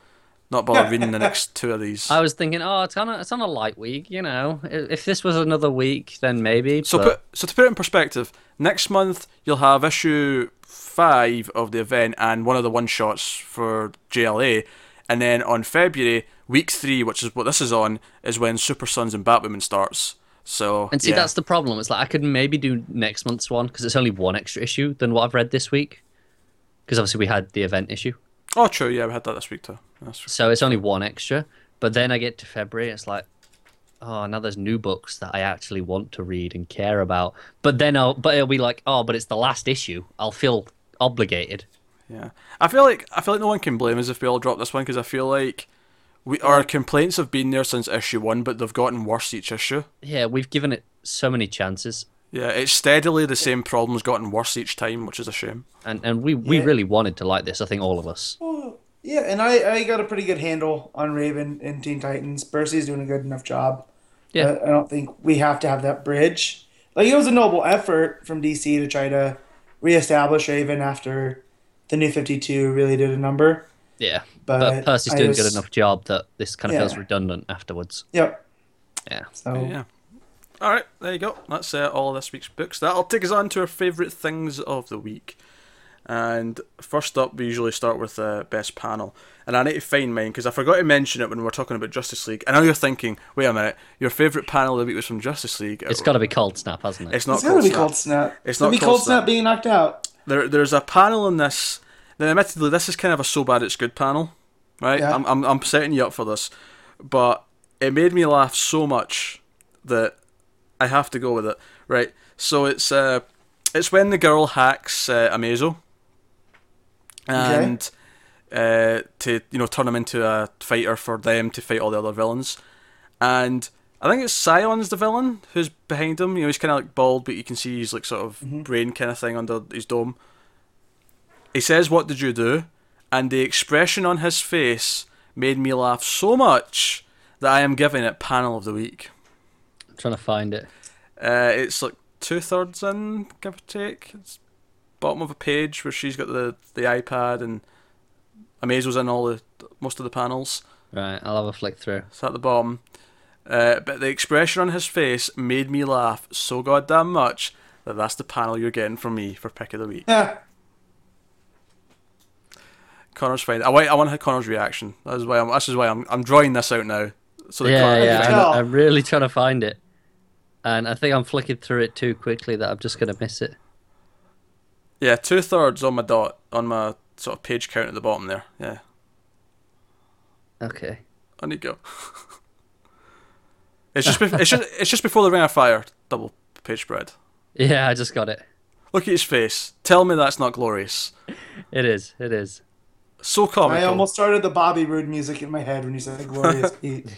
S1: not bother reading the next two of these.
S3: I was thinking, oh, it's on a, it's on a light week, you know. I- If this was another week, then maybe.
S1: So
S3: but
S1: put, so to put it in perspective, next month you'll have issue five of the event and one of the one shots for JLA, and then on February week three, which is what this is on, is when Super Sons and Batwoman starts. So
S3: and see,
S1: yeah.
S3: that's the problem. It's like I could maybe do next month's one because it's only one extra issue than what I've read this week. Because obviously we had the event issue.
S1: oh true yeah we had that this week too. That's true.
S3: So it's only one extra. But then I get to February, it's like, oh, now there's new books that I actually want to read and care about. But then I'll, but it'll be like, oh, but it's the last issue. I'll feel obligated.
S1: Yeah, I feel like I feel like no one can blame us if we all drop this one because I feel like we our complaints have been there since issue one, but they've gotten worse each issue.
S3: Yeah, we've given it so many chances,
S1: Yeah, it's steadily the same problems gotten worse each time, which is a shame.
S3: and and we we
S2: Yeah.
S3: really wanted to like this. I think all of us.
S2: Well, yeah, and I, I got a pretty good handle on Raven and Teen Titans. Percy's doing a good enough job.
S3: Yeah.
S2: Uh, I don't think we have to have that bridge. Like it was a noble effort from DC to try to reestablish Raven after the New Fifty Two really did a number.
S3: Yeah,
S2: But,
S3: but Percy's
S2: I
S3: doing a
S2: was-
S3: good enough job that this kind of feels
S2: Yeah.
S3: redundant afterwards.
S2: Yep.
S3: Yeah.
S2: So
S1: Yeah. All right, there you go. That's uh, all of this week's books. That'll take us on to our favourite things of the week. And first up, we usually start with uh, best panel. And I need to find mine because I forgot to mention it when we were talking about Justice League. I know you're thinking, wait a minute, your favourite panel of the week was from Justice League.
S3: It's got to be cold snap, hasn't it?
S1: It's not
S2: it's gonna be
S1: Snap.
S2: Cold Snap.
S1: It's
S2: gonna
S1: not
S2: be
S1: Cold
S2: Cold
S1: Snap.
S2: Snap. being knocked out.
S1: There, there's a panel in this. Now, admittedly, this is kind of a so bad it's good panel, right?
S2: Yeah.
S1: I'm, I'm, I'm setting you up for this, but it made me laugh so much that I have to go with it, right? So it's uh, it's when the girl hacks uh, Amazo, and uh, to you know turn him into a fighter for them to fight all the other villains, and I think it's Scion's the villain who's behind him. You know, he's kind of like bald, but you can see he's like sort of brain kind of thing under his dome. He says, "What did you do?" And the expression on his face made me laugh so much that I am giving it panel of the week.
S3: I'm trying to find it.
S1: Uh, it's like two thirds in, give or take. It's bottom of a page where she's got the, the iPad and Amazo's in all the most of the panels.
S3: Right, I'll have a flick through.
S1: It's at the bottom. Uh, but the expression on his face made me laugh so goddamn much that that's the panel you're getting from me for pick of the week.
S2: Yeah.
S1: Connor's fine. I want I want Connor's reaction. That's why I'm. That's why I'm. I'm drawing this out now. So that
S3: Yeah,
S1: Connor-
S3: yeah,
S2: tell.
S3: I'm, I'm really trying to find it. and I think I'm flicking through it too quickly that I'm just gonna miss it.
S1: Yeah, two thirds on my dot on my sort of page count at the bottom there. Yeah,
S3: Okay.
S1: on you go. it's just bef- it's just it's just before the ring of fire double page spread.
S3: Yeah, I just got it.
S1: Look at his face. Tell me that's not glorious.
S3: It is. It is.
S1: So comical.
S2: I almost started the Bobby Roode music in my head when you said "Glorious Pete."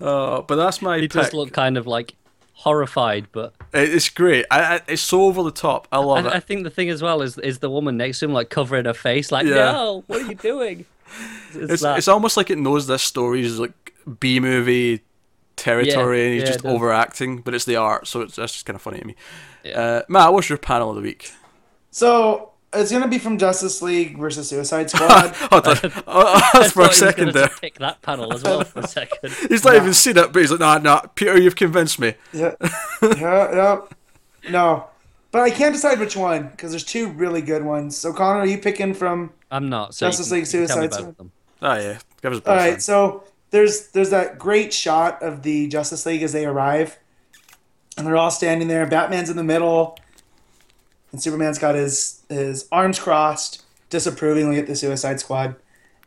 S1: Uh, but that's my.
S3: He
S1: pick.
S3: does look kind of like horrified, but
S1: It- It's great. I, I, it's so over the top. I love
S3: I, I
S1: it.
S3: think the thing as well is is the woman next to him like covering her face, like
S1: Yeah.
S3: no, what are you doing? It's,
S1: It's,
S3: that.
S1: it's almost like it knows this story is like B movie territory,
S3: Yeah,
S1: and he's
S3: yeah, it
S1: just
S3: does.
S1: overacting. But it's the art, so it's that's just kind of funny to me.
S3: Yeah.
S1: Uh, Matt, what's your panel of the week?
S2: so it's gonna be from Justice League versus Suicide Squad.
S1: Hold on, oh,
S3: I
S1: that's for a
S3: thought he was
S1: second
S3: gonna
S1: there.
S3: just Pick that panel as well for a second.
S1: He's not even seen it, but he's like, nah, nah, Peter, you've convinced me.
S2: yeah, yeah, yeah, no. But I can't decide which one because there's two really good ones. So Connor, are you picking from?
S3: I'm not. So
S2: Justice
S3: you can,
S2: League
S3: you can tell me
S2: Suicide
S3: about
S2: Squad.
S3: them.
S1: Ah, yeah, give us a
S2: All
S1: both
S2: right,
S1: then.
S2: so there's there's that great shot of the Justice League as they arrive, and they're all standing there. Batman's in the middle, and Superman's got his his arms crossed, disapprovingly at the Suicide Squad.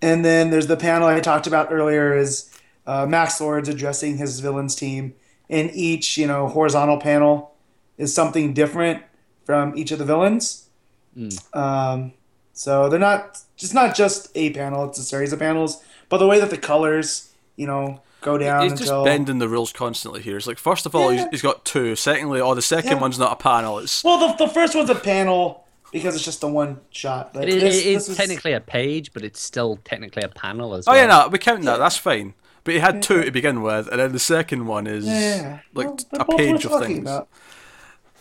S2: And then there's the panel I talked about earlier is uh, Max Lord's addressing his villains team, and each you know horizontal panel is something different from each of the villains.
S3: Hmm.
S2: Um, so they're not it's not just a panel, it's a series of panels. But the way that the colors, you know, go down
S1: He's just
S2: until
S1: bending the rules constantly here. It's like, first of all, he's,
S2: Yeah.
S1: he's got two. Secondly, oh, the second
S2: Yeah.
S1: one's not a panel. It's
S2: Well the, the first one's a panel because it's just the one shot. But
S3: It is,
S2: this,
S3: it is
S2: this was-
S3: technically a page, but it's still technically a panel as
S1: Oh
S3: well.
S1: yeah, no, we count that. That's fine. But he had two to begin with, and then the second one is
S2: yeah.
S1: like
S2: Well,
S1: t-
S2: they're
S1: a
S2: both
S1: page
S2: worth
S1: of
S2: talking
S1: things.
S2: about.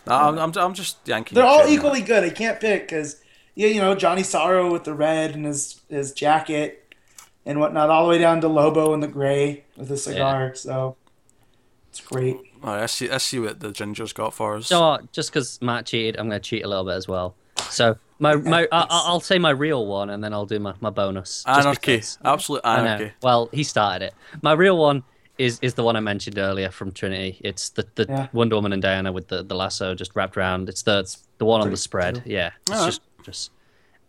S1: Nah, Uh, I'm, I'm, I'm just yanking.
S2: They're
S1: your
S2: all
S1: chain.
S2: equally good. I can't pick because you, you know Johnny Sorrow with the red and his his jacket and whatnot, all the way down to Lobo in the gray with a cigar. So it's great.
S1: All right, I see. I see what the ginger's got for us.
S3: You know what? Just because Matt cheated, I'm going to cheat a little bit as well. So my my, I, I- I'll say my real one, and then I'll do my, my bonus. just
S1: anarchy,
S3: because.
S1: absolute
S3: I know.
S1: anarchy.
S3: Well, he started it. My real one is is the one I mentioned earlier from Trinity. It's the, the
S2: Yeah.
S3: Wonder Woman and Diana with the, the lasso just wrapped around. It's the the one on the spread. Yeah, it's
S1: Alright.
S3: just just.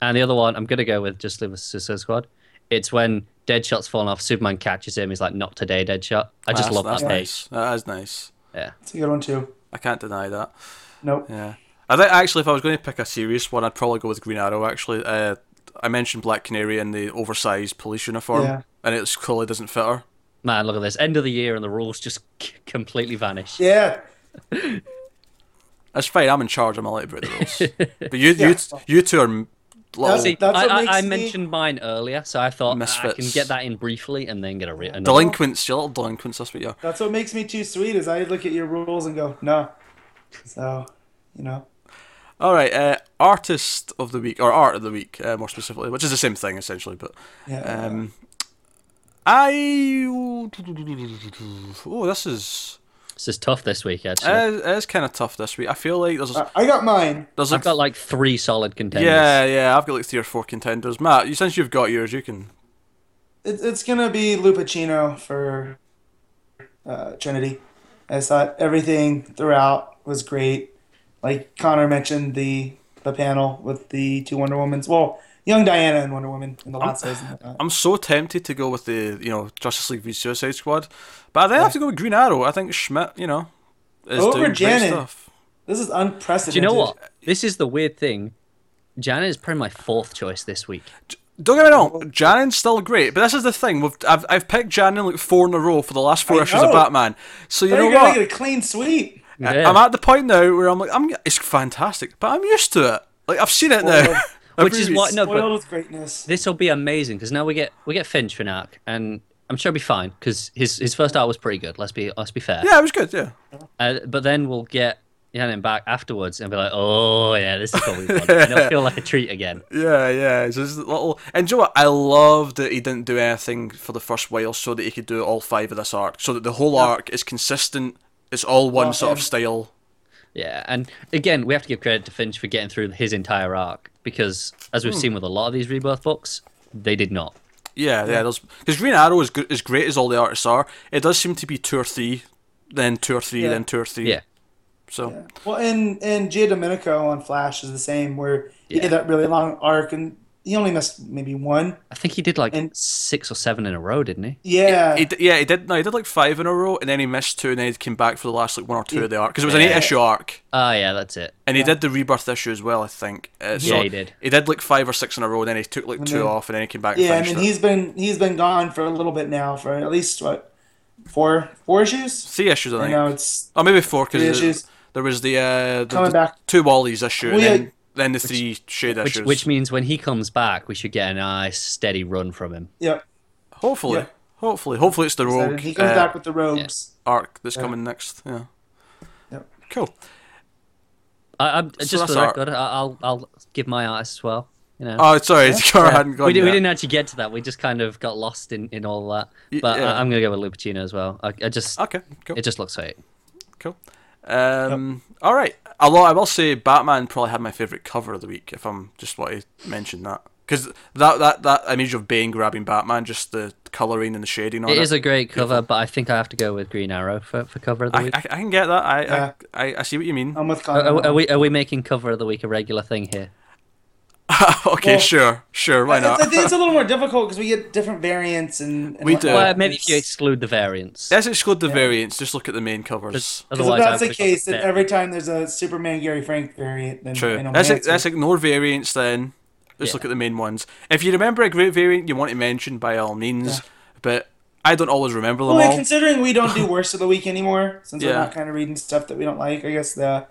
S3: And the other one I'm gonna go with just leave us Suicide Squad. It's when Deadshot's fallen off. Superman catches him. He's like, "Not today, Deadshot." I just
S1: that's,
S3: love
S1: that's
S3: that page.
S1: nice. That is nice.
S3: Yeah.
S2: It's a good one too.
S1: I can't deny that.
S2: Nope.
S1: Yeah. I think actually, if I was going to pick a serious one, I'd probably go with Green Arrow. Actually, uh, I mentioned Black Canary in the oversized police uniform,
S2: Yeah.
S1: and it clearly doesn't fit her.
S3: Man, look at this. End of the year and the rules just c- completely vanish.
S2: Yeah.
S1: That's fine. I'm in charge. I'm allowed to break the rules. but you,
S2: Yeah.
S1: you, you two are m- little.
S2: That's-
S3: See,
S2: that's
S3: I,
S2: what
S3: I,
S2: makes
S3: I
S2: me-
S3: mentioned mine earlier, so I thought "Ah, I can
S1: Misfits.
S3: get that in briefly and then get a written.
S1: Delinquents, you little delinquents, that's what you are.
S2: That's what makes me too sweet is I look at your rules and go, no. So, you know.
S1: All right, uh, artist of the week or art of the week, uh, more specifically, which is the same thing essentially. But
S2: Yeah.
S1: um, I oh, this is
S3: This is tough this week, actually.
S1: uh, it is kind of tough this week. I feel like there's
S2: I- I Uh, got mine.
S1: there's
S3: I've
S1: like,
S3: got like three solid contenders.
S1: yeah yeah I've got like three or four contenders. Matt, you, since you've got yours, you can
S2: It, it's going to be Lupacino for uh, Trinity. I just thought everything throughout was great. Like Connor mentioned, the the panel with the two Wonder Womans. Well, young Diana and Wonder Woman in the
S3: Um,
S2: lots of
S1: I'm so tempted to go with the you know Justice League v Suicide Squad, but I then have to go with Green Arrow. I think Schmidt, you know, is
S2: Over
S1: doing great
S2: Janet.
S1: stuff.
S2: This is unprecedented.
S3: Do you know what? This is the weird thing. Janet is probably my fourth choice this week.
S1: Don't get me wrong, Janen's still great, but this is the thing. We've, I've, I've picked Janen like four in a row for the last four
S2: I
S1: issues of
S2: know.
S1: Batman. So you
S2: They're
S1: know
S2: going
S1: what?
S2: to get a clean sweep.
S3: Yeah.
S1: Uh, I'm at the point now where I'm like, I'm it's fantastic, but I'm used to it. Like I've seen it now.
S2: Spoiled.
S1: Every
S3: Which is
S1: week.
S3: why no,
S2: Spoiled
S3: but
S2: with greatness.
S3: this will be amazing because now we get we get Finch for an arc, and I'm sure it'll be fine because his his first art was pretty good. Let's be let's be fair.
S1: Yeah, it was good. Yeah,
S3: Uh, but then we'll get Janet back afterwards and be like, oh yeah, this is probably fun. and it'll feel like a treat again.
S1: yeah, yeah. It's just a little. And do you know what? I love that he didn't do anything for the first while, so that he could do all five of this arc, so that the whole arc is consistent. It's all one
S2: Love
S1: sort of
S2: him.
S1: style.
S3: Yeah, and again, we have to give credit to Finch for getting through his entire arc because, as we've seen with a lot of these rebirth books, they did not.
S1: Yeah, yeah. Because Green Arrow is good, as great as all the artists are. It does seem to be two or three then two or three,
S2: Yeah.
S1: then two or three.
S3: Yeah.
S1: So
S2: Yeah. Well, and and Gia Domenico on Flash is the same, where he
S3: Yeah.
S2: did that really long arc, and he only missed maybe one.
S3: I think he did like
S2: And-
S3: six or seven in a row, didn't he?
S2: Yeah,
S1: He d- yeah, he did. No, he did like five in a row, and then he missed two, and then he came back for the last like one or two of the arc because it was an
S3: Yeah.
S1: eight-issue arc,
S3: Oh yeah, that's it.
S1: and he did the rebirth issue as well, I think. Uh, so
S3: Yeah, he did.
S1: He did like five or six in a row, and then he took like two
S2: then-
S1: off, and then he came back.
S2: yeah. I
S1: and
S2: mean,
S1: finished it.
S2: he's been he's been gone for a little bit now, for at least what four four issues.
S1: three issues, I
S2: I
S1: think.
S2: know it's
S1: Or maybe four because
S2: Three issues.
S1: there was the, uh, the,
S2: Coming
S1: the
S2: back.
S1: two Wally's issue,
S2: Well, yeah.
S1: and then, then the three shade
S3: Which
S1: issues.
S3: which means when he comes back, we should get a nice steady run from him.
S2: yep.
S1: hopefully,
S2: yeah.
S1: hopefully, hopefully it's the rogue
S2: he comes
S1: uh,
S2: back with the rogues.
S1: arc that's coming next. Yeah.
S2: Yep.
S1: Cool.
S3: I, I'm, just for
S1: that's
S3: the
S1: our-
S3: record, I, I'll I'll give my artist as well. You know,
S1: Oh, sorry, Cara hadn't gone.
S3: we, did, we
S1: yet.
S3: didn't actually get to that. We just kind of got lost in, in all that.
S1: Y-
S3: But
S1: yeah.
S3: I, I'm gonna go with Lupacino as well. I, I just
S1: Okay. Cool.
S3: it just looks like
S1: Cool. Um, All right. Although I will say, Batman probably had my favorite cover of the week. If I'm just want to mention that, because that, that that image of Bane grabbing Batman, just the coloring and the shading on it.
S3: it is a great cover, but I think I have to go with Green Arrow for, for cover of the
S1: I,
S3: week.
S1: I, I can get that. I,
S2: Yeah. Um,
S1: I, I I see what you mean.
S2: I'm with
S3: Are-
S2: Connor.
S3: are, are we are we making cover of the week a regular thing here?
S1: okay,
S2: Well,
S1: sure, sure. Why
S2: It's-
S1: not?
S2: I think it's a little more difficult because we get different variants and, and
S1: uh, We do.
S2: whatnot.
S1: Yeah,
S3: well, maybe if you
S2: It's-
S3: exclude the variants.
S1: Let's exclude the variants. Just look at the main covers.
S3: Otherwise,
S2: 'cause if
S3: I
S2: that's
S3: would
S2: the
S3: go with
S2: case, then
S3: that.
S2: every time there's a Superman Gary Frank variant, then
S1: True.
S2: I know
S1: Let's,
S2: my answer.
S1: let's ignore variants then. Let's
S3: Yeah.
S1: look at the main ones. If you remember a great variant you want to mention, by all means. But I don't always remember them
S2: Well,
S1: all.
S2: considering we don't do worst of the week anymore, since
S1: Yeah.
S2: we're not kind of reading stuff that we don't like, I guess the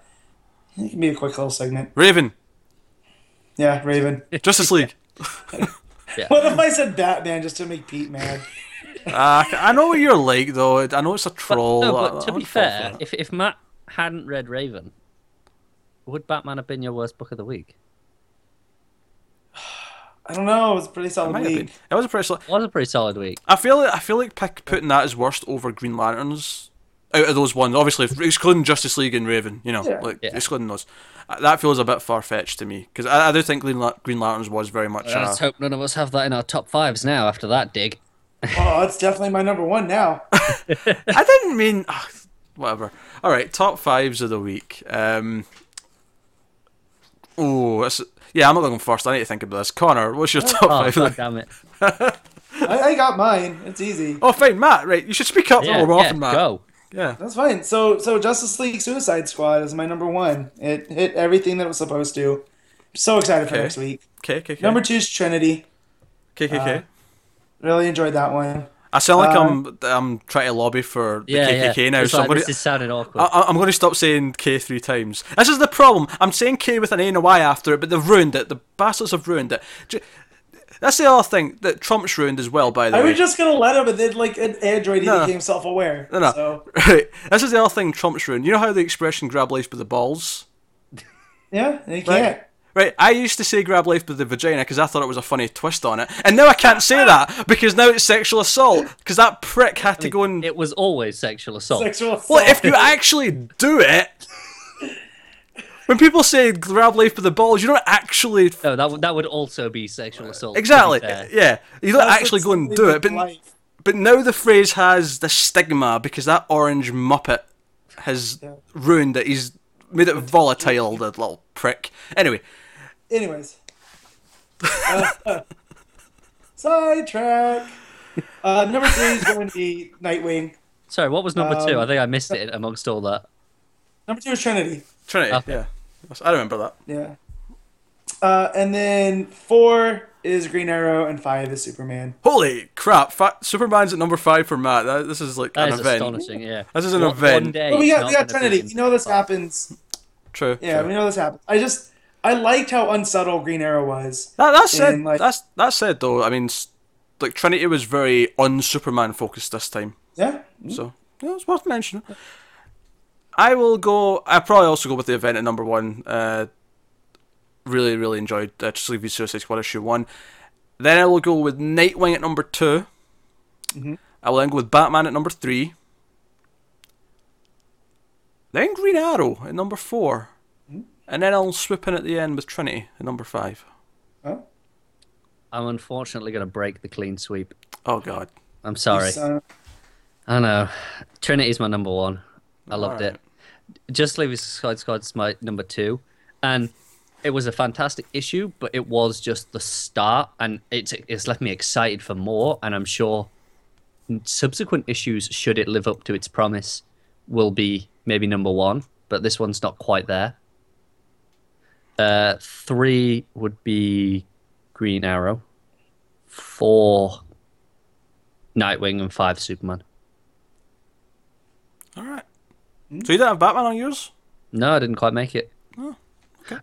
S2: it can be a quick little segment.
S1: Raven,
S2: Yeah, Raven.
S1: Justice League.
S2: what if I said Batman just to make Pete mad?
S1: Uh, I know what you're like, though. I know it's a troll.
S3: no,
S1: I-
S3: but
S1: I
S3: to be
S1: wouldn't fall
S3: fair,
S1: for it.
S3: if if Matt hadn't read Raven, would Batman have been your worst book of the week?
S2: I don't know. It was a pretty
S1: It
S2: solid
S1: might have been.
S2: week.
S1: It was a pretty. sli-
S3: It was a pretty solid week.
S1: I feel like I feel like pick, putting that as worst over Green Lanterns out of those ones. Obviously, if- excluding Justice League and Raven. You know,
S2: Yeah.
S1: like
S3: Yeah.
S1: excluding those. Uh, That feels a bit far fetched to me because I, I do think Green, La- Green Lanterns was very much.
S3: Let's
S1: Uh,
S3: hope none of us have that in our top fives now after that dig.
S2: Oh, it's definitely my number one now.
S1: I didn't mean. ugh, whatever. All right, top fives of the week. Um. Oh, that's, yeah. I'm not going first. I need to think about this. Connor, what's your top
S3: Oh,
S1: five? of the-
S3: God damn it.
S2: I, I got mine. It's easy.
S1: Oh, fine, Matt. Right, you should speak up
S3: Yeah,
S1: more
S3: yeah,
S1: often, Matt.
S3: go.
S1: Yeah.
S2: That's fine. So, so Justice League Suicide Squad is my number one. It hit everything that it was supposed to. So excited for
S1: Okay.
S2: next week.
S1: Okay, okay, okay.
S2: Number uh, two is Trinity.
S1: okay, okay, okay.
S2: Really enjoyed that one.
S1: I sound like
S2: uh,
S1: I'm I'm trying to lobby for the
S3: Yeah,
S1: KKK
S3: yeah.
S1: now.
S3: It's like,
S1: Somebody,
S3: this is sounding awkward.
S1: I, I- I'm going to stop saying K three times. This is the problem. I'm saying K with an A and a Y after it, but they've ruined it. The bastards have ruined it. J- That's the other thing that Trump's ruined as well. By the
S2: I
S1: way,
S2: was just gonna let him, but then like an android, he
S1: No.
S2: became self-aware.
S1: no, no.
S2: So
S1: Right. This is the other thing Trump's ruined. You know how the expression "grab life by the balls."
S2: yeah, he can't.
S1: Right, I used to say grab life by the vagina because I thought it was a funny twist on it, and now I can't say that because now it's sexual assault because that prick had to go and
S3: It was always sexual assault.
S2: Sexual assault.
S1: Well, if you actually do it, when people say grab life by the balls, you don't actually
S3: No, that would that would also be sexual assault. to be
S1: exactly,
S3: fair.
S1: yeah, you don't actually go and do it. But
S2: Life.
S1: but now the phrase has the stigma because that orange muppet has ruined it. He's made it volatile, the little prick. Anyway,
S2: Anyways. Uh, sidetrack. Uh, number three is going to be Nightwing.
S3: Sorry, what was number two?
S2: Um,
S3: I think I missed it amongst all that.
S2: Number two is Trinity.
S1: Trinity,
S3: Okay.
S1: yeah, I remember that.
S2: Yeah. Uh, and then four is Green Arrow, and five is Superman.
S1: Holy crap! Fa- Superman's at number five for Matt. That, this is like
S3: That
S1: an
S3: is
S1: event.
S3: astonishing. Yeah,
S1: This is an
S3: One-
S1: event.
S3: One day
S2: But we
S3: it's
S2: got we
S3: not
S2: got
S3: gonna be
S2: Trinity.
S3: in-
S2: You know this happens.
S1: True.
S2: Yeah,
S1: true.
S2: we know this happens. I just I liked how unsubtle Green Arrow was.
S1: That, that said,
S2: And, like-
S1: that's that said though. I mean, s- like Trinity was very on Superman focused this time,
S2: Yeah.
S1: so yeah, it's worth mentioning. I will go. I probably also go with the event at number one. Uh, really, really enjoyed uh, Justice League v Suicide Squad issue one. Then I will go with Nightwing at number 2 I will then go with Batman at number three. Then Green Arrow at number 4 and then I'll swoop in at the end with Trinity at number five.
S2: Oh,
S3: I'm unfortunately going to break the clean sweep.
S1: Oh God.
S3: I'm sorry.
S2: so-
S3: I know. Trinity's my number one. I loved
S1: Alright.
S3: it. Just Leave Us Suicide Squad's my number two, and it was a fantastic issue, but it was just the start, and it's it's left me excited for more, and I'm sure subsequent issues, should it live up to its promise, will be maybe number one, but this one's not quite there. Uh, three would be Green Arrow, four Nightwing, and five Superman.
S1: All right. Mm. So you don't have Batman on yours?
S3: No, I didn't quite make it.
S1: Oh,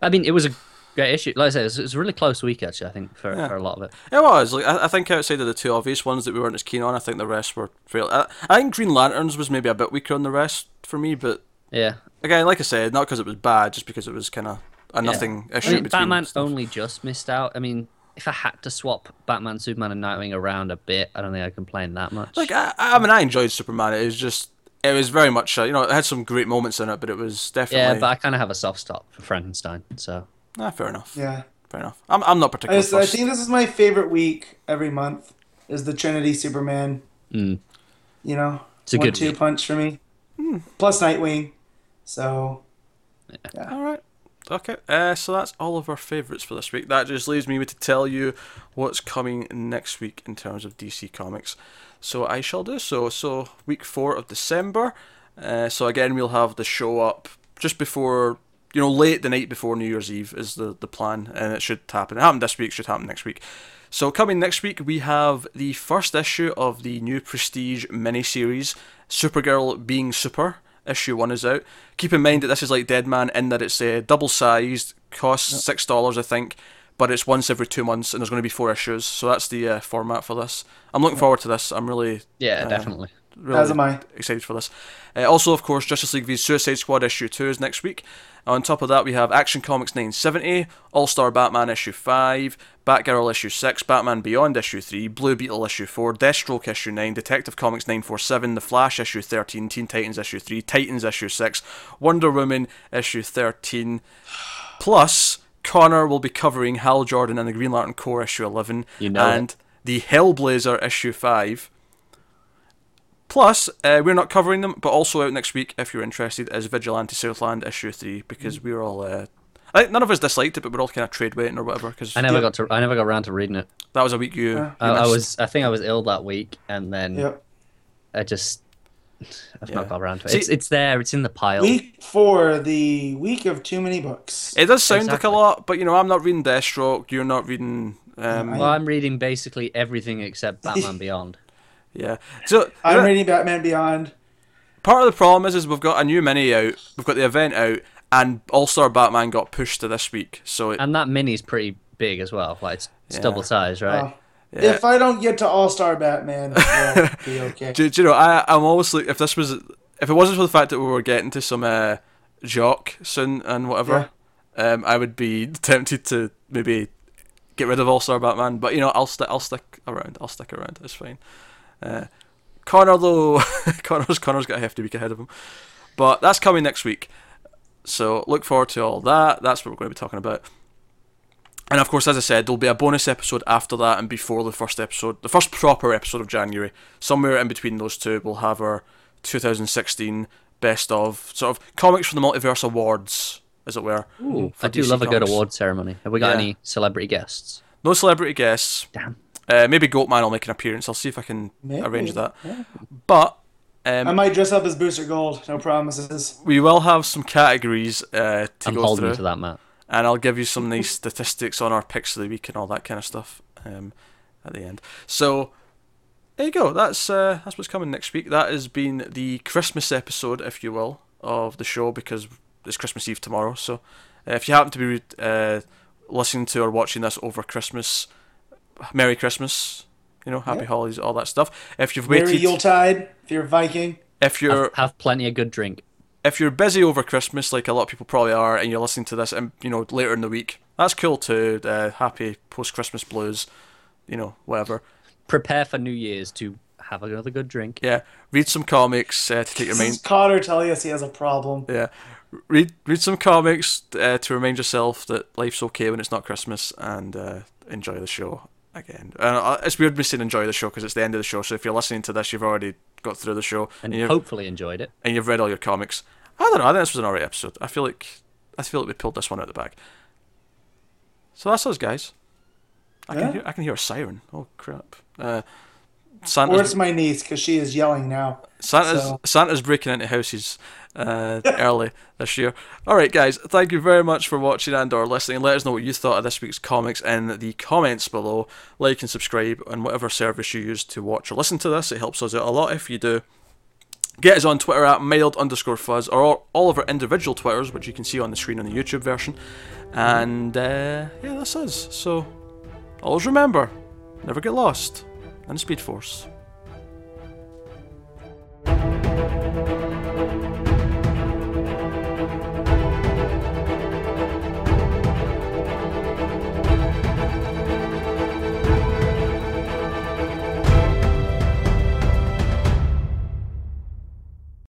S3: I mean, it was a great issue. Like I said, it was, it was a really close week, actually, I think, for, for a lot of it.
S1: It was. Like I, I think outside of the two obvious ones that we weren't as keen on, I think the rest were fairly. I, I think Green Lanterns was maybe a bit weaker on the rest for me, but
S3: Yeah.
S1: again, like I said, not because it was bad, just because it was kind of a nothing
S3: I
S1: issue
S3: mean,
S1: between.
S3: Batman
S1: stuff.
S3: only just missed out. I mean, if I had to swap Batman, Superman, and Nightwing around a bit, I don't think I'd complain that much.
S1: Like I, I mean, I enjoyed Superman. It was just, it was very much, uh, you know, it had some great moments in it, but it was
S3: yeah,
S1: definitely.
S3: but I kind of have a soft spot for Frankenstein, so.
S1: Ah, fair enough.
S2: Yeah.
S1: Fair enough. I'm, I'm not
S2: I,
S1: particularly.
S2: just, I
S1: fussed.
S2: think this is my favorite week every month is the Trinity Superman.
S3: Mm.
S2: You know,
S3: It's a good
S2: one-two
S3: week.
S2: punch for me. Plus Nightwing. So
S1: All right. Okay. Uh, so that's all of our favourites for this week. That just leaves me with to tell you what's coming next week in terms of DC Comics. So I shall do so. So week four of December. Uh, so again, we'll have the show up just before. You know, late the night before New Year's Eve is the, the plan, and it should happen. It happened this week, should happen next week. So, coming next week, we have the first issue of the new Prestige miniseries, Supergirl Being Super issue one is out. Keep in mind that this is like Dead Man in that it's uh, double sized, costs six dollars I think, but it's once every two months and there's going to be four issues. So that's the uh, format for this. I'm looking forward to this. I'm really
S3: Yeah,
S1: uh,
S3: definitely.
S1: really
S2: As am I.
S1: excited for this. Uh, also, of course, Justice League v Suicide Squad issue 2 is next week. On top of that, we have Action Comics 970, All Star Batman issue 5, Batgirl issue 6, Batman Beyond issue 3, Blue Beetle issue 4, Deathstroke issue 9, Detective Comics 947, The Flash issue 13, Teen Titans issue 3, Titans issue 6, Wonder Woman issue 13. Plus, Connor will be covering Hal Jordan and the Green Lantern Corps issue 11
S3: You know
S1: and the Hellblazer issue 5. Plus, uh, we're not covering them, but also out next week, if you're interested, is Vigilante Southland issue 3
S3: Mm.
S1: because we're all. Uh, I, think none of us disliked it, but we're all kind of trade waiting or whatever because
S3: I never got to. I never got around to reading it.
S1: that was a week you. you
S3: I, I
S1: missed.
S3: was. I think I was ill that week, and then
S2: yep.
S3: I just. I've
S1: Yeah.
S3: not got around to it.
S1: See-
S3: it's, it's there. It's in the pile.
S2: Week four, the week of too many books.
S1: It does sound
S3: Exactly.
S1: like a lot, but you know, I'm not reading Deathstroke, you're not reading. Um,
S3: Well, I'm reading basically everything except Batman Beyond.
S1: yeah. So,
S2: I'm reading Batman Beyond.
S1: part of the problem is, is we've got a new mini out, we've got the event out, and All Star Batman got pushed to this week. So, it,
S3: And that mini's pretty big as well. Like it's, it's double size,
S2: Oh.
S3: right?
S2: If I don't get to All Star Batman, I'll be okay.
S1: do, do you know, I, I'm always like, if this was, if it wasn't for the fact that we were getting to some uh, jock soon and whatever, um, I would be tempted to maybe get rid of All Star Batman. But you know, I'll stick, I'll stick around, I'll stick around. It's fine. Uh, Connor though, Connor's Connor's got a hefty week ahead of him, but that's coming next week. So look forward to all that. That's what we're going to be talking about. And of course, as I said, there'll be a bonus episode after that and before the first episode, the first proper episode of January. Somewhere in between those two, we'll have our 2016 best of sort of comics from the Multiverse Awards, as it were.
S3: Ooh,
S1: for
S3: I do
S1: DC
S3: love a good
S1: Comics.
S3: award ceremony. Have we got
S1: Yeah.
S3: any celebrity guests?
S1: No celebrity guests.
S3: Damn.
S1: Uh, maybe Goatman will make an appearance. I'll see if I can
S2: Maybe,
S1: arrange that. But
S2: I
S1: um,
S2: might dress up as Booster Gold. No promises.
S1: we will have some categories uh, to
S3: I'm
S1: go
S3: holding
S1: through,
S3: to that, Matt.
S1: and I'll give you some nice statistics on our picks of the week and all that kind of stuff um, at the end. So there you go. That's uh, that's what's coming next week. That has been the Christmas episode, if you will, of the show because it's Christmas Eve tomorrow. So uh, if you happen to be uh, listening to or watching this over Christmas, Merry Christmas. You know, happy holidays, all that stuff. If you've
S2: Merry
S1: waited,
S2: Yuletide if you're Viking.
S1: if you're
S3: Have, have plenty of good drink.
S1: if you're busy over Christmas, like a lot of people probably are, and you're listening to this, and you know later in the week, that's cool too. Uh, happy post Christmas blues, you know, whatever.
S3: Prepare for New Year's to have another good drink.
S1: Yeah, read some comics uh, to take your
S2: Does
S1: mind.
S2: Cotter tell us he has a problem?
S1: Yeah, read read some comics uh, to remind yourself that life's okay when it's not Christmas, and uh, enjoy the show again. And uh, it's weird me saying enjoy the show because it's the end of the show. So if you're listening to this, you've already got through the show
S3: and
S1: you've,
S3: hopefully enjoyed it.
S1: and you've read all your comics. I don't know. I think this was an alright episode. I feel like I feel like we pulled this one out of the bag. So that's us, guys. I
S2: Yeah.
S1: can hear, I can hear a siren. Oh crap! Uh,
S2: Or it's
S1: Santa's
S2: my niece because she is yelling now.
S1: Santa's,
S2: so-
S1: Santa's breaking into houses uh, early this year. All right, guys. Thank you very much for watching and/or listening. Let us know what you thought of this week's comics in the comments below. Like and subscribe on whatever service you use to watch or listen to this. It helps us out a lot if you do. Get us on Twitter at mild underscore fuzz or all- all of our individual Twitters, which you can see on the screen on the YouTube version. And uh, yeah, that's us. So always remember never get lost in the Speed Force.